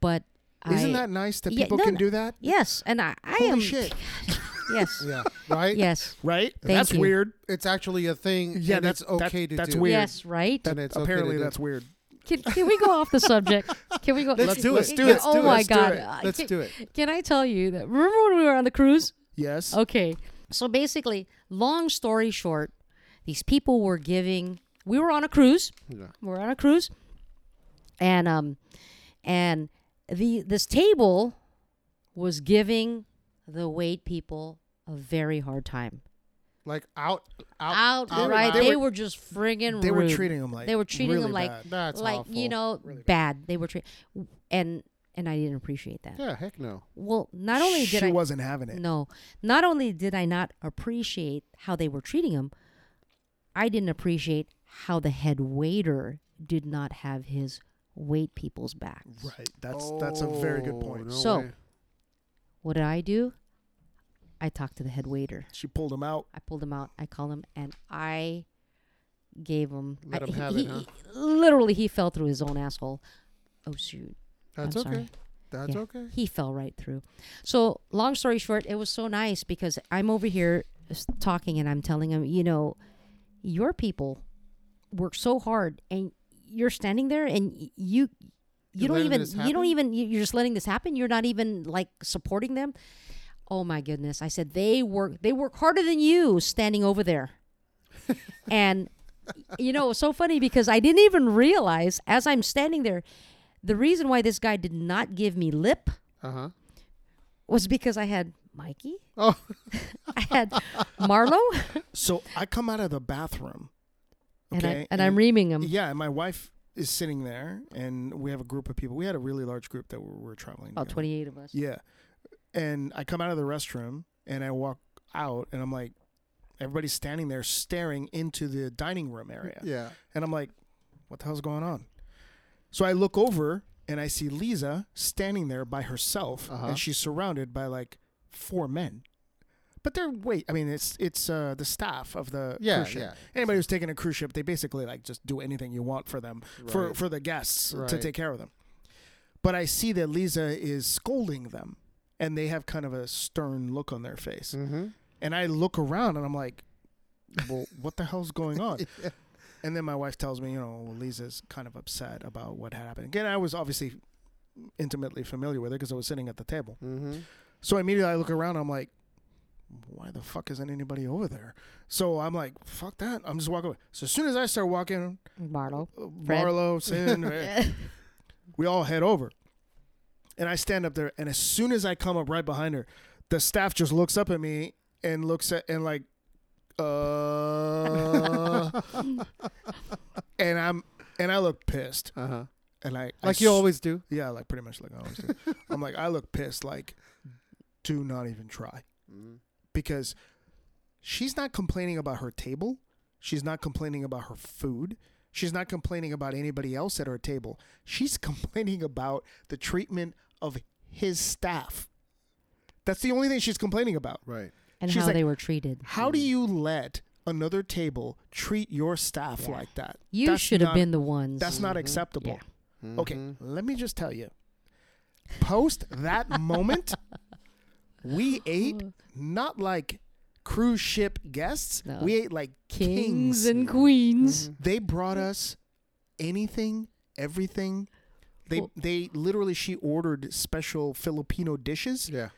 Speaker 3: but
Speaker 2: Isn't
Speaker 3: I,
Speaker 2: that nice that
Speaker 3: Yeah,
Speaker 2: people
Speaker 3: no,
Speaker 2: can
Speaker 3: no.
Speaker 2: do that?
Speaker 3: yes and i, I
Speaker 2: Holy
Speaker 3: am
Speaker 2: shit.
Speaker 3: *laughs* yes
Speaker 1: *laughs* yeah right
Speaker 3: yes
Speaker 2: Right?
Speaker 3: Thank
Speaker 2: that's
Speaker 3: you.
Speaker 2: weird.
Speaker 1: it's actually a thing
Speaker 2: Yeah,
Speaker 1: yeah and that's
Speaker 2: that- that-
Speaker 1: okay to
Speaker 2: that's
Speaker 1: do
Speaker 2: Weird.
Speaker 3: yes right
Speaker 1: and it's okay to
Speaker 2: Apparently
Speaker 1: do.
Speaker 2: that's weird.
Speaker 3: can, can we go off the subject can we go
Speaker 1: *laughs* Let's do it. Let's do
Speaker 3: can-
Speaker 1: it.
Speaker 3: oh
Speaker 1: Let's
Speaker 3: my
Speaker 1: do
Speaker 3: god
Speaker 1: it.
Speaker 3: Uh,
Speaker 1: let's
Speaker 3: can,
Speaker 1: do it
Speaker 3: can i tell you that remember when we were on the cruise
Speaker 2: Yes.
Speaker 3: Okay. So basically, long story short, these people were giving. We were on a cruise.
Speaker 1: Yeah.
Speaker 3: We were on a cruise, and um, and the this table was giving the wait people a very hard time.
Speaker 1: Like out, out.
Speaker 3: Outright,
Speaker 1: they
Speaker 3: they,
Speaker 1: were-
Speaker 3: were just friggin'
Speaker 2: They were
Speaker 3: rude.
Speaker 2: treating him like
Speaker 3: They were treating
Speaker 2: really
Speaker 3: him like-
Speaker 2: bad.
Speaker 1: That's
Speaker 3: like
Speaker 1: awful.
Speaker 3: you know bad. They were treating, and and I didn't appreciate that.
Speaker 1: Yeah, heck no.
Speaker 3: Well, not only
Speaker 2: she
Speaker 3: did I
Speaker 2: wasn't having it.
Speaker 3: no, not only did I not appreciate how they were treating him, I didn't appreciate how the head waiter did not have his wait people's backs.
Speaker 2: Right. That's that's a very good
Speaker 1: Oh,
Speaker 2: point.
Speaker 3: no. So- What did I do? I talked to the head waiter.
Speaker 2: She pulled him out.
Speaker 3: I pulled him out. I called him, and I gave him.
Speaker 1: Let
Speaker 3: I-
Speaker 1: him
Speaker 3: he-
Speaker 1: have it,
Speaker 3: he-
Speaker 1: huh?
Speaker 3: he- literally, he fell through his own asshole. Oh shoot!
Speaker 1: that's
Speaker 3: I'm
Speaker 1: okay.
Speaker 3: sorry.
Speaker 1: That's
Speaker 3: Yeah.
Speaker 1: okay.
Speaker 3: He fell right through. So, long story short, it was so nice because I'm over here s- talking and I'm telling him, you know, your people work so hard and you're standing there and y- you you
Speaker 1: You're
Speaker 3: don't
Speaker 1: letting
Speaker 3: even
Speaker 1: this
Speaker 3: you
Speaker 1: happen?
Speaker 3: don't even you- you're just letting this happen. You're not even like supporting them. Oh my goodness. I said they work they work harder than you standing over there. and you know, it was so funny because I didn't even realize as I'm standing there the reason why this guy did not give me lip
Speaker 1: Uh huh.
Speaker 3: was because I had Mikey.
Speaker 1: Oh. *laughs*
Speaker 3: I had Marlo,
Speaker 2: So I come out of the bathroom.
Speaker 3: and,
Speaker 2: Okay,
Speaker 3: I, and I'm reaming him.
Speaker 2: Yeah, and my wife is sitting there, and we have a group of people. We had a really large group that we were
Speaker 1: Oh,
Speaker 2: traveling.
Speaker 3: About
Speaker 2: together.
Speaker 3: 28 of us.
Speaker 2: Yeah, and I come out of the restroom and I walk out, and I'm like, everybody's standing there staring into the dining room area,
Speaker 1: Yeah.
Speaker 2: and I'm like, what the hell's going on? So I look over and I see Lisa standing there by herself,
Speaker 1: Uh-huh.
Speaker 2: and she's surrounded by like four men. But they're wait. I mean, it's it's uh, the staff of the
Speaker 1: Yeah,
Speaker 2: cruise ship.
Speaker 1: yeah.
Speaker 2: Anybody who's taking a cruise ship, they basically like just do anything you want for them for
Speaker 1: Right.
Speaker 2: for the guests to
Speaker 1: Right.
Speaker 2: take care of them. But I see that Lisa is scolding them, and they have kind of a stern look on their face.
Speaker 1: Mm-hmm.
Speaker 2: And I look around, and I'm like, "Well, what the hell's
Speaker 1: *laughs*
Speaker 2: going on?" And then my wife tells me, you know, well, Lisa's kind of upset about what had happened. Again, I was obviously intimately familiar with it because I was sitting at the table.
Speaker 1: *laughs* Mm-hmm.
Speaker 2: So immediately I look around, I'm like, why the fuck isn't anybody over there? So I'm like, fuck that. I'm just walking away. So as soon as I start walking,
Speaker 3: Marlo.
Speaker 2: uh,
Speaker 3: Fred.
Speaker 1: *laughs*
Speaker 2: Marlo, Sin, eh, we all head over. And I stand up there, and as soon as I come up right behind her, the staff just looks up at me and looks at, and like, uh, and I'm, and I look pissed.
Speaker 1: Uh *laughs* huh.
Speaker 2: And I, I
Speaker 1: Like you
Speaker 2: s-
Speaker 1: always do.
Speaker 2: yeah, like pretty much like I always do. I'm like, I look pissed. Like, do not even try
Speaker 1: Mm-hmm.
Speaker 2: because she's not complaining about her table. She's not complaining about her food. She's not complaining about anybody else at her table. She's *laughs* complaining about the treatment of his staff. That's the only thing she's complaining about.
Speaker 1: Right.
Speaker 3: And
Speaker 2: She's
Speaker 3: how
Speaker 2: like-
Speaker 3: they were treated.
Speaker 2: How do you let another table treat your staff
Speaker 3: Yeah.
Speaker 2: like that?
Speaker 3: You
Speaker 2: That's
Speaker 3: should have
Speaker 2: not-
Speaker 3: been Mm-hmm. the ones.
Speaker 2: That's not
Speaker 1: Mhm.
Speaker 2: acceptable.
Speaker 1: Mhm.
Speaker 2: Okay,
Speaker 3: Mm-hmm.
Speaker 2: let me just tell you. Post that
Speaker 3: *laughs*
Speaker 2: moment, we ate not like cruise ship guests.
Speaker 3: No.
Speaker 2: We ate like
Speaker 3: Kings,
Speaker 2: kings.
Speaker 3: and queens.
Speaker 1: Mhm.
Speaker 2: They brought us anything, everything. They
Speaker 3: Well-
Speaker 2: they literally she ordered special Filipino dishes
Speaker 1: Yeah.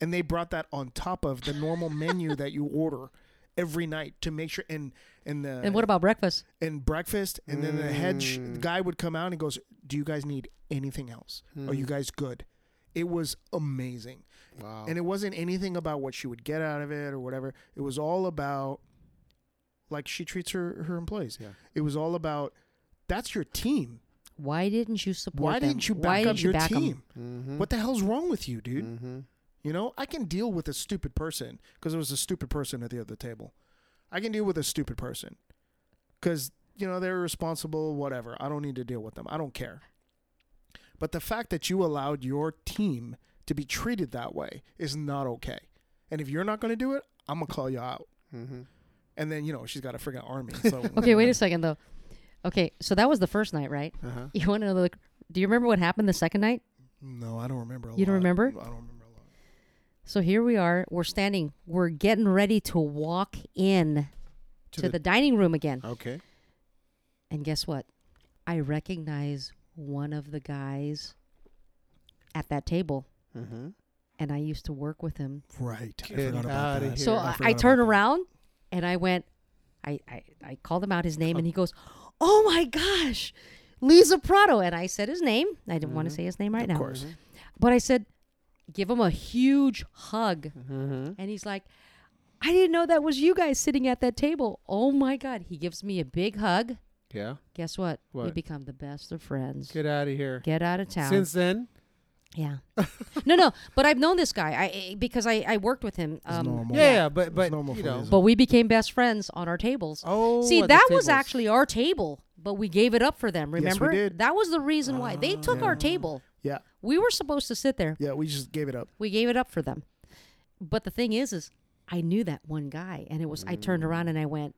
Speaker 2: and they brought that on top of the normal menu that you order every night to make sure and and the
Speaker 3: And what about breakfast?
Speaker 2: and breakfast, and then the head sh-
Speaker 1: Mm.
Speaker 2: guy would come out and goes, "Do you guys need anything else? Are you
Speaker 1: Mm.
Speaker 2: guys good?" It was amazing,
Speaker 1: Wow.
Speaker 2: and it wasn't anything about what she would get out of it or whatever. It was all about like she treats her her employees.
Speaker 1: Yeah.
Speaker 2: It was all about that's your team.
Speaker 3: Why didn't you support
Speaker 2: Why
Speaker 3: them?
Speaker 2: didn't you
Speaker 3: Why
Speaker 2: back
Speaker 3: didn't
Speaker 2: up
Speaker 3: you
Speaker 2: your
Speaker 3: back 'em?
Speaker 2: team?
Speaker 1: mm-hmm.
Speaker 2: What the hell's wrong with you, dude?
Speaker 1: Mm-hmm.
Speaker 2: You know, I can deal with a stupid person because it was a stupid person at the other table. I can deal with a stupid person because, you know, they're responsible, whatever. I don't need to deal with them. I don't care. But the fact that you allowed your team to be treated that way is not okay. And if you're not going to do it, I'm going to call you out.
Speaker 1: Mm-hmm.
Speaker 2: And then, you know, she's got a freaking army. So,
Speaker 3: *laughs* Okay, wait a second, though. Okay, so that was the first night, right?
Speaker 1: Uh-huh.
Speaker 3: You want to look. Do you remember what happened the second night?
Speaker 2: No, I don't remember. A
Speaker 3: You don't
Speaker 2: lot.
Speaker 3: remember?
Speaker 2: I don't remember a lot.
Speaker 3: So here we are. We're standing. We're getting ready to walk in to, the, dining room again.
Speaker 1: Okay.
Speaker 3: And guess what? I recognize one of the guys at that table,
Speaker 1: Mm-hmm.
Speaker 3: and I used to work with him.
Speaker 2: Right.
Speaker 1: Get outta here.
Speaker 3: so
Speaker 1: I
Speaker 3: I,
Speaker 2: forgot
Speaker 3: I
Speaker 2: about
Speaker 3: turn
Speaker 2: that.
Speaker 3: around and I went, I, I, I called him out his name, and he goes, Oh my gosh, Lisa Prado. And I said his name. I didn't want to
Speaker 4: Mhm.
Speaker 3: say his name right
Speaker 2: of
Speaker 3: now.
Speaker 2: course.
Speaker 3: But I said, give him a huge hug.
Speaker 4: Mm-hmm.
Speaker 3: And he's like, I didn't know that was you guys sitting at that table. Oh my God. He gives me a big hug.
Speaker 4: Yeah.
Speaker 3: Guess what? We
Speaker 1: What?
Speaker 3: become the best of friends.
Speaker 1: Get out of here.
Speaker 3: Get out of town.
Speaker 1: Since then,
Speaker 3: yeah. no, no. But I've known this guy I because I, I worked with him. um,
Speaker 2: It's normal.
Speaker 1: yeah, yeah, but but
Speaker 2: normal
Speaker 1: you
Speaker 2: for
Speaker 1: know,
Speaker 2: Lisa.
Speaker 3: But we became best friends on our tables.
Speaker 1: oh,
Speaker 3: See,
Speaker 1: at the
Speaker 3: that was
Speaker 1: tables.
Speaker 3: actually our table, but we gave it up for them.
Speaker 2: Yes, we
Speaker 3: Remember?
Speaker 2: did. Ah,
Speaker 3: That was the reason why they took our table.
Speaker 2: Yeah.
Speaker 3: We were supposed to sit there.
Speaker 2: Yeah, we just gave it up.
Speaker 3: We gave it up for them. But the thing is, is I knew that one guy, and it was I
Speaker 2: Mm.
Speaker 3: turned around and I went,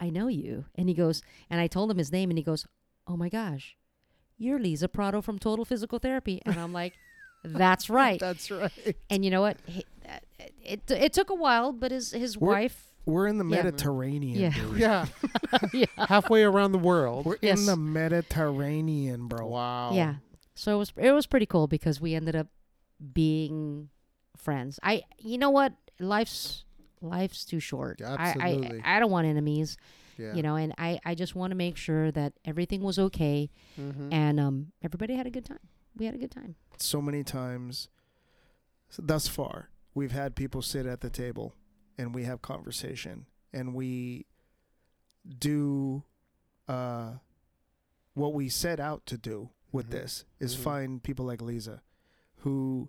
Speaker 3: "I know you," and he goes, and I told him his name, and he goes, "Oh my gosh, you're Lisa Prado from Total Physical Therapy," and I'm like,
Speaker 2: *laughs*
Speaker 3: "That's right."
Speaker 1: That's *laughs* right.
Speaker 3: and you know what? He, that, it, it took a while, but his his
Speaker 2: We're-
Speaker 3: wife,
Speaker 2: We're in the
Speaker 3: Yeah.
Speaker 2: Mediterranean.
Speaker 3: Yeah.
Speaker 1: *laughs*
Speaker 2: dude.
Speaker 1: Yeah,
Speaker 3: yeah,
Speaker 1: halfway around the world.
Speaker 2: We're
Speaker 3: Yes.
Speaker 2: in the Mediterranean, bro.
Speaker 1: Wow.
Speaker 3: yeah. Um, So it was it was pretty cool because we ended up being friends. I you know what? Life's life's too short.
Speaker 1: Absolutely.
Speaker 3: I, I I don't want enemies.
Speaker 1: Yeah.
Speaker 3: you know and i i just want to make sure that everything was okay
Speaker 1: Mhm.
Speaker 3: and um everybody had a good time we had a good time
Speaker 2: So many times so thus far, we've had people sit at the table and we have conversation and we do uh, what we set out to do with
Speaker 1: Mhm.
Speaker 2: this is
Speaker 1: Mhm.
Speaker 2: find people like Lisa who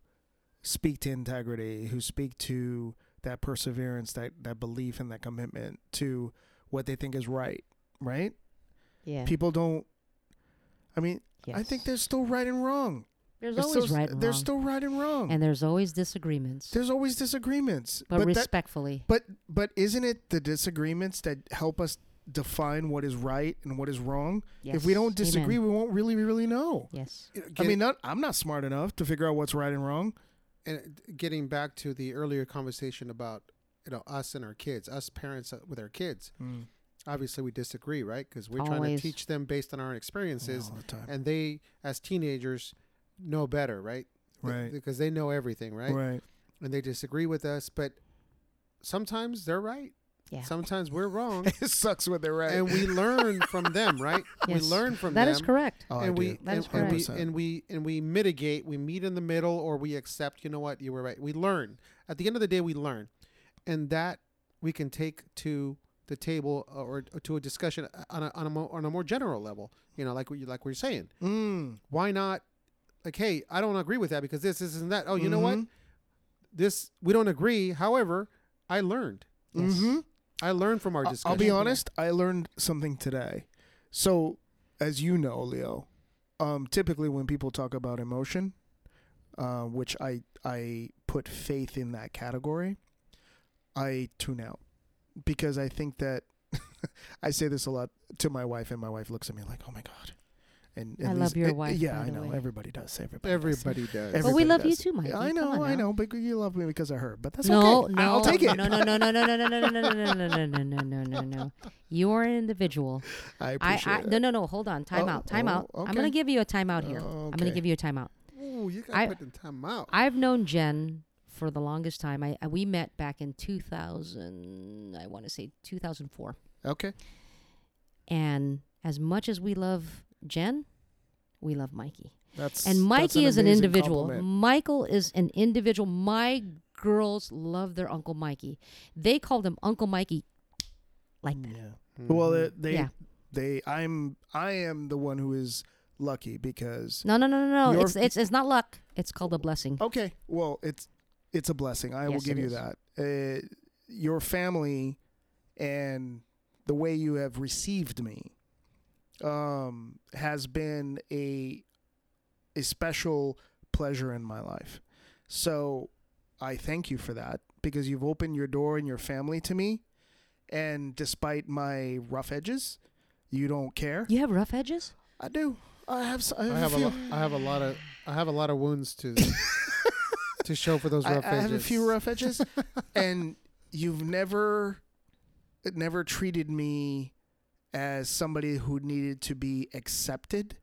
Speaker 2: speak to integrity, who speak to that perseverance, that, that belief and that commitment to what they think is right, right?
Speaker 3: yeah
Speaker 2: People don't I mean, I think there's still right and wrong.
Speaker 3: there's
Speaker 2: There's
Speaker 3: always
Speaker 2: still,
Speaker 3: right and
Speaker 2: There's
Speaker 3: wrong,
Speaker 2: still right and wrong.
Speaker 3: and there's always disagreements
Speaker 2: there's always disagreements.
Speaker 3: but,
Speaker 2: that-
Speaker 3: respectfully
Speaker 2: but but isn't it the disagreements that help us define what is right and what is wrong? If we
Speaker 3: Yes.
Speaker 2: don't disagree,
Speaker 3: Amen.
Speaker 2: we won't really really know.
Speaker 3: yes
Speaker 2: I mean, not, I'm not smart enough to figure out what's right and wrong.
Speaker 1: and getting back to the earlier conversation about you know us and our kids, us parents uh, with our kids.
Speaker 2: Mm.
Speaker 1: Obviously, we disagree, right? Because we're trying to
Speaker 3: Always.
Speaker 1: teach them based on our experiences,
Speaker 2: All the time.
Speaker 1: and they, as teenagers, know better, right? Th-
Speaker 2: Right.
Speaker 1: Because they know everything, right?
Speaker 2: Right.
Speaker 1: And they disagree with us, but sometimes they're right.
Speaker 3: Yeah.
Speaker 1: Sometimes we're wrong,
Speaker 2: it sucks when they're *laughs* right.
Speaker 1: and we learn from them, right?
Speaker 3: Yes.
Speaker 1: We learn from
Speaker 3: that
Speaker 1: them.
Speaker 3: is correct
Speaker 2: oh, I
Speaker 1: and we
Speaker 2: do.
Speaker 3: That
Speaker 1: and,
Speaker 3: is
Speaker 1: and we
Speaker 2: correct.
Speaker 1: and we and we mitigate. We meet in the middle, or we accept. You know what? You were right. We learn. At the end of the day, we learn, and that we can take to the table uh, or, or to a discussion uh, on a, on a more, on a more general level. You know, like what you like we're saying.
Speaker 2: Mm.
Speaker 1: Why not? Like, hey, I don't agree with that because this, this, and that. Oh, you know what?
Speaker 2: Mhm.
Speaker 1: This we don't agree. However, I learned.
Speaker 3: Yes.
Speaker 2: Mhm.
Speaker 1: I learned from our
Speaker 2: I-
Speaker 1: discussion.
Speaker 2: I'll be honest. I learned something today. So, as you know, Leo, um, typically when people talk about emotion, uh, which I I put faith in that category, I tune out because I think that *laughs* I say this a lot to my wife, and my wife looks at me like, "Oh my god," and, and
Speaker 3: I love
Speaker 2: Lisa-
Speaker 3: your
Speaker 2: eh,
Speaker 3: wife,
Speaker 2: Yeah,
Speaker 3: by
Speaker 2: I
Speaker 3: the
Speaker 2: know.
Speaker 3: way.
Speaker 2: Everybody does. Everybody. does.
Speaker 1: Everybody does.
Speaker 3: But we
Speaker 2: Everybody
Speaker 3: love you
Speaker 2: does.
Speaker 3: too, Mikey.
Speaker 2: I
Speaker 3: Come on
Speaker 2: know, I
Speaker 3: now.
Speaker 2: know, but you love me because of her. But that's
Speaker 3: no,
Speaker 2: okay.
Speaker 3: no,
Speaker 2: I- I'll take
Speaker 3: *laughs*
Speaker 2: it.
Speaker 3: No, no, no, no, no, no, no, no, no, no, no, no, no, no, no, no, no, no. You are an individual.
Speaker 2: I
Speaker 3: I,
Speaker 2: appreciate
Speaker 3: I
Speaker 2: it.
Speaker 3: no, no, no. Hold on. Time
Speaker 2: Oh,
Speaker 3: out. Time
Speaker 2: oh,
Speaker 3: out. I'm gonna
Speaker 2: okay. Oh,
Speaker 3: give you a timeout here. I'm gonna
Speaker 2: Okay.
Speaker 3: give you a timeout.
Speaker 1: Ooh, you
Speaker 3: I-
Speaker 1: got put in time out.
Speaker 3: I've known Jen for the longest time. I I- we met back in 2000. I want to say 2004.
Speaker 2: Okay.
Speaker 3: And as much as we love Jen, we love Mikey.
Speaker 2: That's
Speaker 3: And Mikey
Speaker 2: that's
Speaker 3: is an
Speaker 2: amazing
Speaker 3: individual.
Speaker 2: compliment.
Speaker 3: Michael is an individual. My girls love their Uncle Mikey. They called him Uncle Mikey like that.
Speaker 2: Yeah. Well,
Speaker 1: Mhm.
Speaker 2: they, they,
Speaker 3: Yeah.
Speaker 2: they, I'm, I am the one who is lucky because.
Speaker 3: No, no, no, no, no.
Speaker 2: Your-
Speaker 3: It's, it's, it's not luck. It's called a blessing.
Speaker 2: Okay. Well, it's, it's a blessing. I will
Speaker 3: Yes,
Speaker 2: give
Speaker 3: it
Speaker 2: you
Speaker 3: is.
Speaker 2: that. Uh, your family, and the way you have received me, um, has been a, a special pleasure in my life. So, I thank you for that because you've opened your door and your family to me, and despite my rough edges, you don't care.
Speaker 3: You have rough edges?
Speaker 2: I do. I have. s- I have,
Speaker 1: I have
Speaker 2: a
Speaker 1: a
Speaker 2: few.
Speaker 1: lo- I have a lot of I have a lot of wounds
Speaker 2: *laughs*
Speaker 1: to to show for those
Speaker 2: I,
Speaker 1: rough
Speaker 2: I
Speaker 1: edges.
Speaker 2: have a few
Speaker 1: *laughs*
Speaker 2: rough edges, and you've never, never treated me as somebody who needed to be accepted.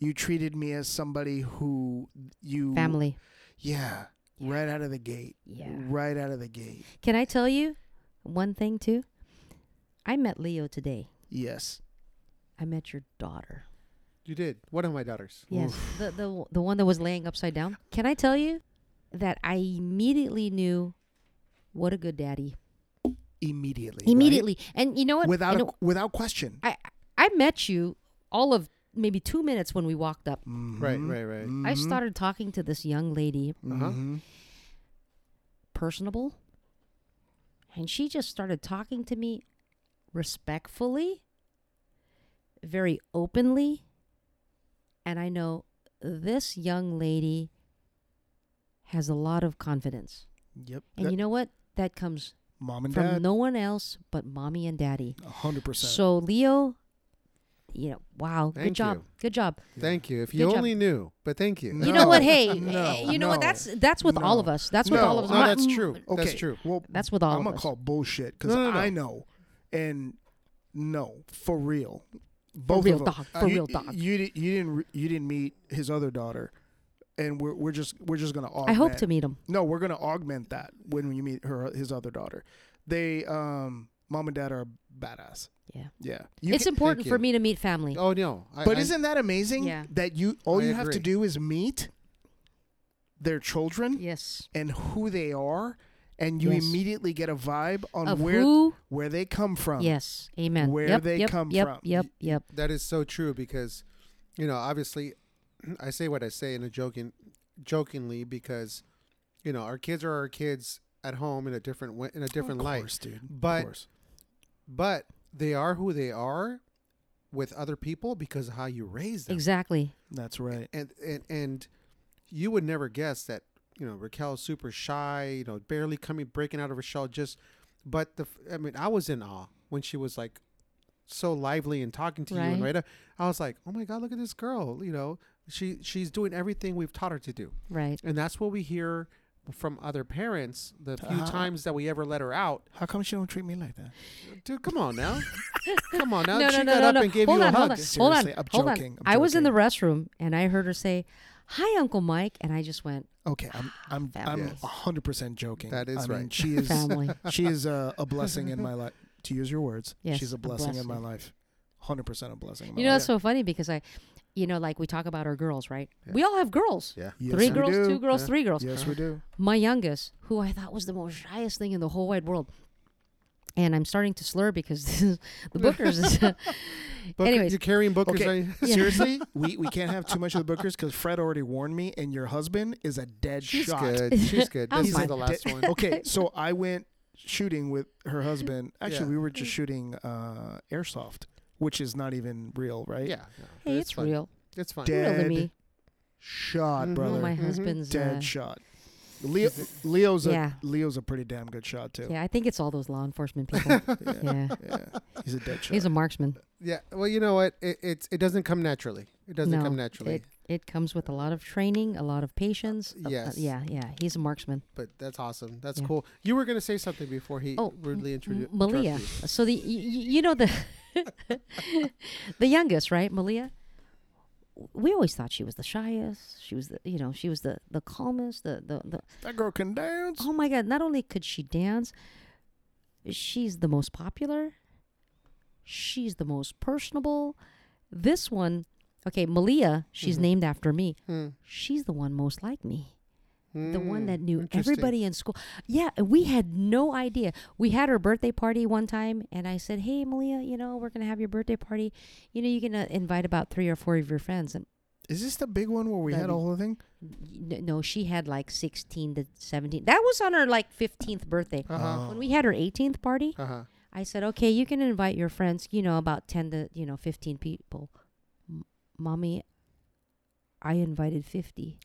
Speaker 2: You treated me as somebody who you
Speaker 3: Family.
Speaker 2: Yeah,
Speaker 3: Yeah.
Speaker 2: right out of the gate.
Speaker 3: Yeah.
Speaker 2: Right out of the gate.
Speaker 3: Can I tell you one thing, too? I met Leo today.
Speaker 2: Yes.
Speaker 3: I met your daughter.
Speaker 1: You did. One of my daughters.
Speaker 3: Yes, the, the the one that was laying upside down. Can I tell you that I immediately knew what a good daddy.
Speaker 2: Immediately. right?
Speaker 3: Immediately, and you know what?
Speaker 2: Without
Speaker 3: And
Speaker 2: a, without question.
Speaker 3: I I met you all of maybe two minutes when we walked up.
Speaker 2: Mm-hmm.
Speaker 1: Right, right, right.
Speaker 3: I started talking to this young lady,
Speaker 2: Mm-hmm.
Speaker 1: Uh-huh.
Speaker 3: personable, and she just started talking to me respectfully, very openly, and I know this young lady has a lot of confidence.
Speaker 2: Yep.
Speaker 3: And
Speaker 2: That-
Speaker 3: you know what? That comes
Speaker 2: mom and
Speaker 3: from
Speaker 2: dad.
Speaker 3: no one else but mommy and daddy.
Speaker 2: A hundred percent.
Speaker 3: So Leo, you know, wow, good
Speaker 1: Thank
Speaker 3: job,
Speaker 1: you.
Speaker 3: good job.
Speaker 1: Thank you. If
Speaker 3: Good
Speaker 1: you
Speaker 3: job.
Speaker 1: only knew, but thank you.
Speaker 3: You know what?
Speaker 2: No. *laughs*
Speaker 3: Hey, eh,
Speaker 2: No,
Speaker 3: you know what?
Speaker 2: no,
Speaker 3: That's that's with all
Speaker 2: no.
Speaker 3: of us. That's with
Speaker 1: No,
Speaker 3: all of us.
Speaker 1: no,
Speaker 3: My-
Speaker 1: that's
Speaker 3: mm,
Speaker 1: true.
Speaker 2: okay.
Speaker 1: That's true.
Speaker 2: Well,
Speaker 3: That's with all
Speaker 2: I'm
Speaker 3: of
Speaker 2: gonna
Speaker 3: us.
Speaker 2: call bullshit because
Speaker 1: No, no, no.
Speaker 2: I know, and no, for real,
Speaker 3: For
Speaker 2: both
Speaker 3: real
Speaker 2: of 'em.
Speaker 3: dog.
Speaker 2: Uh,
Speaker 3: For
Speaker 2: you,
Speaker 3: real dog.
Speaker 2: You didn't. You didn't. re- You didn't meet his other daughter, and we're we're just we're just gonna. Augment.
Speaker 3: I hope to meet him.
Speaker 2: No, we're gonna augment that when you meet her his other daughter. They um, mom and dad are badass.
Speaker 3: Yeah,
Speaker 2: Yeah. You
Speaker 3: it's
Speaker 2: can-
Speaker 3: important
Speaker 1: thank
Speaker 3: for
Speaker 1: you.
Speaker 3: me to meet family.
Speaker 1: Oh no. I,
Speaker 2: but
Speaker 1: I-
Speaker 2: isn't that amazing?
Speaker 3: Yeah.
Speaker 2: That you all
Speaker 1: I
Speaker 2: you have to
Speaker 1: agree.
Speaker 2: do is meet their children
Speaker 3: Yes,
Speaker 2: and who they are, and you
Speaker 3: Yes.
Speaker 2: immediately get a vibe on
Speaker 3: of
Speaker 2: where
Speaker 3: who?
Speaker 2: where they come from.
Speaker 3: yes, amen.
Speaker 2: where
Speaker 3: yep,
Speaker 2: they
Speaker 3: yep,
Speaker 2: come
Speaker 3: yep,
Speaker 2: from.
Speaker 3: Yep, yep,
Speaker 1: that is so true because you know, obviously *clears throat* I say what I say in a joking jokingly because you know, our kids are our kids at home in a different way, in a different
Speaker 2: of
Speaker 1: light.
Speaker 2: course, dude. Of
Speaker 1: But-
Speaker 2: course.
Speaker 1: But they are who they are with other people because of how you raise them.
Speaker 3: exactly.
Speaker 2: that's right.
Speaker 1: and and and you would never guess that you know Raquel's super shy, you know, barely coming breaking out of her shell. Just, but the f- I mean, I was in awe when she was like so lively and talking to you and
Speaker 3: Right.
Speaker 1: Rita. I was like, oh my god, look at this girl. You know, she she's doing everything we've taught her to do,
Speaker 3: Right.
Speaker 1: and that's what we hear from other parents the few
Speaker 3: uh,
Speaker 2: Uh-huh.
Speaker 1: times that we ever let her out.
Speaker 2: How come she don't treat me like that?
Speaker 1: Dude, come on
Speaker 3: *laughs*
Speaker 1: now, come on now.
Speaker 3: no,
Speaker 1: she
Speaker 3: no,
Speaker 1: got
Speaker 3: no,
Speaker 1: up
Speaker 3: no, no.
Speaker 1: and gave
Speaker 3: hold
Speaker 1: you
Speaker 3: on,
Speaker 1: a
Speaker 3: hold
Speaker 1: hug.
Speaker 3: on, hold on,
Speaker 2: Seriously, I'm
Speaker 3: hold on.
Speaker 2: joking, I'm
Speaker 3: I was in the restroom and I heard her say, "Hi, Uncle Mike," and I just went,
Speaker 2: Okay, I'm I'm I'm
Speaker 3: Fabulous.
Speaker 2: a hundred percent joking.
Speaker 1: That is
Speaker 2: I Mean,
Speaker 1: right.
Speaker 2: she is *laughs*
Speaker 3: "Family."
Speaker 2: she is a, a blessing in my
Speaker 3: *laughs*
Speaker 2: life. To use your words,
Speaker 3: Yes,
Speaker 2: she's
Speaker 3: a
Speaker 2: a blessing, in my
Speaker 3: blessing.
Speaker 2: life. Hundred percent a blessing. In my
Speaker 3: You know,
Speaker 2: life.
Speaker 3: that's so funny because I, you know, like we talk about our girls, right? We all have girls.
Speaker 1: Yeah.
Speaker 2: Yes,
Speaker 3: three
Speaker 2: we
Speaker 3: girls,
Speaker 2: do.
Speaker 3: two girls,
Speaker 1: Yeah.
Speaker 3: three girls.
Speaker 2: Yes, we do.
Speaker 3: My youngest, who I thought was the most shyest thing in the whole wide world, and I'm starting to slur because *laughs* this is, the Booker's is. *laughs*
Speaker 1: Booker,
Speaker 3: Anyways.
Speaker 1: you're carrying bookers. *laughs*
Speaker 2: Okay.
Speaker 1: right?
Speaker 3: Yeah.
Speaker 2: *laughs* Seriously, we, we can't have too much of the bookers because Fred already warned me, and your husband is a dead
Speaker 1: She's
Speaker 2: shot.
Speaker 3: *laughs*
Speaker 1: good. She's good.
Speaker 3: I'm
Speaker 1: This is
Speaker 3: fine.
Speaker 1: the last
Speaker 2: Dead-
Speaker 3: *laughs*
Speaker 1: one.
Speaker 2: okay, so I went shooting with her husband. Actually,
Speaker 1: Yeah.
Speaker 2: we were
Speaker 3: Mm.
Speaker 2: just shooting uh, airsoft, which is not even real, right?
Speaker 1: Yeah. no,
Speaker 3: hey, it's,
Speaker 1: fine.
Speaker 3: real.
Speaker 1: It's fine.
Speaker 2: Dead
Speaker 3: Real to me.
Speaker 2: shot,
Speaker 1: Mhm.
Speaker 3: Oh,
Speaker 2: brother.
Speaker 3: my
Speaker 1: Mhm.
Speaker 3: husband's.
Speaker 2: dead
Speaker 3: uh,
Speaker 2: shot. Leo, Leo's a
Speaker 3: Yeah.
Speaker 2: Leo's a pretty damn good shot too.
Speaker 3: yeah, I think it's all those law enforcement people.
Speaker 2: *laughs* Yeah,
Speaker 3: yeah,
Speaker 2: yeah. he's a dead shot.
Speaker 3: he's a marksman.
Speaker 1: Yeah. Well, you know what? It it's, it doesn't come naturally. It doesn't
Speaker 3: No,
Speaker 1: come naturally.
Speaker 3: It, it comes with a lot of training, a lot of patience. a- a-
Speaker 1: yes.
Speaker 3: yeah, yeah. He's a marksman.
Speaker 1: but that's awesome. That's
Speaker 3: Yeah.
Speaker 1: cool. You were gonna say something before he
Speaker 3: Oh,
Speaker 1: rudely introduced
Speaker 3: Malia. Uh, So the y- y- you know the *laughs* the youngest, right? Malia. We always thought she was the shyest. She was the you know she was the the calmest. The the, the
Speaker 2: that girl can dance.
Speaker 3: oh my god! Not only could she dance, she's the most popular. She's the most personable. This one, okay, Malia. She's
Speaker 1: Mhm.
Speaker 3: named after me. She's the one most like me.
Speaker 1: Hmm,
Speaker 3: the one that knew
Speaker 1: Mm,
Speaker 3: everybody in school. Yeah, and we had no idea. We had her birthday party one time, and I said, "Hey, Malia, you know we're gonna have your birthday party. You know you're gonna invite about three or four of your friends." And
Speaker 2: Is this the big one where we had
Speaker 3: That'd be-
Speaker 2: a whole thing?
Speaker 3: n- no, she had like sixteen to seventeen. That was on her like fifteenth birthday.
Speaker 1: Uh huh.
Speaker 2: Oh.
Speaker 3: When we had her eighteenth party,
Speaker 1: Uh huh.
Speaker 3: I said, "Okay, you can invite your friends. You know about ten to you know fifteen people." M- mommy, I invited fifty.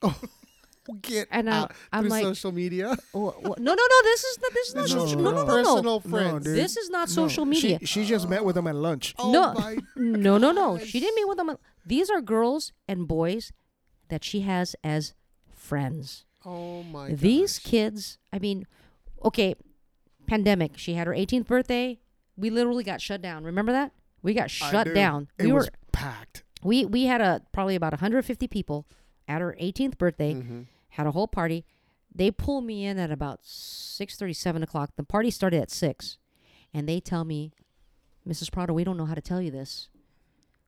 Speaker 1: Get
Speaker 3: And I'm-
Speaker 1: out
Speaker 3: I'm
Speaker 1: Uh, through
Speaker 3: like-
Speaker 1: social media.
Speaker 3: Oh, wh- no, no, no! This is not. This is not.
Speaker 2: No,
Speaker 3: social,
Speaker 2: no.
Speaker 3: no, no, no, no.
Speaker 1: *laughs* Personal friends.
Speaker 2: dude.
Speaker 3: This is not
Speaker 2: No,
Speaker 3: social media.
Speaker 2: She, she just met with him at lunch.
Speaker 1: Oh
Speaker 3: No. *laughs*
Speaker 1: my.
Speaker 3: No, no, no. She didn't mean with them. These are girls and boys that she has as friends.
Speaker 1: Oh my.
Speaker 3: These
Speaker 1: gosh.
Speaker 3: kids, I mean, okay, pandemic. She had her 18th birthday. We literally got shut down. Remember that? We got
Speaker 2: I
Speaker 3: shut
Speaker 2: do.
Speaker 3: down.
Speaker 2: It
Speaker 3: we
Speaker 2: was
Speaker 3: were
Speaker 2: packed.
Speaker 3: we we had a probably about 150 people at her 18th birthday.
Speaker 2: Mm.
Speaker 1: Mm-hmm.
Speaker 3: Had a whole party. They pull me in at about 6:30, 7 o'clock. The party started at six, and they tell me, Mrs. Prado, we don't know how to tell you this.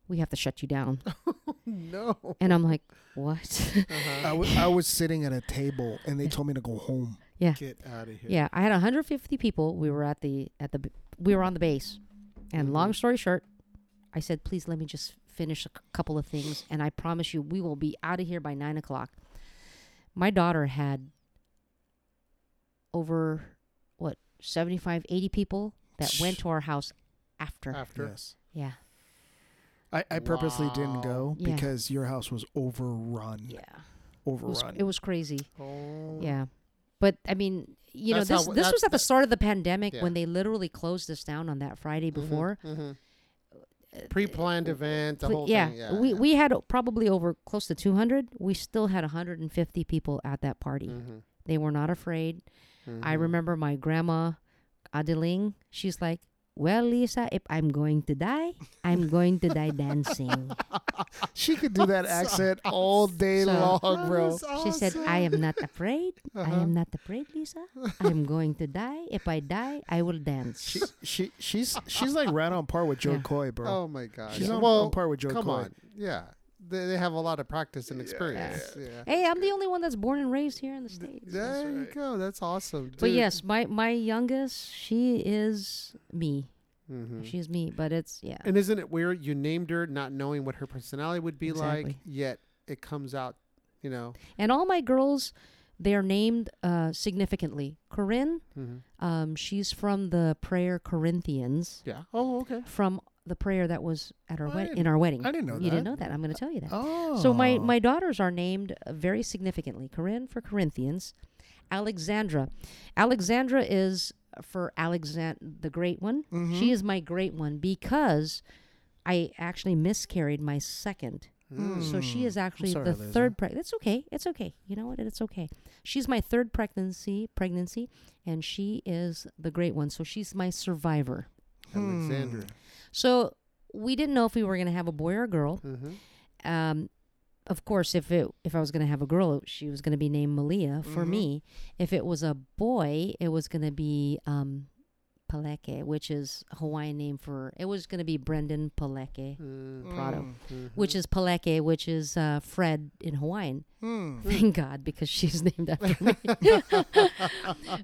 Speaker 3: We have to shut you down.
Speaker 1: *laughs*
Speaker 3: *laughs*
Speaker 1: no.
Speaker 3: And I'm like, what?
Speaker 2: I,
Speaker 1: Uh-huh.
Speaker 2: w- I was sitting at a table and they told me to go home.
Speaker 1: Get out of here.
Speaker 3: yeah, I had 150 people. We were at the at the b- we were on the base, and
Speaker 1: Mhm.
Speaker 3: long story short, I said, please let me just finish a c- couple of things, and I promise you, we will be out of here by nine o'clock. My daughter had over what 75, 80 people that went to our house after.
Speaker 1: After.
Speaker 2: Yes.
Speaker 3: Yeah,
Speaker 2: I, I purposely didn't
Speaker 1: Wow.
Speaker 2: go
Speaker 3: Yeah.
Speaker 2: because your house was overrun.
Speaker 3: yeah, it was,
Speaker 2: Overrun.
Speaker 3: it was crazy.
Speaker 1: Oh.
Speaker 3: Yeah. But I mean, you
Speaker 1: That's
Speaker 3: know,
Speaker 1: how
Speaker 3: this
Speaker 1: w-
Speaker 3: this
Speaker 1: that's
Speaker 3: was at the
Speaker 1: the-
Speaker 3: start of the pandemic
Speaker 1: Yeah.
Speaker 3: when they literally closed us down on that Friday before.
Speaker 1: Mhm. Pre-planned event, the
Speaker 3: Cle-
Speaker 1: whole
Speaker 3: yeah,
Speaker 1: thing. uh, Yeah.
Speaker 3: we we had probably over close to 200. We still had 150 people at that party.
Speaker 1: Mhm.
Speaker 3: They were not afraid. I
Speaker 1: Mhm.
Speaker 3: remember my grandma Adeline, she's like, "Well, Lisa, if I'm going to die, I'm going
Speaker 1: *laughs*
Speaker 3: to die dancing."
Speaker 2: She could
Speaker 3: *laughs*
Speaker 2: do that accent all day
Speaker 3: So- *laughs*
Speaker 2: long, bro.
Speaker 1: That
Speaker 3: She
Speaker 1: is
Speaker 3: said, "I am not afraid.
Speaker 1: *laughs*
Speaker 3: I
Speaker 1: Uh-huh.
Speaker 3: am not afraid, Lisa. I'm going to die. If I die, I will dance."
Speaker 2: She, she she's she's like right on par with Joe
Speaker 3: Yeah.
Speaker 2: Coy, bro.
Speaker 1: Oh my gosh.
Speaker 2: She's on,
Speaker 1: well,
Speaker 2: on par with Joe
Speaker 1: come
Speaker 2: Coy.
Speaker 1: on. Yeah. They, they have a lot of practice and experience. Yeah.
Speaker 3: Hey, I'm the only one that's born and raised here in the States.
Speaker 1: There you go. That's awesome.
Speaker 3: But
Speaker 1: dude.
Speaker 3: yes, my my youngest, she is me.
Speaker 2: Hmm.
Speaker 1: Mhm.
Speaker 3: She is me, but it's yeah.
Speaker 1: And isn't it weird? You named her not knowing what her personality would be like,
Speaker 3: Exactly.
Speaker 1: yet it comes out, you know.
Speaker 3: And all my girls, they're named uh significantly. Corinne,
Speaker 1: Mhm.
Speaker 3: um she's from the prayer Corinthians
Speaker 1: Yeah. Oh, okay.
Speaker 3: from the prayer that was at our
Speaker 2: I
Speaker 3: wed- in
Speaker 2: didn't-
Speaker 3: our wedding.
Speaker 2: I didn't know
Speaker 3: You
Speaker 2: that.
Speaker 3: didn't know that. I'm going to tell you that.
Speaker 2: Oh.
Speaker 3: So my my daughters are named uh, very significantly. Corinne for Corinthians, Alexandra. Alexandra is for Alexander the Great One.
Speaker 2: Mm-hmm. Hmm.
Speaker 3: She is my great one because I actually miscarried my second. mm,
Speaker 2: Hmm.
Speaker 3: So she is actually
Speaker 2: Mm, sorry,
Speaker 3: the
Speaker 2: Liza.
Speaker 3: third preg That's okay. It's okay. You know what? It's okay. She's my third pregnancy, pregnancy, and she is the great one. So she's my survivor.
Speaker 1: Alexandra.
Speaker 3: So we didn't know if we were going to have a boy or a girl.
Speaker 1: Mm-hmm.
Speaker 3: Um, of course, if it if I was going to have a girl, she was going to be named Malia for
Speaker 2: Mhm.
Speaker 3: me. If it was a boy, it was going to be um, Paleke, which is a Hawaiian name for it was going to be Brendan Paleke,
Speaker 1: Mm-hmm.
Speaker 2: Mm.
Speaker 3: Prado. Mm. which is Paleke, which is uh, Fred in Hawaiian. *laughs*
Speaker 2: Hmm.
Speaker 3: Thank God, because she's named
Speaker 2: *laughs*
Speaker 3: after me.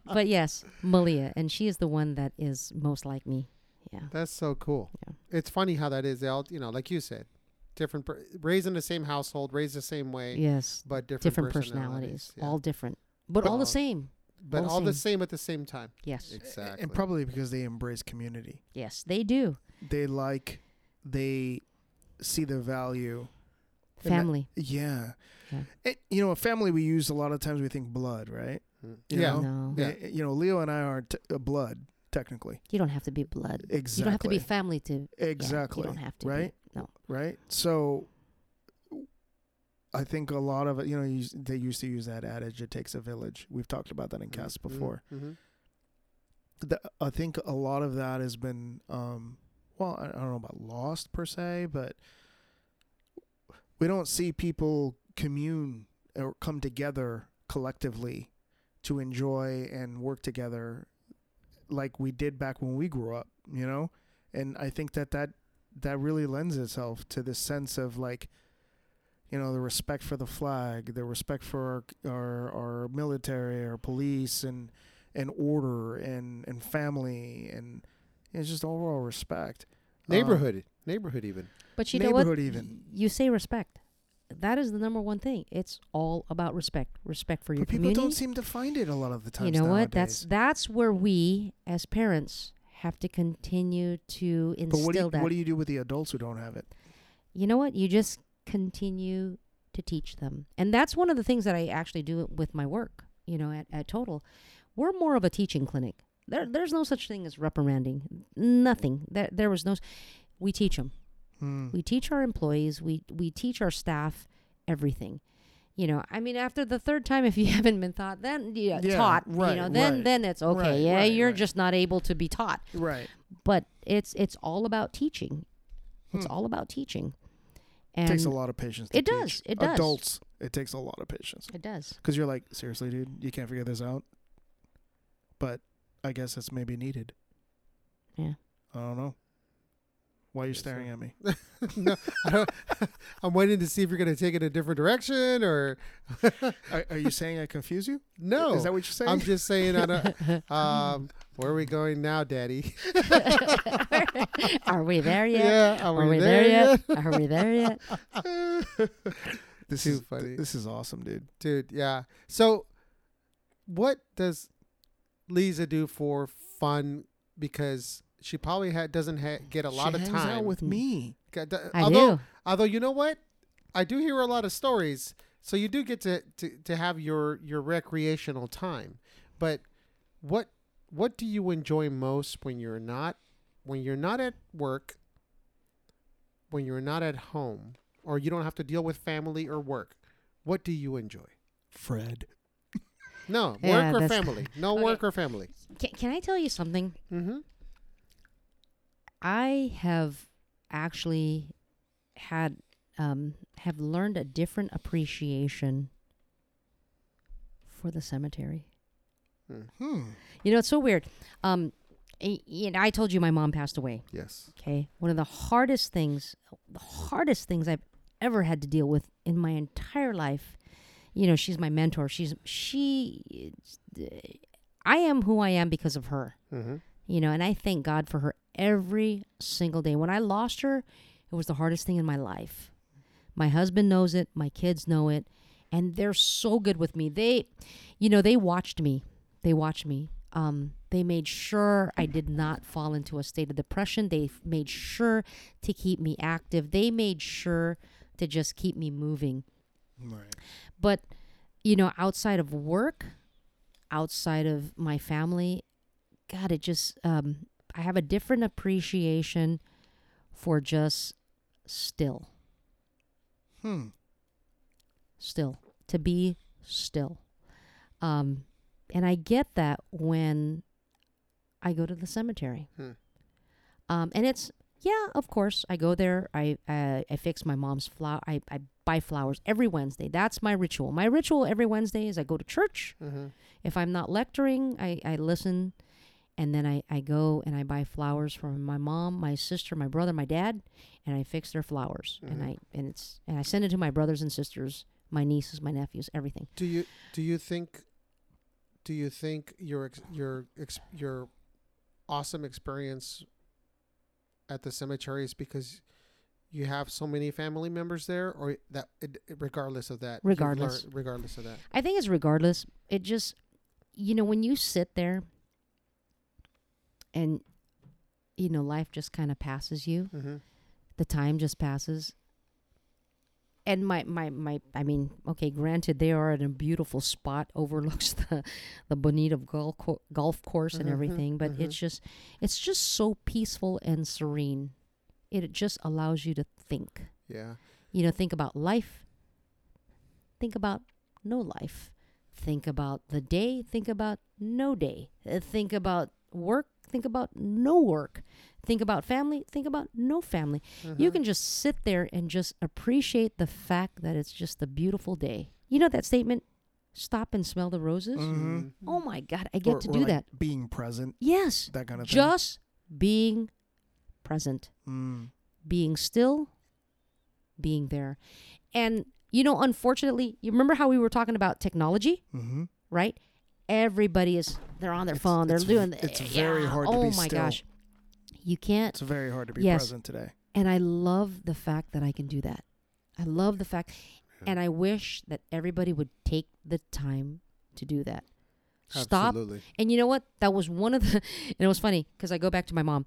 Speaker 3: but yes, Malia, and she is the one that is most like me. Yeah.
Speaker 1: That's so cool.
Speaker 3: Yeah.
Speaker 1: It's funny how that is. They all, you know, like you said, different, per- raised in the same household, raised the same way,
Speaker 3: Yes.
Speaker 1: but different,
Speaker 3: Different
Speaker 1: personalities.
Speaker 3: personalities,
Speaker 1: Yeah.
Speaker 3: all different, but all the
Speaker 1: Well-
Speaker 3: same.
Speaker 1: but
Speaker 3: all
Speaker 1: all the same at the same time.
Speaker 3: Yes.
Speaker 1: Exactly.
Speaker 2: And probably because they embrace community.
Speaker 3: Yes, they do.
Speaker 2: They like they see the value. And that-
Speaker 3: Family.
Speaker 2: Yeah.
Speaker 3: Yeah.
Speaker 2: It, you know, a family we use a lot of times we think blood, right?
Speaker 1: Mm.
Speaker 2: you
Speaker 1: yeah.
Speaker 2: know?
Speaker 3: No,
Speaker 1: Yeah.
Speaker 2: Eh, You know, Leo and I are t- uh, blood technically.
Speaker 3: you don't have to be blood.
Speaker 2: Exactly.
Speaker 3: You don't have to be family to. yeah,
Speaker 2: Exactly.
Speaker 3: you don't have to. be-
Speaker 2: right?
Speaker 3: no.
Speaker 2: right? So I think a lot of it, you know, you, they used to use that adage, it takes a village. We've talked about that in
Speaker 3: Mm-hmm.
Speaker 1: Mhm.
Speaker 2: cast
Speaker 1: Mhm.
Speaker 2: before. Uh,
Speaker 1: Mhm.
Speaker 2: The, I think a lot of that has been, um, well, I, I don't know about lost per se, but we don't see people commune or come together collectively to enjoy and work together like we did back when we grew up, you know? And I think that that, that really lends itself to this sense of like, you know, the respect for the flag, the respect for our, our, our military, our police, and, and order and, and family. And it's just overall respect. Um,
Speaker 1: Neighborhood. neighborhood, even. *laughs*
Speaker 3: But you know what?
Speaker 2: Neighborhood even.
Speaker 3: You say respect. That is the number one thing. It's all about respect. Respect for your
Speaker 2: but people
Speaker 3: community.
Speaker 2: don't seem to find it a lot of the times.
Speaker 3: you know what? That's
Speaker 2: nowadays.
Speaker 3: that's where we as parents have to continue to
Speaker 2: But
Speaker 3: instill
Speaker 2: what do, you,
Speaker 3: that.
Speaker 2: what do you do with the adults who don't have it?
Speaker 3: you know what? You just continue to teach them. And that's one of the things that I actually do with my work, you know, at, at Total. We're more of a teaching clinic. There, there's no such thing as reprimanding. Nothing. There, there was no. s- We teach them.
Speaker 2: Hmm.
Speaker 3: We teach our employees. We we teach our staff everything. You know, I mean, after the third time, if you *laughs* haven't been taught, then yeah,
Speaker 2: Yeah,
Speaker 3: taught.
Speaker 2: right,
Speaker 3: you know, then
Speaker 2: right.
Speaker 3: then it's okay.
Speaker 2: Right,
Speaker 3: yeah,
Speaker 2: right,
Speaker 3: you're
Speaker 2: right.
Speaker 3: just not able to be taught
Speaker 2: Right.
Speaker 3: but it's it's all about teaching. It's
Speaker 2: Hmm.
Speaker 3: all about teaching.
Speaker 2: It
Speaker 3: And
Speaker 2: takes a lot of patience. To
Speaker 3: It does,
Speaker 2: teach.
Speaker 3: it does.
Speaker 2: Adults, it takes a lot of patience
Speaker 3: It does.
Speaker 2: because you're like, seriously, dude, you can't figure this out. But I guess it's maybe needed.
Speaker 3: Yeah.
Speaker 2: I don't know. Why are you staring at
Speaker 1: *laughs*
Speaker 2: me?
Speaker 1: no, I don't, *laughs* I'm waiting to see if you're going to take it a different direction or *laughs*
Speaker 2: Are, are you saying I confuse you?
Speaker 1: no.
Speaker 2: Is that what you're saying?
Speaker 1: I'm just saying. I
Speaker 2: *laughs*
Speaker 1: don't, um, where are we going now, Daddy?
Speaker 3: *laughs* Are
Speaker 2: *laughs*
Speaker 3: we there yet?
Speaker 1: Yeah, are we there
Speaker 3: Are we there yet?
Speaker 1: *laughs*
Speaker 2: this
Speaker 1: Too
Speaker 2: is th-
Speaker 1: funny.
Speaker 2: This is awesome, dude.
Speaker 1: dude. Yeah. So, what does Lisa do for fun? Because she probably ha- doesn't ha- get a lot
Speaker 2: she
Speaker 1: of
Speaker 2: hangs
Speaker 1: time.
Speaker 2: out with me.
Speaker 1: Got the-
Speaker 3: I
Speaker 1: although,
Speaker 3: do.
Speaker 1: although you know what, I do hear a lot of stories. So you do get to, to, to have your your recreational time. But what what do you enjoy most when you're not when you're not at work? When you're not at home, or you don't have to deal with family or work, what do you enjoy?
Speaker 2: Fred.
Speaker 1: No,
Speaker 3: Yeah,
Speaker 1: work or
Speaker 3: that's- *laughs*
Speaker 1: family. No
Speaker 3: Okay.
Speaker 1: work or family.
Speaker 3: Can, can I tell you something?
Speaker 1: Mm-hmm.
Speaker 3: I have actually had um, have learned a different appreciation for the cemetery.
Speaker 2: Hmm.
Speaker 3: You know, it's so weird. Um, y- y- and I told you my mom passed away.
Speaker 1: Yes.
Speaker 3: Okay, one of the hardest things, the hardest things I've ever had to deal with in my entire life. You know, she's my mentor. She's she. I am who I am because of her
Speaker 1: Mm-hmm.
Speaker 3: you know, and I thank God for her every single day. When I lost her, it was the hardest thing in my life. My husband knows it, my kids know it, and they're so good with me. They, you know, they watched me. They watched me. Um, they made sure I did not fall into a state of depression. They f- made sure to keep me active. They made sure to just keep me moving.
Speaker 2: Right.
Speaker 3: But, you know, outside of work, outside of my family, God, it just, um, I have a different appreciation for just still,
Speaker 2: Hmm.
Speaker 3: still, to be still. Um, and I get that when I go to the cemetery.
Speaker 1: Hmm.
Speaker 3: Um, and it's, yeah, of course, I go there. I, I, I fix my mom's flower. I, I buy flowers every Wednesday. That's my ritual. My ritual every Wednesday is I go to church.
Speaker 1: Mm-hmm.
Speaker 3: if I'm not lecturing, I, I listen and then I, I go and I buy flowers from my mom, my sister, my brother, my dad, and I fix their flowers. And I and it's and I send it to my brothers and sisters, my nieces, my nephews, everything.
Speaker 1: Do you do you think do you think your ex, your ex, your awesome experience at the cemetery is because you have so many family members there, or that it, it- regardless of that, you've learned-
Speaker 3: Regardless.
Speaker 1: regardless of that,
Speaker 3: I think it's regardless. It just you know, when you sit there and you know, life just kind of passes you.
Speaker 1: mm-hmm.
Speaker 3: the time just passes and my, my my i mean okay granted they are in a beautiful spot *laughs* overlooks the the bonita golf, co- golf course and
Speaker 1: Mhm,
Speaker 3: everything but it's just it's just so peaceful and serene it just allows you to think
Speaker 1: yeah,
Speaker 3: you know think about life think about no life think about the day think about no day Uh, think about work think about no work think about family think about no family you
Speaker 2: Uh-huh.
Speaker 1: Mhm.
Speaker 3: can just sit there and just appreciate the fact that it's just a beautiful day. You know that statement, stop and smell the roses?
Speaker 2: Mm-hmm.
Speaker 1: Mhm.
Speaker 3: Oh my God, I get to do that.
Speaker 2: Being present,
Speaker 3: Yes,
Speaker 2: that kind of thing.
Speaker 3: just being present,
Speaker 2: Mm.
Speaker 3: being still, being there. And, you know, unfortunately, you remember how we were talking about technology,
Speaker 2: Mm-hmm.
Speaker 3: right? Everybody is, they're on their
Speaker 2: It's-
Speaker 3: phone, they're
Speaker 2: it's v-
Speaker 3: doing,
Speaker 2: it's very
Speaker 3: yeah,
Speaker 2: hard to
Speaker 3: oh
Speaker 2: be
Speaker 3: my
Speaker 2: still.
Speaker 3: gosh. You can't
Speaker 2: It's very hard to be
Speaker 3: Yes.
Speaker 2: present today.
Speaker 3: And I love the fact that I can do that. I love the fact, and I wish that everybody would take the time to do that. Stop.
Speaker 1: Absolutely.
Speaker 3: And you know what? That was one of the, *laughs* and it was funny because I go back to my mom.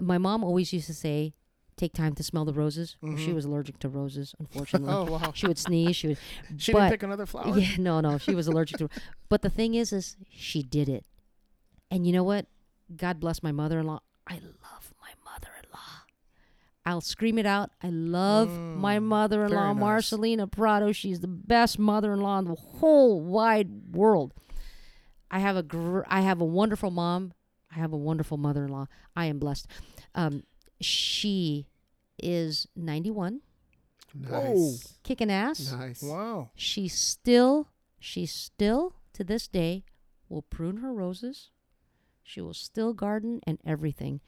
Speaker 3: My mom always used to say, take time to smell the roses. Well, She
Speaker 2: Mhm.
Speaker 3: was allergic to roses,
Speaker 2: *laughs*
Speaker 3: unfortunately.
Speaker 1: Oh wow.
Speaker 3: She would sneeze. She would,
Speaker 2: She
Speaker 3: but,
Speaker 2: didn't pick another flower. *laughs*
Speaker 3: yeah, no, no, she was allergic to. But the thing is, is she did it, and you know what? God bless my mother-in-law. I love my mother-in-law. I'll scream it out. I love my
Speaker 2: Mm,
Speaker 3: mother-in-law,
Speaker 2: very nice.
Speaker 3: Marcelina Prado. She's the best mother-in-law in the whole wide world. I have a gr- I have a wonderful mom. I have a wonderful mother-in-law. I am blessed. Um, she is 91,
Speaker 1: Nice.
Speaker 3: kicking ass.
Speaker 1: Nice.
Speaker 2: Wow.
Speaker 3: She still, she still to this day will prune her roses. She will still garden and everything.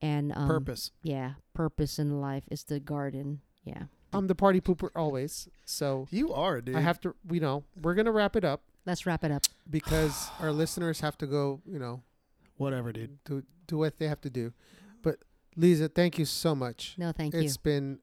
Speaker 3: and um,
Speaker 2: Purpose.
Speaker 3: Yeah, purpose in life is the garden. Yeah.
Speaker 1: I'm the party pooper always. So
Speaker 2: You are, dude.
Speaker 1: I have to, you know, we're going to wrap it up
Speaker 3: Let's wrap it up.
Speaker 2: *sighs*
Speaker 1: because our listeners have to go, you know,
Speaker 2: Whatever, dude.
Speaker 1: do, do what they have to do. But Lisa, thank you so much.
Speaker 3: No, thank
Speaker 1: It's
Speaker 3: you.
Speaker 1: been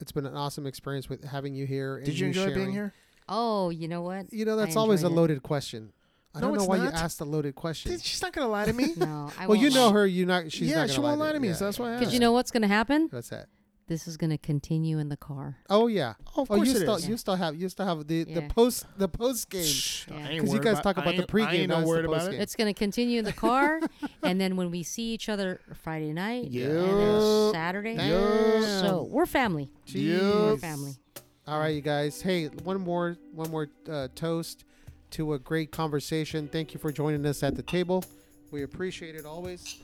Speaker 1: it's been an awesome experience with having you here. and
Speaker 2: Did you enjoy being
Speaker 1: sharing.
Speaker 2: here?
Speaker 3: Oh, you know what?
Speaker 1: You know,
Speaker 3: I
Speaker 1: that's always a
Speaker 3: enjoyed it.
Speaker 1: loaded question. I
Speaker 2: No,
Speaker 1: don't know
Speaker 2: it's
Speaker 1: why you
Speaker 2: not.
Speaker 1: asked a loaded question.
Speaker 2: Dude, She's not gonna lie
Speaker 1: *laughs*
Speaker 2: to me.
Speaker 3: No, I
Speaker 1: well, you
Speaker 3: won't
Speaker 1: know
Speaker 3: lie.
Speaker 1: her. You're not. She's
Speaker 2: yeah,
Speaker 1: not
Speaker 2: she
Speaker 1: gonna
Speaker 2: won't lie to me.
Speaker 1: Yeah,
Speaker 2: so that's why. I
Speaker 3: Because you
Speaker 2: asked.
Speaker 3: know what's going to happen?
Speaker 1: What's that?
Speaker 3: This is going to continue in the car.
Speaker 1: Oh yeah.
Speaker 2: Oh, of
Speaker 1: Oh,
Speaker 2: course
Speaker 1: you
Speaker 2: it
Speaker 1: still
Speaker 2: is.
Speaker 1: you still have you still have the, the
Speaker 3: Yeah.
Speaker 1: post the post game.
Speaker 2: Shh,
Speaker 3: Yeah.
Speaker 2: I ain't
Speaker 1: 'Cause you
Speaker 2: worried
Speaker 1: guys talk
Speaker 2: I
Speaker 1: about the
Speaker 2: ain't- I
Speaker 1: pregame,
Speaker 2: ain't
Speaker 1: now
Speaker 2: no
Speaker 1: it's
Speaker 2: worried
Speaker 1: the
Speaker 2: about
Speaker 1: postgame.
Speaker 2: it.
Speaker 3: It's going to continue in the car. *laughs* and then when we see each other Friday night and
Speaker 1: Yeah.
Speaker 3: then Saturday.
Speaker 1: Damn.
Speaker 3: So we're family. We're
Speaker 1: Jeez.
Speaker 3: family.
Speaker 1: All right, you guys. Hey, one more one more uh, toast to a great conversation. Thank you for joining us at the table. We appreciate it always.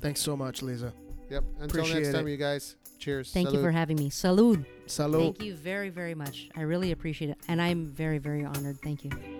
Speaker 2: Thanks so much, Lisa.
Speaker 1: Yep. Until next
Speaker 2: Appreciate
Speaker 1: time,
Speaker 2: it.
Speaker 1: you guys. Cheers.
Speaker 3: Thank you
Speaker 1: Salud.
Speaker 3: for having me. Salud.
Speaker 2: Salud.
Speaker 3: Thank you very, very much. I really appreciate it. And I'm very, very honored. Thank you.